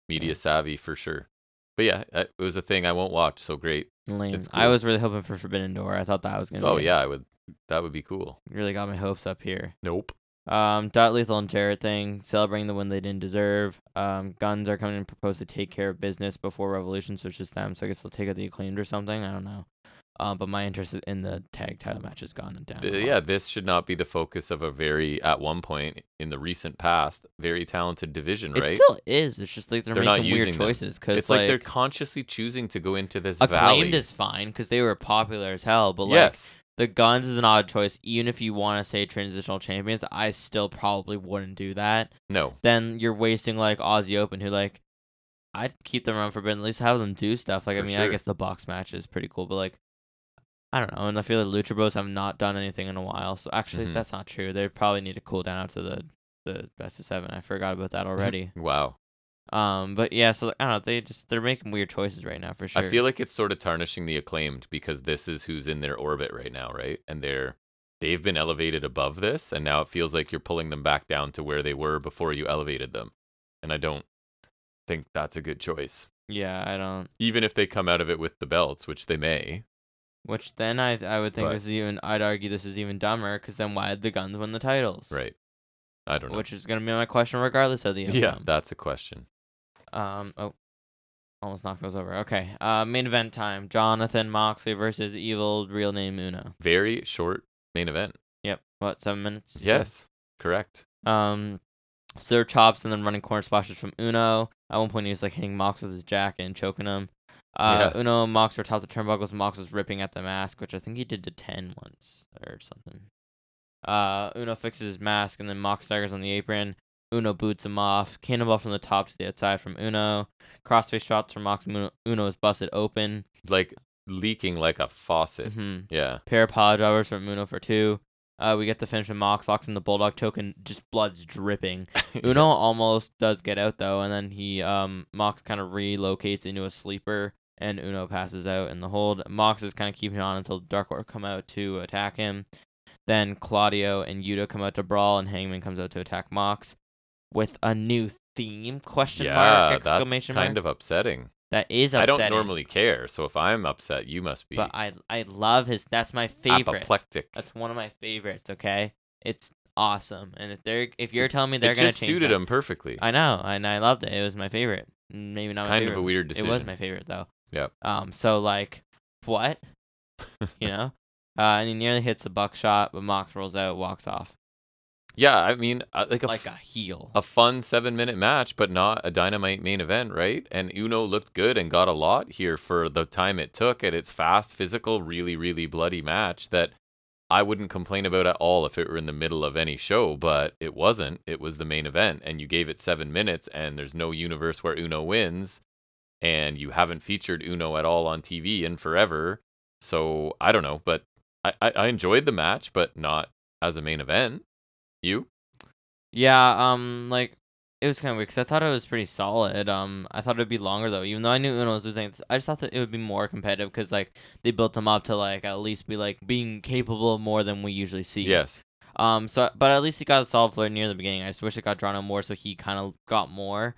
Media savvy for sure. But yeah, uh, it was a thing I won't watch. So great.
lame.
It's
I
cool.
was really hoping for Forbidden Door. I thought that was gonna.
Oh
be it.
yeah, I would. That would be cool.
Really got my hopes up here.
Nope.
Um, Dot Lethal and Jarrett thing, celebrating the win they didn't deserve. Um, Guns are coming and propose to take care of business before Revolution switches them, so I guess they'll take out the acclaimed or something. I don't know. Um, but my interest in the tag title match is gone and down.
Th- yeah, this should not be the focus of a very, at one point in the recent past, very talented division,
it
right?
still is. It's just like they're,
They're not
making weird
using them.
choices because
It's like, they're consciously choosing to go into this
acclaimed
valley.
is fine because they were popular as hell, but like
yes,
the Guns is an odd choice. Even if you want to say transitional champions, I still probably wouldn't do that.
no,
then you're wasting like Aussie Open, who like I'd keep them around for a bit, at least have them do stuff. Like I
For
mean, I
sure.
guess the box match is pretty cool, but like I don't know. And I feel like Lucha Bros have not done anything in a while, so actually
Mhm.
that's not true. They probably need to cool down after the the best of seven. I forgot about that
Mm-hmm.
already.
wow.
um, but yeah, so like, I don't know. They just they're making weird choices right now for sure.
I feel like it's sort of tarnishing the acclaimed because this is who's in their orbit right now, right? And they're they've been elevated above this, and now it feels like you're pulling them back down to where they were before you elevated them. And I don't think that's a good choice,
yeah, I don't.
even if they come out of it with the belts, which they may.
Which then I I would think
But-
this is even I'd argue this is even dumber because then why did the Guns win the titles?
Right? I don't know.
Which is gonna be my question regardless of
(laughs)
the
yeah,
outcome.
that's a question.
Um. Oh, almost knocked those over. Okay. Uh, main event time: Jonathan Moxley versus Evil, real name Uno.
Very short main event.
Yep. What? Seven minutes. you said?
Yes, correct.
Um. So there are chops and then running corner splashes from Uno. At one point, he was like hitting Mox with his jacket and choking him. Uh,
Yeah.
Uno and Mox were top the turnbuckles. Mox was ripping at the mask, which I think he did to 10 once or something. Uh, Uno fixes his mask, and then Mox staggers on the apron. Uno boots him off. Cannonball from the top to the outside from Uno. Crossface shots from Mox. Uno Uno is busted open.
Like leaking like a faucet.
hmm
Yeah.
Pair of pod drivers from Uno for two. Uh, we get the finish with Mox. Locks in the Bulldog token. Just
(laughs)
blood's dripping. Uno almost does get out though, and then he um Mox kind of relocates into a sleeper, and Uno passes out in the hold. Mox is kind of keeping on until Dark Order come out to attack him. Then Claudio and Yuta come out to brawl, and Hangman comes out to attack Mox with a new theme question
yeah,
mark
that's
exclamation
kind
mark.
of upsetting.
that is
I
upsetting.
don't normally care, so if I'm upset, you must be
but I I love his. That's my favorite.
apoplectic.
That's one of my favorites. Okay, it's awesome, and if they're if you're telling me
It
they're gonna
just
change
suited
that-
him perfectly.
I know, and I loved it. It was my favorite. Maybe
it's
not my
kind
favorite.
of a weird
it
decision.
was my favorite though.
Yep.
Um. So like, what?
(laughs)
you know. Uh, and he nearly hits the buckshot, but Mox rolls out, walks off
yeah, I mean, uh, like a
like a
f-
heel.
a fun seven minute match, but not a dynamite main event, right? And Uno looked good and got a lot here for the time it took, and it's fast, physical, really, really bloody match that I wouldn't complain about at all if it were in the middle of any show, but it wasn't. It was the main event, and you gave it seven minutes, and there's no universe where Uno wins, and you haven't featured Uno at all on TV in forever. So I don't know, but I, I, I enjoyed the match, but not as a main event. You?
yeah. Um. Like, it was kind of weird because I thought it was pretty solid. Um, I thought it would be longer though, even though I knew Uno was losing. I just thought that it would be more competitive because like they built him up to like at least be like being capable of more than we usually see.
Yes.
Um. So, but at least he got a solid flare near the beginning. I just wish it got drawn out more, so he kind of got more.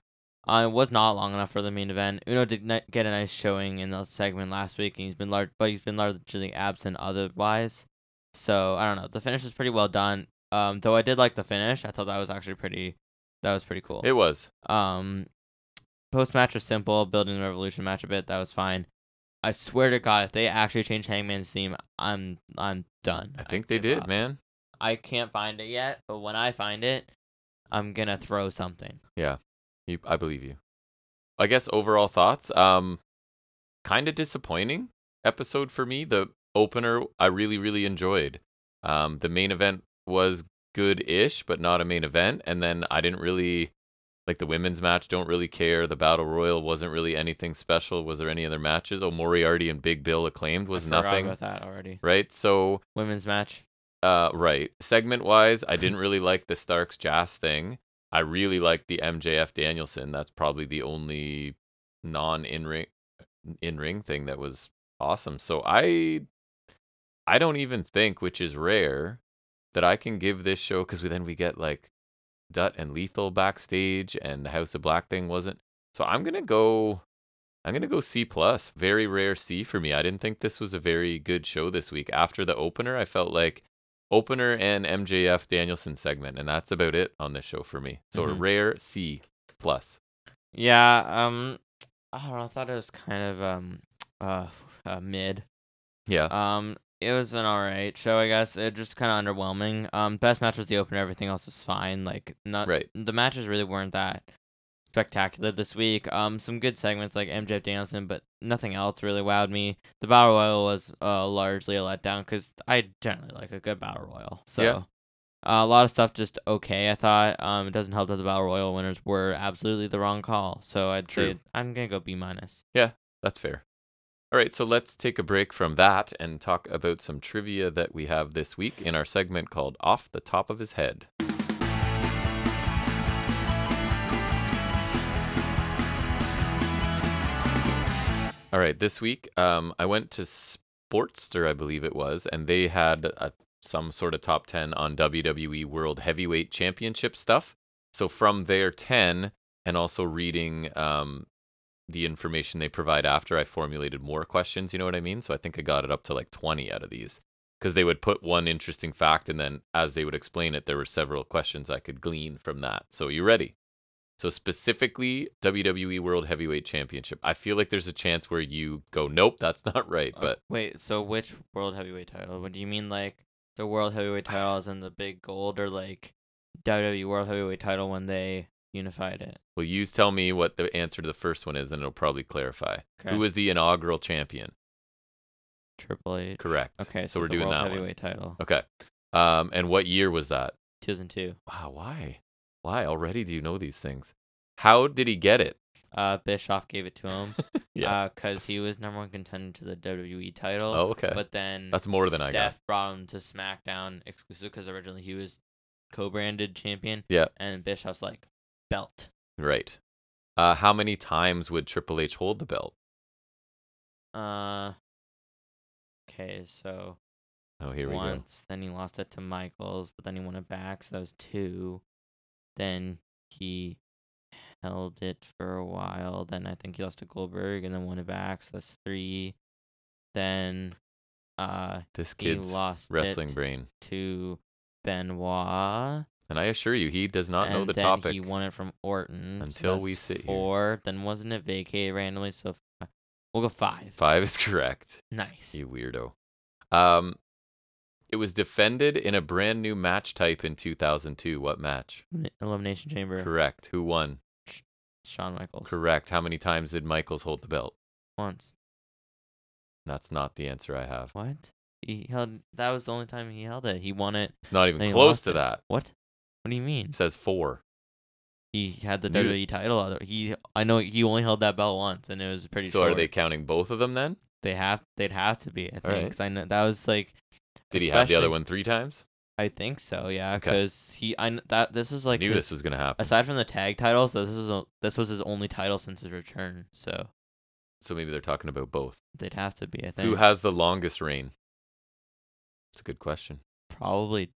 Uh, it was not long enough for the main event. Uno did ni- get a nice showing in the segment last week, and he's been large, but he's been largely absent otherwise. So I don't know. The finish was pretty well done. Um, though I did like the finish. I thought that was actually pretty. That was pretty cool.
It was.
Um, post match was simple. Building the revolution match a bit. That was fine. I swear to God, if they actually change Hangman's theme, I'm I'm done.
I think they
give
did,
up.
man.
I can't find it yet, but when I find it, I'm gonna throw something.
You, I believe you. I guess overall thoughts. Um, kind of disappointing episode for me. The opener I really really enjoyed. Um, the main event was good-ish, but not a main event. And then I didn't really like the women's match. Don't really care. The battle royal wasn't really anything special. Was there any other matches? Oh, Moriarty and Big Bill acclaimed was
I forgot
nothing.
about that already.
Right. So
Women's match.
uh, right. Segment wise, I didn't really like the Starks Jazz thing. I really liked the MJF Danielson. That's probably the only non in ring in ring thing that was awesome. So I I don't even think, which is rare, that I can give this show because then we get like Dutt and Lethal backstage, and the House of Black thing wasn't. So I'm gonna go. I'm gonna go C plus. Very rare C for me. I didn't think this was a very good show this week. After the opener, I felt like opener and MJF Danielson segment, and that's about it on this show for me. So a
Mhm.
rare C plus.
Yeah. Um, I don't know. I thought it was kind of um, uh, uh mid.
Yeah.
Um, it was an alright show, I guess. It just kind of underwhelming. Um, best match was the opener. Everything else was fine. Like not
Uh, Right.
The matches really weren't that spectacular this week. Um, some good segments like MJF Danielson, but nothing else really wowed me. The battle royal was uh largely a letdown because I generally like a good battle royal. So.
Yeah.
Uh, a lot of stuff just okay. I thought um, it doesn't help that the battle royal winners were absolutely the wrong call. So I'd
True.
say I'm gonna go B minus.
That's fair. All right, so let's take a break from that and talk about some trivia that we have this week in our segment called Off the Top of His Head. All right, this week um, I went to Sportster, I believe it was, and they had a, some sort of top 10 on WWE World Heavyweight Championship stuff. So from their 10, and also reading um, the information they provide after I formulated more questions, you know what I mean? So I think I got it up to like 20 out of these because they would put one interesting fact and then as they would explain it, there were several questions I could glean from that. So you ready? So specifically WWE World Heavyweight Championship. I feel like there's a chance where you go, nope, that's not right.
Uh,
But
wait, so which world heavyweight title? What do you mean, like the world heavyweight title is in the big gold, or like WWE world heavyweight title when they unified it?
will you tell me what the answer to the first one is and it'll probably clarify.
Okay.
Who was the inaugural champion?
Triple H.
Correct.
Okay,
So, we're
the
doing
world
that one.
heavyweight title.
Okay. Um, and what year was that?
2002.
Wow, why? Why already do you know these things? How did he get it?
Uh, Bischoff gave it
(laughs)
to him. Because he was number one contender to the WWE title.
oh, okay.
But then
That's more than I got.
Steph brought him to SmackDown exclusive because originally he was co-branded champion.
Yeah.
And Bischoff's like belt.
right. Uh, how many times would Triple H hold the belt?
Uh. Okay, so
Oh, here we go.
once. Then he lost it to Michaels, but then he won it back, so that was two. Then he held it for a while. Then I think he lost to Goldberg and then won it back, so that's three. Then uh
This
he
kid's
lost
wrestling
it
brain.
to Benoit.
And I assure you, he does not
and
know the
then
topic.
He won it from Orton. so
Until we
that's
sit here.
four. Then wasn't it vacated randomly? So f- we'll go five.
Five is correct.
Nice.
You weirdo. Um, it was defended in a brand new match type in 2002. What match?
Elim- Elimination Chamber.
Correct. Who won?
Shawn Michaels.
Correct. How many times did Michaels hold the belt?
Once.
That's not the answer I have.
What? He held. That was the only time he held it. He won it.
It's not
Then
even
he
close
lost
to
it.
that.
What? What do you mean?
It says four.
He had the
Knew-
WWE title. other- He. I know he only held that belt once, and it was pretty.
So are
short.
they counting both of them then?
They have. They'd have to be. I think.
right.
'cause I know that was like.
Did he have the other
especially-
one three times?
I think so, yeah,
Okay.
because he I kn- that this was like
Knew
his-
this was gonna happen.
aside from the tag titles, this was o- this was his only title since his return, so
So maybe they're talking about both.
they'd have to be. I think
Who has the longest reign? It's a good question.
probably.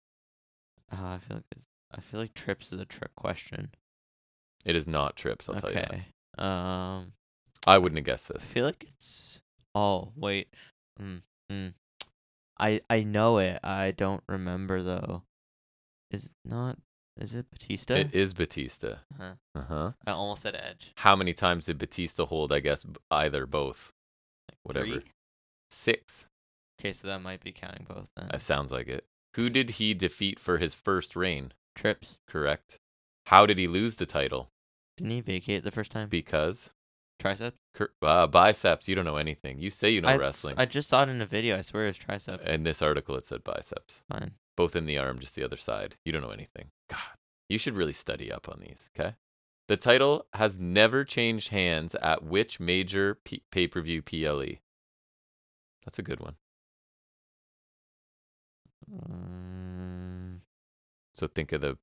Uh, I feel like it's- I feel like Trips is a trick question.
It is not Trips. I'll tell you that.
okay. Um,
I wouldn't have guessed
I
this.
feel like it's. Oh wait, mm, mm. I I know it. I don't remember though. Is it not? Is it Batista?
It is Batista.
Uh-huh.
Uh huh.
I almost said Edge.
How many times did Batista hold? I guess b- either both.
Like
Whatever.
three?
Six.
Okay, so that might be counting both then.
That sounds like it. Who did he defeat for his first reign?
Trips.
Correct. How did he lose the title?
Didn't he vacate the first time?
Because
Triceps.
cur- uh, biceps. You don't know anything. You say you know
I,
wrestling. Eh.
I just saw it in a video. I swear it was tricep.
in this article, it said biceps.
Fine.
both in the arm, just the other side. You don't know anything. God, you should really study up on these, okay? The title has never changed hands at which major P- pay per view PLE? That's a good one.
Um,
So think of the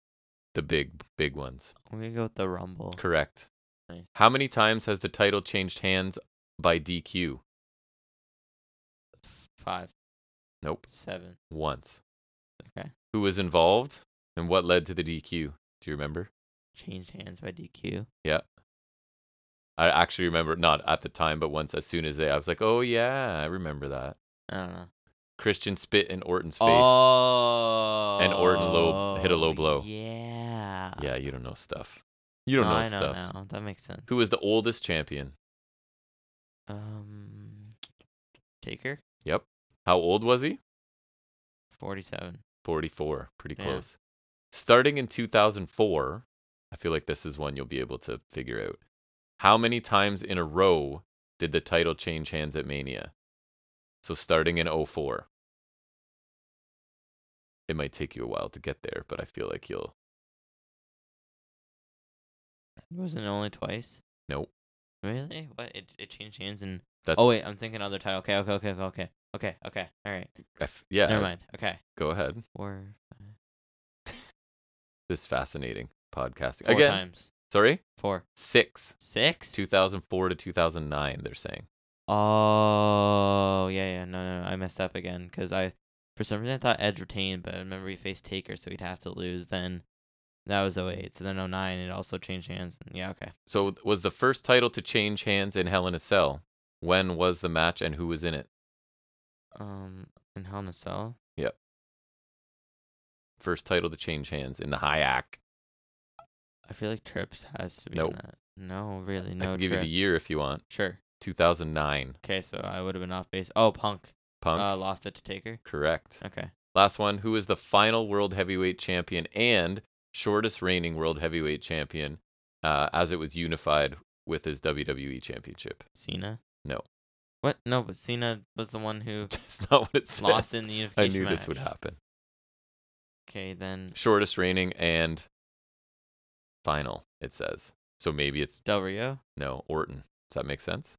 the big big ones.
I'm gonna go with the Rumble.
Correct.
Oh, Nice.
How many times has the title changed hands by DQ?
Five,
Nope,
seven.
once.
Okay.
Who was involved and what led to the DQ? Do you remember?
Changed hands by DQ.
I actually remember not at the time, but once as soon as they, I was like, oh yeah, I remember that.
I don't know.
Christian spit in Orton's face.
Oh.
Orton low- hit a low blow.
Yeah.
Yeah, you don't know stuff. You don't
No,
know
I
stuff.
Know now. That makes sense.
Who was the oldest champion?
Um, Taker,
How old was he?
forty-seven.
44. Pretty
Yeah.
close. Starting in 2004, I feel like this is one you'll be able to figure out. How many times in a row did the title change hands at Mania? So starting in 04. It might take you a while to get there, but I feel like you'll.
Wasn't it only twice?
Nope.
Really? What? It it changed hands and.
That's,
Oh wait, I'm thinking other title. Okay, okay, okay, okay, okay, okay, okay. All right.
I f- yeah.
Never mind. Okay.
Go ahead.
Four. five-
This is fascinating podcasting.
Four
Again,
times.
sorry?
Four.
Six.
Six.
2004 to 2009 they're saying
Oh yeah, yeah. No, no, no. I messed up again because I, for some reason, I thought Edge retained, but I remember he faced Taker, so he'd have to lose. Then that was 08. So then 09, it also changed hands. Yeah, okay.
so th- was the first title to change hands in hell in a cell when was the match and who was in it
Um, and Hell in a Cell.
first title to change hands in the hayak
I feel like Trips has to be in
Nope.
that. No, really,
i
no.
can give you
Trips.
the year if you want
Sure.
2009
Okay, so I would have been off base. Oh, Punk.
punk
Uh, lost it to Taker.
correct
Okay.
last one who is the final world heavyweight champion and shortest reigning world heavyweight champion uh, as it was unified with his wwe championship (laughs)
Cena.
No.
What? No, but Cena was the
(laughs)
one who
that's not what it says
lost in the unification
i knew
match.
this would happen
Okay, then
shortest reigning and final it says so maybe it's
Del Rio.
No, Orton. Does that make sense?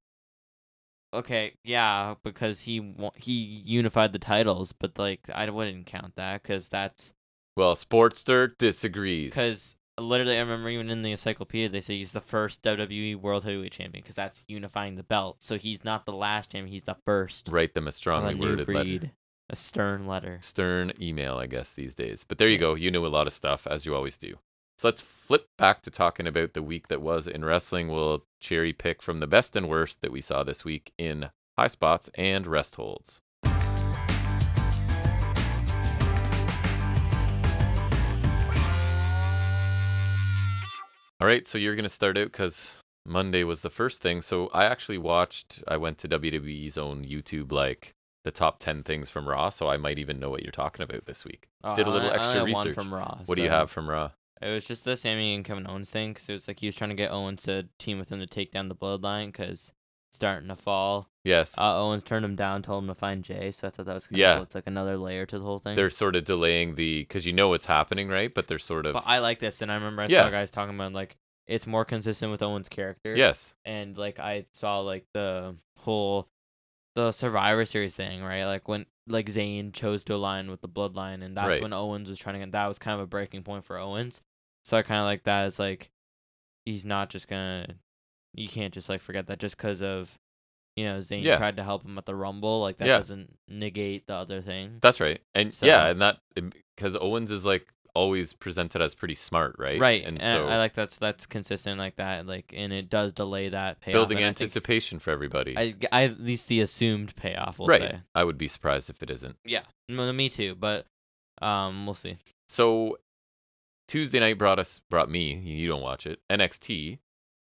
Okay, yeah, because he wa- he unified the titles, but like I wouldn't count that because that's
Well, Sportster disagrees.
because literally I remember even in the encyclopedia they say he's the first WWE World Heavyweight Champion because that's unifying the belt. So he's not the last champion; he's the first.
Write them a
of
strongly
a new
worded letter.
breed, a stern letter.
Stern email, I guess, these days. But there you go.
Yes.
You knew a lot of stuff, as you always do. So let's flip back to talking about the week that was in wrestling. We'll cherry pick from the best and worst that we saw this week in high spots and rest holds. All right, so you're going to start out because Monday was the first thing. So I actually watched, I went to WWE's own YouTube, like the top 10 things from Raw. So I might even know what you're talking about this week.
Oh,
Did a
I
little
only- I
extra
only had
research.
One from Raw.
What do you
so-
have from Raw?
It was just the Sammy and Kevin Owens thing because it was like he was trying to get Owens to team with him to take down the Bloodline because starting to fall.
Yes.
Uh, Owens turned him down, told him to find Jay. So I thought that was kind of
Yeah.
cool. It's like another layer to the whole thing.
they're sort of delaying the, because you know what's happening, right? But they're sort of.
but I like this, and I remember I
Yeah.
saw guys talking about like it's more consistent with Owen's character.
yes.
and like I saw like the whole the Survivor Series thing, right? Like when like Zayn chose to align with the Bloodline, and that's
Right.
when Owens was trying to get. That was kind of a breaking point for Owens. So I kind of like that as like he's not just gonna. You can't just like forget that just because of you know Zayn
Yeah.
tried to help him at the Rumble. Like that
Yeah.
doesn't negate the other thing.
That's right. And yeah,
So-
and that because Owens is like always presented as pretty smart, right?
Right,
And
and,
so
I like that's that's consistent like that, like, and it does delay that payoff.
building
and
anticipation for everybody.
I, think, I, I at least the assumed payoff. We'll
right.
say.
I would be surprised if it isn't.
Yeah, m- me too. But um, we'll see.
So Tuesday night brought us brought me, you you don't watch it, NXT,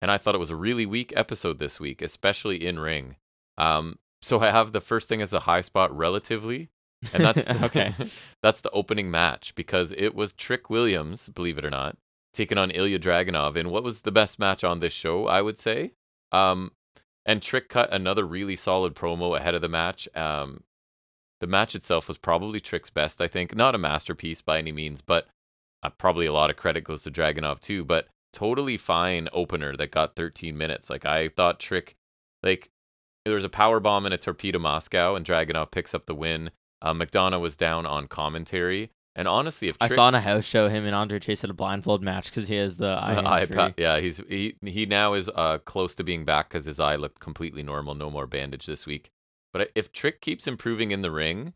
and I thought it was a really weak episode this week, especially in ring. Um so I have the first thing as a high spot relatively, and that's the, (laughs)
okay.
that's the opening match because it was Trick Williams, believe it or not, taking on Ilya Dragunov in what was the best match on this show, I would say. Um, and Trick cut another really solid promo ahead of the match. Um, the match itself was probably Trick's best, I think. Not a masterpiece by any means, but uh, probably a lot of credit goes to Dragunov too. But totally fine opener that got 13 minutes. Like I thought Trick, like there was a power bomb and a torpedo Moscow, and Dragunov picks up the win. Uh, McDonough was down on commentary, and honestly, if
I
Trick,
saw on a house show him and Andre Chase at a blindfold match because he
(laughs)
has the eye
Uh, eye
injury.
pa- yeah, he's he he now is uh close to being back because his eye looked completely normal, no more bandage this week. But I- if Trick keeps improving in the ring,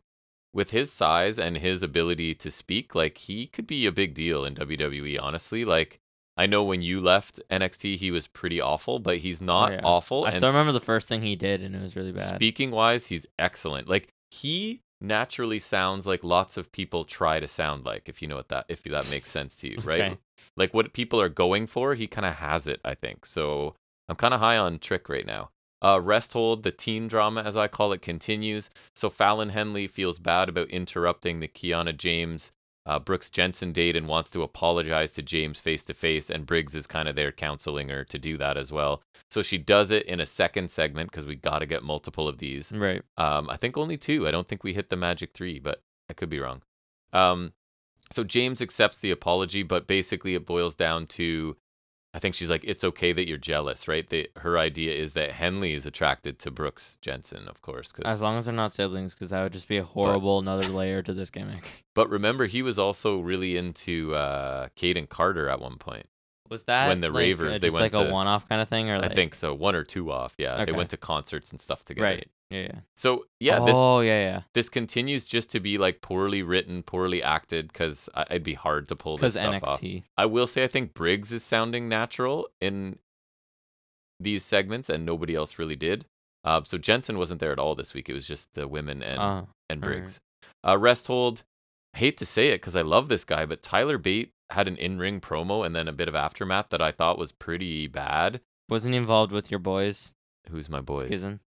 with his size and his ability to speak, like he could be a big deal in WWE. Honestly, like I know when you left NXT, he was pretty awful, but he's not
Oh, yeah.
awful.
I
and
still remember the first thing he did, and it was really bad.
Speaking wise, he's excellent. Like he naturally sounds like lots of people try to sound like, if you know what that if that
(laughs)
makes sense to you, right?
Okay.
Like what people are going for, he kind of has it, I think. So I'm kind of high on Trick right now. Uh, rest hold, the teen drama, as I call it, continues. So Fallon Henley feels bad about interrupting the Kiana James, uh, Brooks Jensen date and wants to apologize to James face to face. And Briggs is kind of there counseling her to do that as well. So she does it in a second segment because we got to get multiple of these. (laughs)
Right.
Um, I think only two. I don't think we hit the magic three, but I could be wrong. Um, so James accepts the apology, but basically it boils down to, I think she's like, it's okay that you're jealous, right? That her idea is that Henley is attracted to Brooks Jensen, of course. 'cause-
As long as they're not siblings, because that would just be a horrible another layer to this gimmick. (laughs)
but remember, he was also really into uh, Caden Carter at one point.
Was that
When the
like,
Ravers,
uh,
they
just
went
like
to-
a one-off kind of thing, or like,
I think so, one or two off. Yeah, they
Okay.
went to concerts and stuff together.
right? Yeah, yeah.
So yeah, this
oh yeah, yeah.
this continues just to be like poorly written, poorly acted, because it'd be hard to pull this
Because
stuff off.
NXT.
I will say I think Briggs is sounding natural in these segments, and nobody else really did. Uh, so Jensen wasn't there at all this week. It was just the women and
Uh,
and
alright.
Briggs. Uh, rest hold. Hate to say it because I love this guy, but Tyler Bate had an in-ring promo and then a bit of aftermath that I thought was pretty bad.
wasn't he involved with your boys.
Who's my boys?
Schism.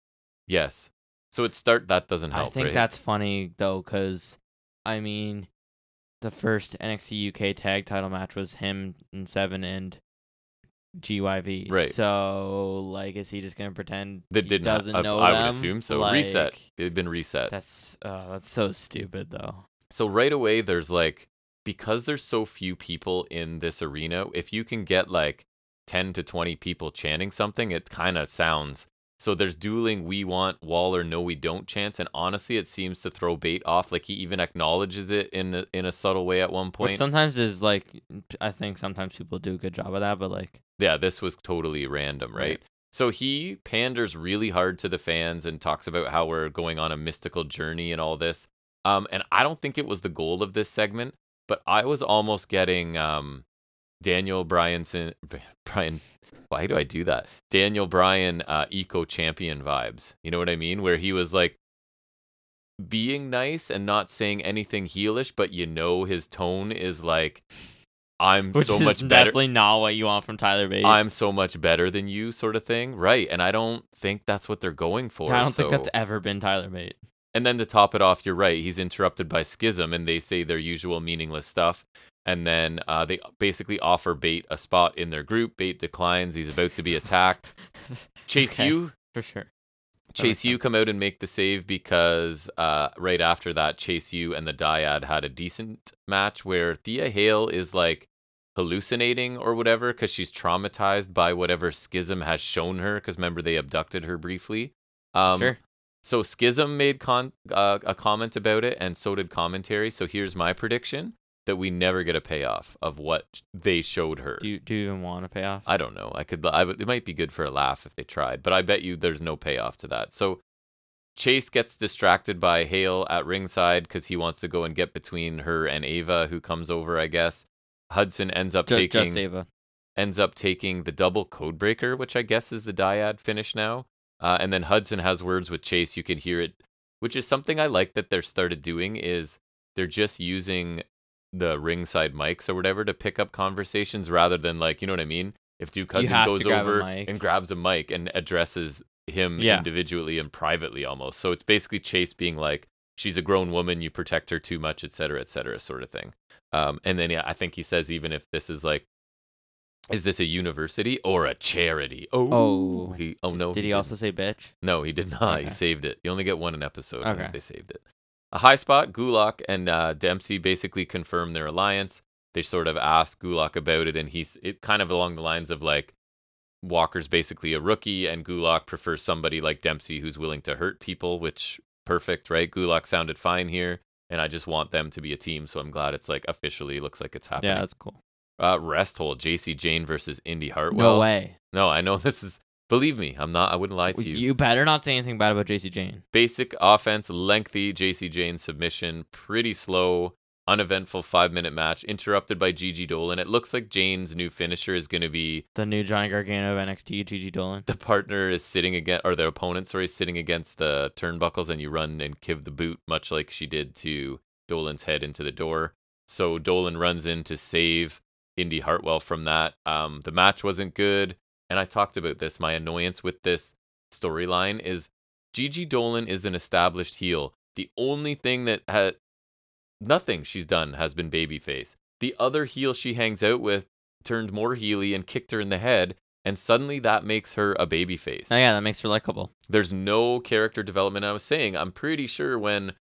Yes. So it start that doesn't help.
I think
right?
that's funny though, because I mean, the first NXT UK tag title match was him and Seven and GYV.
Right.
So like, is he just gonna pretend
that
he
didn't. ha-
doesn't
I,
know
I would
them?
assume so.
Like,
reset. They've been reset.
That's uh, that's so stupid though.
So right away, there's like because there's so few people in this arena. If you can get like ten to twenty people chanting something, it kind of sounds. So there's dueling. We want wall or no, we don't chance. And honestly, it seems to throw bait off. Like he even acknowledges it in a, in a subtle way at one
Which
point.
sometimes is like, I think sometimes people do a good job of that,
(laughs)
but like,
yeah, this was totally random, right?
Right.
So he panders really hard to the fans and talks about how we're going on a mystical journey and all this. Um, and I don't think it was the goal of this segment, but I was almost getting um, Daniel Bryanson, (laughs) Brian. Why do I do that? Daniel Bryan, uh, eco champion vibes. You know what I mean? Where he was like being nice and not saying anything heelish, but you know his tone is like, I'm
which
so
is
much better.
definitely not what you want from Tyler Bate.
I'm so much better than you sort of thing. Right. And I don't think that's what they're going for.
I don't think that's
so-
ever been Tyler Bate.
And then to top it off, you're right. He's interrupted by schism and they say their usual meaningless stuff. And then uh, they basically offer Bait a spot in their group. Bait declines. He's about to be
(laughs)
attacked. Chase
Okay.
you.
For sure. That makes
Chase you come out and make the save because uh, right after that, Chase you and the Dyad had a decent match where Thea Hale is like hallucinating or whatever because she's traumatized by whatever schism has shown her. Because remember, they abducted her briefly. Um,
sure.
So Schism made con- uh, a comment about it, and so did commentary. So here's my prediction that we never get a payoff of what they showed her.
Do you, do you even want to pay off?
I don't know. I could. I, would- it might be good for a laugh if they tried, but I bet you there's no payoff to that. So Chase gets distracted by Hale at ringside because he wants to go and get between her and Ava, who comes over, I guess. Hudson ends up
Ju-
taking
just Ava.
ends up taking the double codebreaker, which I guess is the dyad finish now. Uh, and then Hudson has words with Chase. You can hear it, which is something I like that they're started doing is they're just using the ringside mics or whatever to pick up conversations rather than like you know what I mean. If Duke
You
Hudson
have to
goes
grab a
over
mic.
and grabs a mic and addresses him
Yeah.
individually and privately almost, so it's basically Chase being like, "She's a grown woman. You protect her too much, et cetera, et cetera," sort of thing. Um, and then yeah, I think he says even if this is like is this a university or a charity? Oh,
Oh.
he. Oh no.
Did he
didn't.
also say bitch?
No, he did not.
Okay.
He saved it. You only get one an episode. and
Okay.
They saved it. A high spot. Gulak and uh, Dempsey basically confirm their alliance. They sort of ask Gulak about it, and he's it kind of along the lines of like Walker's basically a rookie, and Gulak prefers somebody like Dempsey who's willing to hurt people, which perfect, right? Gulak sounded fine here, and I just want them to be a team, so I'm glad it's like officially looks like it's happening.
Yeah, that's cool.
Uh, rest hole, JC Jane versus Indy Hartwell.
no way.
No, I know (laughs) this is. Believe me, I'm not. I wouldn't lie to you.
You better not say anything bad about JC Jane.
Basic offense, lengthy JC Jane submission, pretty slow, uneventful five minute match, interrupted by Gigi Dolan. It looks like Jane's new finisher is going to be (laughs)
The new Johnny Gargano of NXT, Gigi Dolan.
the partner is sitting against, or the opponent, sorry, is sitting against the turnbuckles, and you run and give the boot, much like she did to Dolan's head into the door. So Dolan runs in to save Indy Hartwell from that. Um, the match wasn't good, and I talked about this. My annoyance with this storyline is Gigi Dolan is an established heel. The only thing that had nothing she's done has been babyface. The other heel she hangs out with turned more heely and kicked her in the head, and suddenly that makes her a babyface.
Oh yeah, that makes her likable.
There's no character development. I was saying, I'm pretty sure when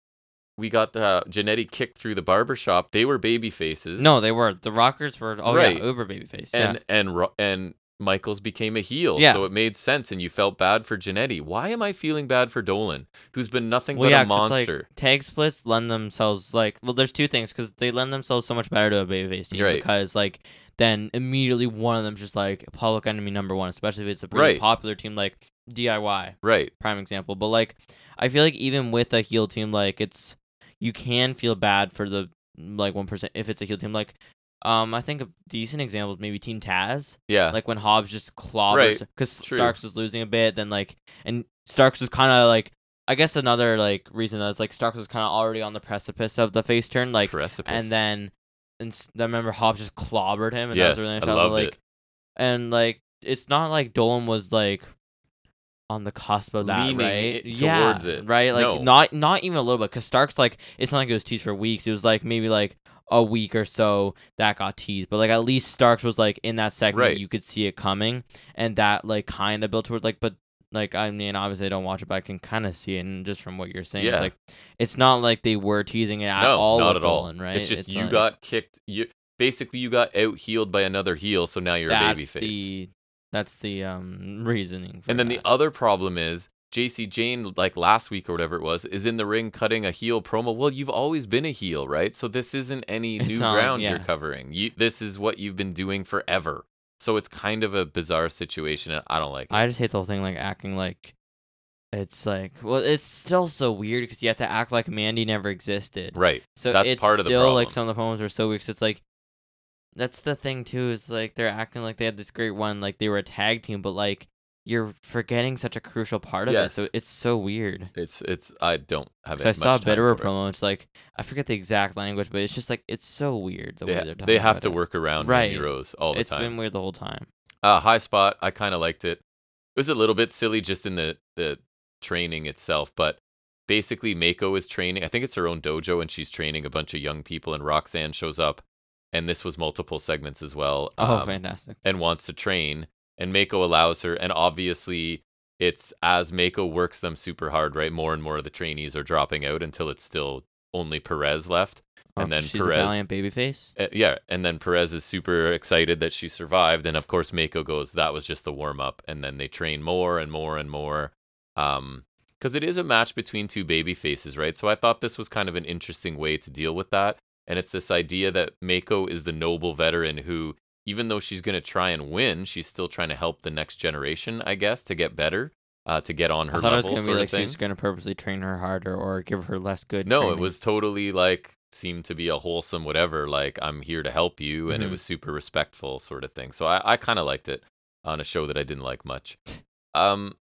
we got the Janetti kicked through the barber shop, they were baby faces.
No, they were. The Rockers were. Oh
Right.
yeah, uber babyface. Yeah.
and and Ro- and Michaels became a heel,
Yeah.
so it made sense, and you felt bad for Janetti. Why am I feeling bad for Dolan, who's been nothing
well,
but
yeah,
a
'cause it's
monster?
like tag splits lend themselves like well, there's two things because they lend themselves so much better to a babyface team
Right.
because like then immediately one of them's just like public enemy number one, especially if it's a pretty
Right.
popular team like DIY,
right,
prime example. But like I feel like even with a heel team, like it's you can feel bad for the like one person if it's a heel team. Like um, I think a decent example is maybe Team Taz.
yeah,
like when Hobbs just clobbers
Right.
because
True.
Starks was losing a bit, then like and Starks was kind of like I guess another like reason that's like Starks was kind of already on the precipice of the face turn, like
precipice.
and then and s- I remember Hobbs just clobbered him, and that
Yes,
was really nice.
I
how,
loved
like,
it.
And like it's not like Dolan was like on the cusp of that,
Leaning
right?
it
yeah,
towards it.
right? Like
No.
not not even a little bit, because Starks like it's not like it was teased for weeks. It was like maybe like a week or so that got teased, but like at least Starks was like in that segment
Right.
you could see it coming, and that like kind of built toward like, but like I mean obviously I don't watch it, but I can kind of see it, and just from what you're saying, it's
Yeah.
like it's not like they were teasing it at
no,
all.
not
with
at all.
Dolan, right?
It's just you
like-
got kicked. You basically you got out healed by another heel, so now you're a
that's
baby face.
the that's the um reasoning. For
And then the
that.
other problem is JC Jane, like last week or whatever it was, is in the ring cutting a heel promo. Well, you've always been a heel, right? So this isn't any
It's
new
not-
ground you're
yeah.
covering. You, this is what you've been doing forever. So it's kind of a bizarre situation, and I don't like it.
I just hate the whole thing, like acting like it's like well, it's still so weird because you have to act like Mandy never existed.
right.
So
That's
it's
part of the
still like
problem.
some of the poems are so weak. So it's like that's the thing too. Is like they're acting like they had this great one, like they were a tag team, but like you're forgetting such a crucial part of
Yes.
it. So it's so weird.
It's it's. I don't have.
'Cause
it
I saw a
much time
Bitterer
for it.
promo. It's like I forget the exact language, but it's just like it's so weird the
They,
way
ha-
they're talking.
they have
about
to
it.
work around
Right.
Mandy Rose all the
It's
time.
been weird the whole time.
Uh, high spot. I kind of liked it. It was a little bit silly just in the the training itself, but basically Mako is training. I think it's her own dojo, and she's training a bunch of young people. And Roxanne shows up, and this was multiple segments as well.
Oh,
um,
fantastic!
and wants to train, and Mako allows her. And obviously, it's as Mako works them super hard, right? More and more of the trainees are dropping out until it's still only Perez left.
Oh,
and then
she's
Perez-
a valiant babyface.
Uh, yeah, and then Perez is super excited that she survived, and of course Mako goes, "That was just the warm up," and then they train more and more and more. Um, because it is a match between two baby faces, right? So I thought this was kind of an interesting way to deal with that. And it's this idea that Mako is the noble veteran who, even though she's going to try and win, she's still trying to help the next generation, I guess, to get better, uh, to get on her
I thought it was
level,
gonna be
sort
like
of thing.
she's gonna purposely train her harder or give her less good.
No, it
training.
was totally like seemed to be a wholesome whatever, like I'm here to help you, and it
Mhm.
was super respectful sort of thing. So I, I kind of liked it on a show that I didn't like much. Um,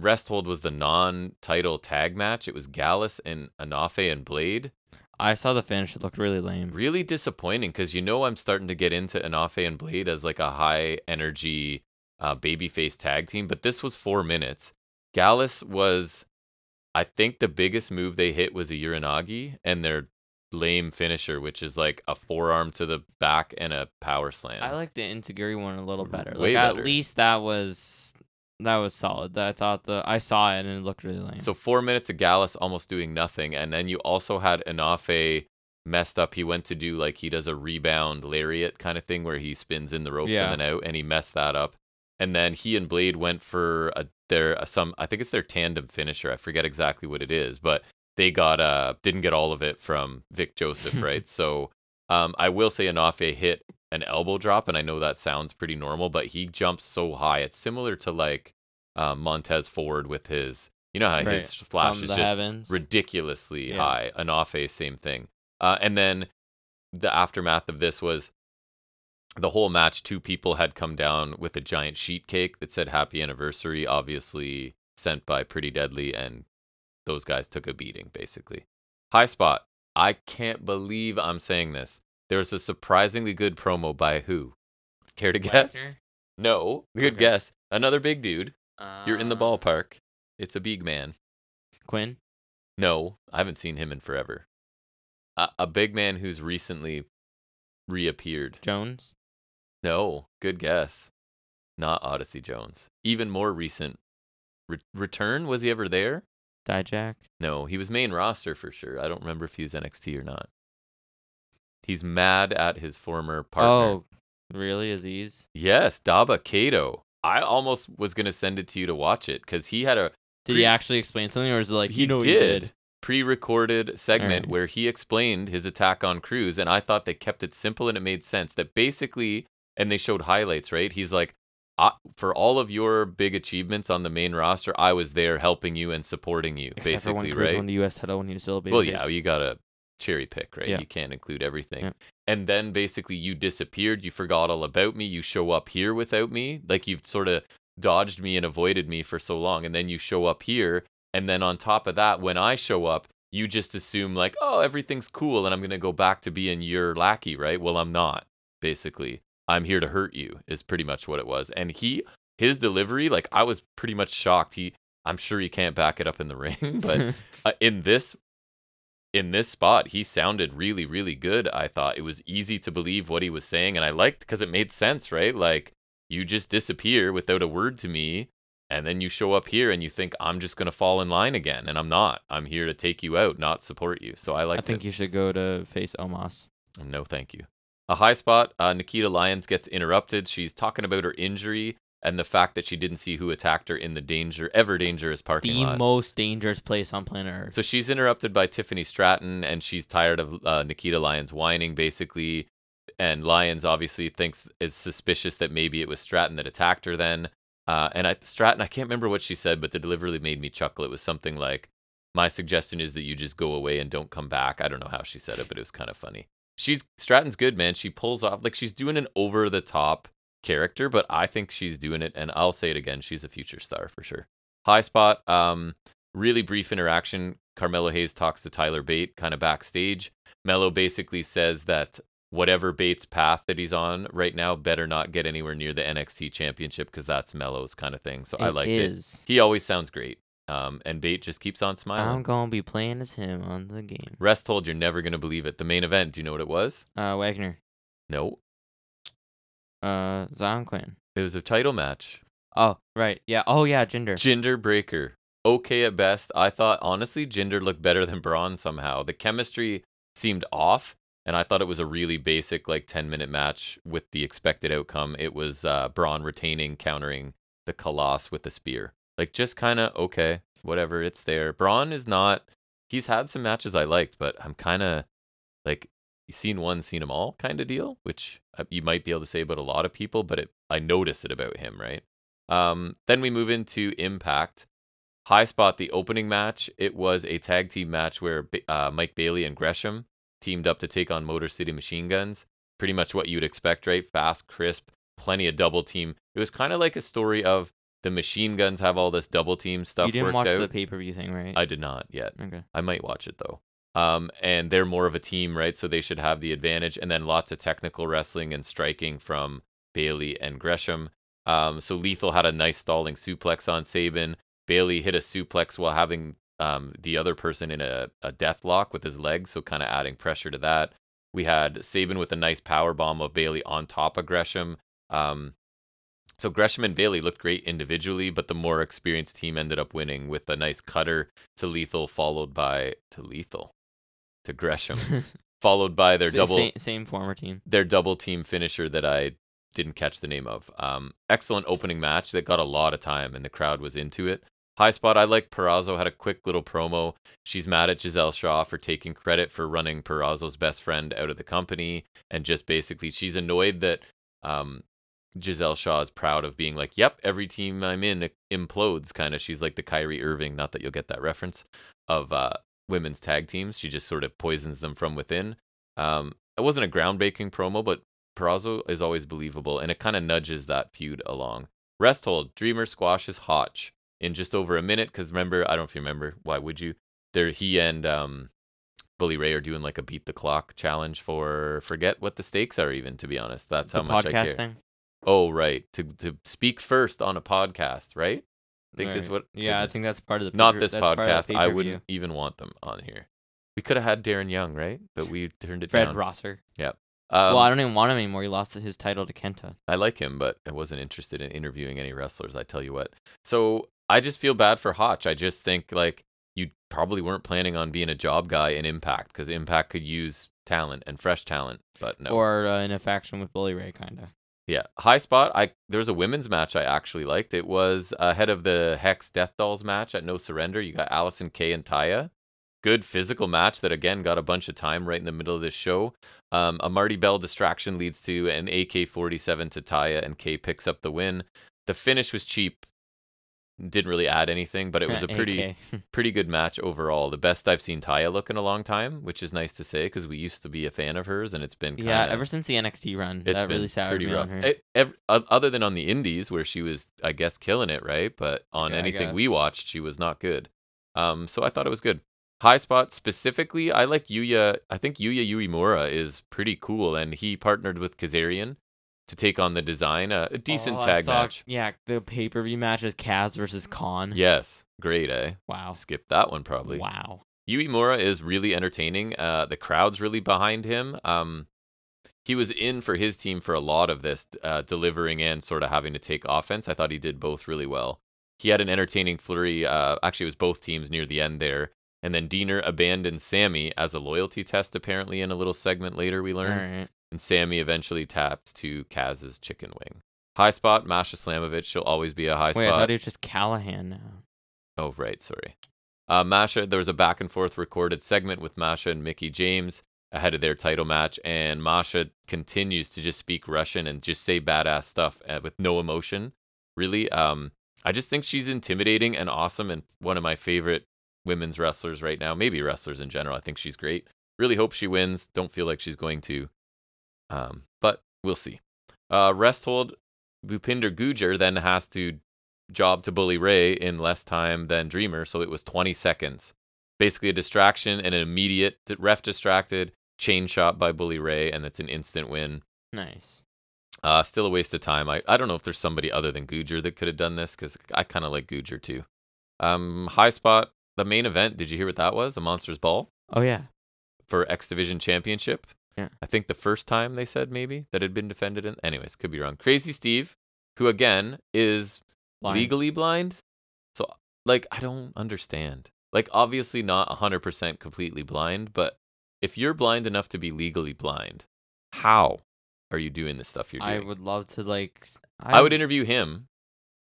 Resthold was the non-title tag match. It was Gallus and Anafe and Blade.
I saw the finish. It looked really lame.
Really disappointing because you know I'm starting to get into Anafe and Blade as like a high energy uh, babyface tag team, but this was four minutes. Gallus was, I think, the biggest move they hit was a Uranagi and their lame finisher, which is like a forearm to the back and a power slam.
I like the Insiguri one a little better.
Way
like
better.
at least that was that was solid. I thought the I saw it and it looked really lame.
So four minutes of Gallus almost doing nothing, and then you also had Anafe messed up. He went to do like he does a rebound lariat kind of thing where he spins in the ropes
Yeah.
and then out, and he messed that up. And then he and Blade went for a, their a, some I think it's their tandem finisher. I forget exactly what it is, but they got uh didn't get all of it from Vic Joseph, right? so um I will say Anafe hit an elbow drop, and I know that sounds pretty normal, but he jumps so high. It's similar to like uh, Montez Ford with his you know how
Right.
his flash
From
is
the
just
heavens.
ridiculously
Yeah.
high. Anafe, same thing. Uh, and then the aftermath of this was the whole match. Two people had come down with a giant sheet cake that said "Happy Anniversary," obviously sent by Pretty Deadly, and those guys took a beating basically. High spot. I can't believe I'm saying this. There's a surprisingly good promo by who? Care to guess? No. Good
Okay.
guess. Another big dude. (laughs) You're in the
Uh,
ballpark. It's a big man.
Quinn.
No, I haven't seen him in forever. A, a big man who's recently reappeared.
Jones.
No, good guess. Not Odyssey Jones. Even more recent re- return. Was he ever there?
Dijak.
No, he was main roster for sure. I don't remember if he was NXT or not. He's mad at his former partner.
Oh, really? Aziz?
Yes, Daba Kato. I almost was gonna send it to you to watch it because he had a
Did
Pre-
he actually explain something, or is it like
he
you know he
did.
did?
pre-recorded segment
Alright.
where he explained his attack on Cruz, and I thought they kept it simple and it made sense. That basically, and they showed highlights, right? He's like, I, for all of your big achievements on the main roster, I was there helping you and supporting you,
Except for when
basically,
Cruz
right?
won the U.S. title when he was still a baby.
well,
(laughs)
yeah, you gotta cherry pick, right?
Yeah.
You can't include everything.
Yeah.
And then basically, you disappeared. You forgot all about me. You show up here without me, like you've sort of dodged me and avoided me for so long, and then you show up here. And then on top of that, when I show up, you just assume like, oh, everything's cool, and I'm gonna go back to being your lackey, right? Well, I'm not. Basically, I'm here to hurt you is pretty much what it was. And he, his delivery, like I was pretty much shocked. He, I'm sure he can't back it up in the (laughs) ring, but uh, in this in this spot he sounded really really good i thought it was easy to believe what he was saying and i liked because it made sense right like you just disappear without a word to me and then you show up here and you think i'm just going to fall in line again and i'm not i'm here to take you out not support you so i like
(laughs) I think you should go to face Omos.
no, thank you. A high spot, uh, Nikita Lyons gets interrupted. She's talking about her injury and the fact that she didn't see who attacked her in the danger, ever dangerous parking
The
lot.
most dangerous place on planet Earth.
so she's interrupted by Tiffany Stratton and she's tired of uh, Nikita Lyons whining, basically. And Lyons obviously thinks is suspicious that maybe it was Stratton that attacked her then. Uh, and I, Stratton, I can't remember what she said, but the delivery made me chuckle. It was something like, my suggestion is that you just go away and don't come back. I don't know how she said it, but it was kind of funny. She's Stratton's good, man. She pulls off like she's doing an over the top character, but I think she's doing it and I'll say it again, she's a future star for sure. High spot, um really brief interaction. Carmelo Hayes talks to Tyler Bate kind of backstage. Mello basically says that whatever Bates path that he's on right now better not get anywhere near the NXT championship because that's Mello's kind of thing. So I liked it.
is.
He always sounds great. Um, and Bate just keeps on smiling.
I'm gonna be playing as him on the game.
Rest told you're never gonna believe it. The main event. Do you know what it was?
Uh, Wagner.
No,
Uh, Zion Quinn.
it was a title match.
Oh, right. Yeah. Oh, yeah. Gender.
Ginger Breaker. Okay at best. I thought honestly Ginger looked better than Braun somehow. The chemistry seemed off, and I thought it was a really basic like 10 minute match with the expected outcome. It was uh, Braun retaining, countering the Colossus with a spear. Like just kind of okay. whatever, it's there. Braun is not. He's had some matches I liked, but I'm kind of like seen one, seen them all kind of deal, which uh, you might be able to say about a lot of people, but it, I notice it about him, right? Um, then we move into Impact. High spot, the opening match. It was a tag team match where Ba- uh, Mike Bailey and Gresham teamed up to take on Motor City Machine Guns. Pretty much what you'd expect, right? Fast, crisp, plenty of double team. It was kind of like a story of the Machine Guns have all this double team stuff
you didn't
worked
watch
out.
the pay per view thing, right?
I did not yet.
okay.
I might watch it though. Um, and they're more of a team, right? So they should have the advantage. And then lots of technical wrestling and striking from Bailey and Gresham. Um, so Lethal had a nice stalling suplex on Sabin. Bailey hit a suplex while having um, the other person in a, a death lock with his legs, so kind of adding pressure to that. We had Sabin with a nice power bomb of Bailey on top of Gresham. Um, so Gresham and Bailey looked great individually, but the more experienced team ended up winning with a nice cutter to Lethal, followed by to Lethal, to
(laughs)
Gresham, followed by their
Sa-
double
same, same former team.
their double team finisher that I didn't catch the name of. Um, excellent opening match that got a lot of time and the crowd was into it. High spot, I like Perazzo had a quick little promo. She's mad at Giselle Shaw for taking credit for running Perazzo's best friend out of the company. And just basically, she's annoyed that um, Giselle Shaw is proud of being like, yep, every team I'm in implodes, kind of. She's like the Kyrie Irving, not that you'll get that reference, of uh, women's tag teams. She just sort of poisons them from within. Um, it wasn't a groundbreaking promo, but Perazzo is always believable, and it kind of nudges that feud along. Rest hold, Dreamer squashes Hotch in just over a minute, because remember, I don't know if you remember, why would you? There, he and um, Bully Ray are doing like a beat the clock challenge for forget what the stakes are, even to be honest. That's
The
how much I care.
podcast thing.
Oh, right, to to speak first on a podcast, right? I think that's
Right.
what.
Yeah, I
goodness.
think that's part of the.
not
pay-per-
this
that's part of the
podcast. I
pay-per-view.
wouldn't even want them on here. We could have had Darren Young, right? But we turned it
Fred
down.
Rosser.
Um,
well, I don't even want him anymore. He lost his title to Kenta.
I like him, but I wasn't interested in interviewing any wrestlers, I tell you what. So I just feel bad for Hotch. I just think like you probably weren't planning on being a job guy in Impact because Impact could use talent and fresh talent, but no.
Or uh, in a faction with Bully Ray, kinda.
yeah, high spot. I there was a women's match I actually liked. It was ahead of the Hex Death Dolls match at No Surrender. You got Allison Kay and Taya. Good physical match that again got a bunch of time right in the middle of this show. Um, a Marty Bell distraction leads to an AK 47 to Taya, and Kay picks up the win. The finish was cheap, didn't really add anything, but it
(laughs)
was a pretty
AK.
pretty good match overall. The best I've seen Taya look in a long time, which is nice to say because we used to be a fan of hers, and it's been kinda,
yeah. Ever since the NXT run,
it's
that
been
really soured
pretty
me
rough.
on her.
E- ev- o- other than on the indies where she was, I guess, killing it, right? But on
Yeah, I
anything we
guess.
watched, she was not good. Um, so I thought it was good. High spot specifically, I like Yuya. I think Yuya Uemura is pretty cool, and he partnered with Kazarian to take on the design. uh, A, a decent
All Oh, I
tag
saw- mm-hmm.
match.
Yeah, the pay per view match is Kaz versus Khan.
Yes, great, eh?
Wow.
Skip that one probably.
Wow.
Yui Mura is really entertaining. Uh, the crowd's really behind him. Um, he was in for his team for a lot of this, uh, delivering and sort of having to take offense. I thought he did both really well. He had an entertaining flurry. Uh, actually, it was both teams near the end there. And then Diener abandoned Sammy as a loyalty test, apparently, in a little segment later, we
All
learned
right.
and Sammy eventually tapped to Kaz's chicken wing. High spot, Masha Slamovich. She'll always be a high
Wait, I
spot.
thought it was just Callahan now.
Oh, right. Sorry. Uh, Masha, there was a back and forth recorded segment with Masha and Mickey James ahead of their title match. And Masha continues to just speak Russian and just say badass stuff uh, with no emotion, really. Um, I just think she's intimidating and awesome and one of my favorite women's wrestlers right now, maybe wrestlers in general. I think she's great. Really hope she wins. Don't feel like she's going to. Um, but we'll see. Uh, rest hold, Bupinder Gujar then has to job to bully Ray in less time than Dreamer, so it was 20 seconds. Basically, a distraction and an immediate the ref distracted chain shot by Bully Ray, and it's an instant win.
Nice.
Uh, still a waste of time. I, I don't know if there's somebody other than Gujar that could have done this because I kind of like Gujar too. Um, high spot, the main event. Did you hear what that was? A Monsters Ball
Oh yeah.
for X Division Championship.
Yeah.
I think the first time they said maybe that had been defended in. Anyways, could be wrong. Crazy Steve, who again is
Blind.
legally blind. So like I don't understand. Like obviously not 100% completely blind, but if you're blind enough to be legally blind, how are you doing the stuff you're doing?
I would love to like. s-
I would interview him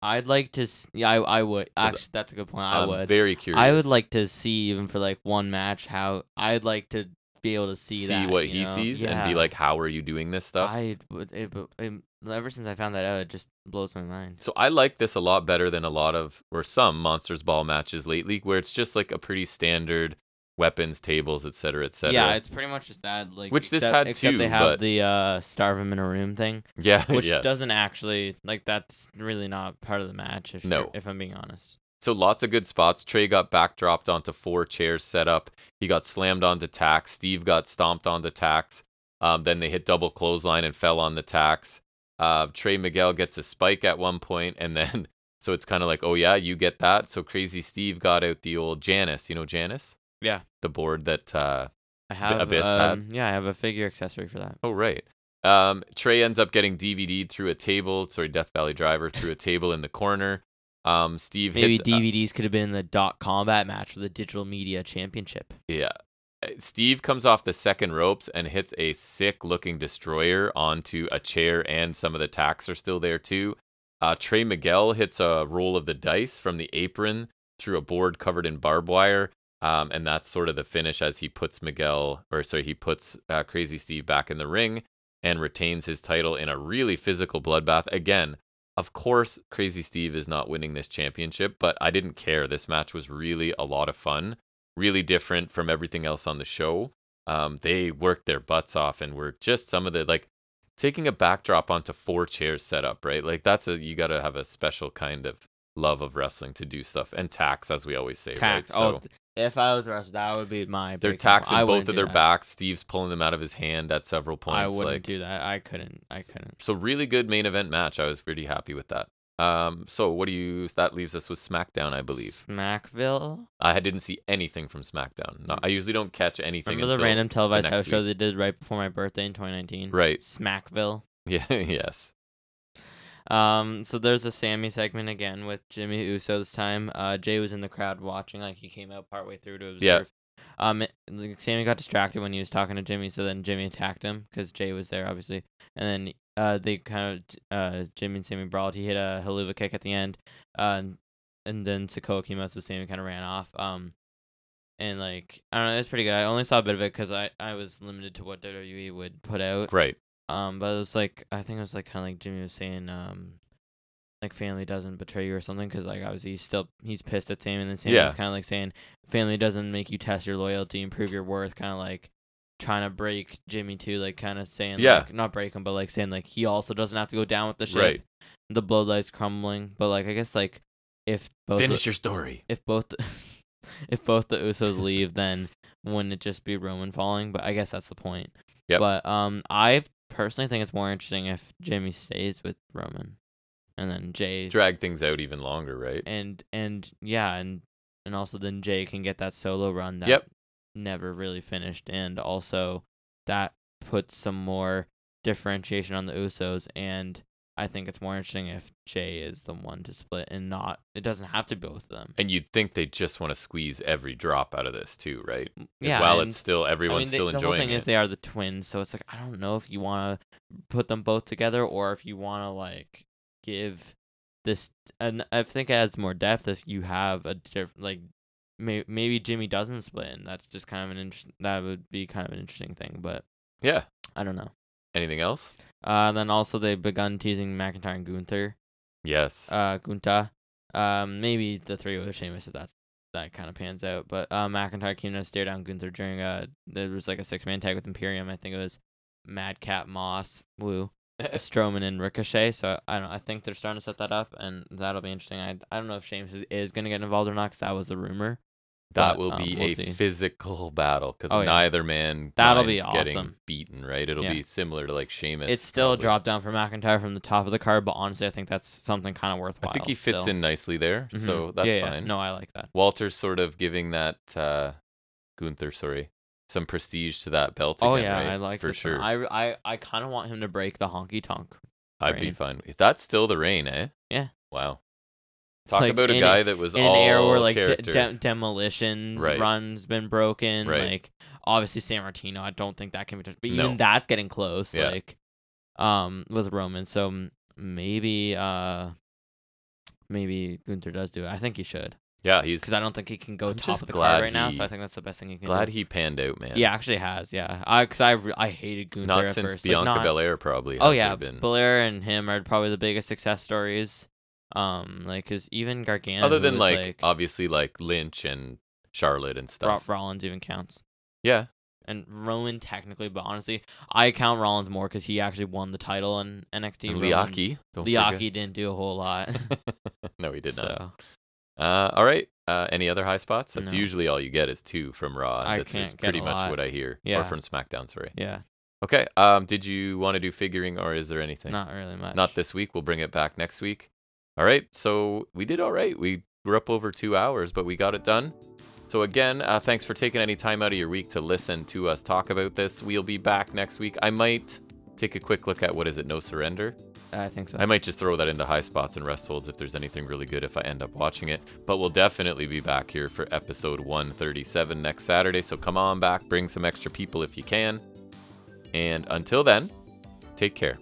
I'd like to. s- Yeah, I, I would.
I-
Actually, that's a good point. I
am
would.
very curious.
I would like to see even for like one match how I'd like to be able to see,
see
that,
what
you
he
know?
sees
yeah.
and be like, "How are you doing this stuff?"
I would. It, bu- it- ever since I found that out, it just blows my mind.
So I like this a lot better than a lot of or some monsters ball matches lately, where it's just like a pretty standard weapons tables, et cetera, et cetera.
Yeah, it's pretty much just that. Like
Which this
except-
had
except they
too,
have
but-
the uh, starve him in a room thing,
(laughs) yeah, (laughs)
which
yes.
doesn't actually like that's really not part of the match. If you're-
No.
if I'm being honest.
So lots of good spots. Trey got backdropped onto four chairs set up. He got slammed onto tacks. Steve got stomped onto tacks. Um, then they hit double clothesline and fell on the tacks. Uh, Trey Miguel gets a spike at one point, and then (laughs) so it's kind of like, oh yeah, you get that. So crazy Steve got out the old Janice. You know Janice?
Yeah.
The board that. Uh,
I have
Abyss had.
um, yeah, I have a figure accessory for that.
Oh right. Um, Trey ends up getting DVD'd through a table. Sorry, Death Valley Driver through a table in the corner. Um, Steve
Maybe
hits, uh,
DVDs could have been the dot combat match for the digital media championship.
yeah. Uh, Steve comes off the second ropes and hits a sick looking destroyer onto a chair, and some of the tacks are still there too. Uh, Trey Miguel hits a roll of the dice from the apron through a board covered in barbed wire. Um, and that's sort of the finish as he puts Miguel, or sorry, he puts uh, Crazy Steve back in the ring and retains his title in a really physical bloodbath. Again, of course, Crazy Steve is not winning this championship, but I didn't care. This match was really a lot of fun, really different from everything else on the show. Um, they worked their butts off and were just some of the like taking a backdrop onto four chairs setup, right? Like that's a you got to have a special kind of love of wrestling to do stuff and tax, as we always say,
Tax.
right? So-
Oh, th- if I was arrested, that would be my.
they're
breaking point.
taxing
I
both
wouldn't
of
do
their
that.
backs. Steve's pulling them out of his hand at several points.
I wouldn't
like,
do that. I couldn't. I couldn't.
So really good main event match. I was pretty happy with that. Um, so what do you? That leaves us with SmackDown, I believe.
Smackville.
I didn't see anything from SmackDown. No, I usually don't catch anything.
Mm. Remember the
until-
random televised
next
house show they did right before my birthday in 2019?
(laughs) Right. (laughs)
Smackville.
Yeah. yes.
Um. So there's a Sammy segment again with Jimmy Uso this time. Uh, Jay was in the crowd watching. Like he came out partway through to observe.
Yeah.
Um. it- like, Sammy got distracted when he was talking to Jimmy, so then Jimmy attacked him because Jay was there, obviously. And then uh, they kind of uh, Jimmy and Sammy brawled. He hit a haluva kick at the end. Uh, and, and then Sokoa came out, so Sammy kind of ran off. Um. And like I don't know, it was pretty good. I only saw a bit of it because I, I was limited to what WWE would put out.
Right.
Um, but it was like I think it was like kind of like Jimmy was saying, um, like family doesn't betray you or something, because like obviously he's still he's pissed at Sam, and then Sam
Yeah.
was kind of like saying family doesn't make you test your loyalty and prove your worth, kind of like trying to break Jimmy too, like kind of saying
Yeah.
like, not break him, but like saying like he also doesn't have to go down with the ship.
Right.
The bloodline's crumbling, but like I guess like if both the-
Finish your story.
if both the, (laughs) if both the Usos leave, then wouldn't it just be Roman falling? But I guess that's the point.
Yep.
But um, I personally think it's more interesting if Jimmy stays with Roman, and then Jay
Drag things out even longer, right?
and and yeah, and and also then Jay can get that solo run that
Yep.
never really finished, and also that puts some more differentiation on the Usos and. I think it's more interesting if Jay is the one to split and not. It doesn't have to be both of them.
And you'd think they just want to squeeze every drop out of this too, right?
Yeah.
While
and-
it's still everyone's
they-
still
the
enjoying
whole thing
it.
is they are the twins, so it's like I don't know if you want to put them both together or if you want to like give this. And I think it adds more depth if you have a different like. May- maybe Jimmy doesn't split, and that's just kind of an interesting. That would be kind of an interesting thing, but
yeah.
I don't know.
Anything else?
Uh, then also they've begun teasing McIntyre and Gunther,
Yes.
uh, Gunta. Um, maybe the three with Sheamus if that's that kind of pans out. But uh, McIntyre came to stare down Gunther during uh there was like a six man tag with Imperium. I think it was Madcap Moss,
(laughs)
Woo, Strowman, and Ricochet. So I don't. I think they're starting to set that up, and that'll be interesting. I I don't know if Sheamus is, is gonna get involved or not. 'cause that was the rumor.
That
but,
will be
um, we'll
a
see.
physical battle because
Oh, yeah.
neither man
That'll be
mind's getting
awesome.
beaten, right? It'll
Yeah.
be similar to like Sheamus.
It's still a
probably.
drop down for McIntyre from the top of the card, but honestly, I think that's something kind of worthwhile.
I think he fits
still.
in nicely there,
Mhm.
so that's
Yeah, yeah.
fine.
No, I like that.
Walter's sort of giving that uh, Gunther, sorry, some prestige to that belt.
Oh
again,
yeah,
right?
I like
for
this one.
sure.
I I I kind of want him to break the honky tonk.
I'd be
reign.
fine. If that's still the reign, eh?
Yeah.
Wow. Talk
Like,
about a
in-
guy that was
in
all
an era where like de-
character.
de- demolitions
Right.
run's been broken.
Right.
Like obviously San Martino, I don't think that can be touched. But even
No.
that's getting close.
Yeah.
Like um with Roman, so m- maybe uh maybe Gunter does do it. I think he should
Yeah, he's
because I don't think he can go
I'm
top
just
of the
glad
card right now.
he-
So I think that's the best thing he can
glad
do.
he panned out, man.
He actually has, yeah. I because I re- I hated Gunther
Not
at
since
first. like,
Bianca
not-
Belair, probably.
Oh
has there
yeah,
been.
Belair and him are probably the biggest success stories. Um, like because even Gargano,
Other
who
than
was,
like,
like
obviously like Lynch and Charlotte and
Ra-
stuff.
Rollins even counts,
Yeah,
and Rowan technically, but honestly, I count Rollins more because he actually won the title in NXT.
and
Rowan-
Liaki. Don't forget.
Liaki didn't do a whole lot. (laughs)
(laughs) no, he did
so
not. Uh, all right. Uh, any other high spots? That's
No.
usually all you get is two from Raw.
I
That's is
can't get
pretty
a
much
lot.
what I hear. Or
Yeah.
from SmackDown, sorry.
yeah,
Okay. Um, did you want to do figuring or is there anything?
not really much.
Not this week. We'll bring it back next week. All right. So we did all right. We were up over two hours, but we got it done. So again, uh, thanks for taking any time out of your week to listen to us talk about this. We'll be back next week. I might take a quick look at what is it? No surrender.
I think so.
I might just throw that into high spots and rest holds if there's anything really good if I end up watching it. But we'll definitely be back here for episode 137 next Saturday. So come on back, bring some extra people if you can. And until then, take care.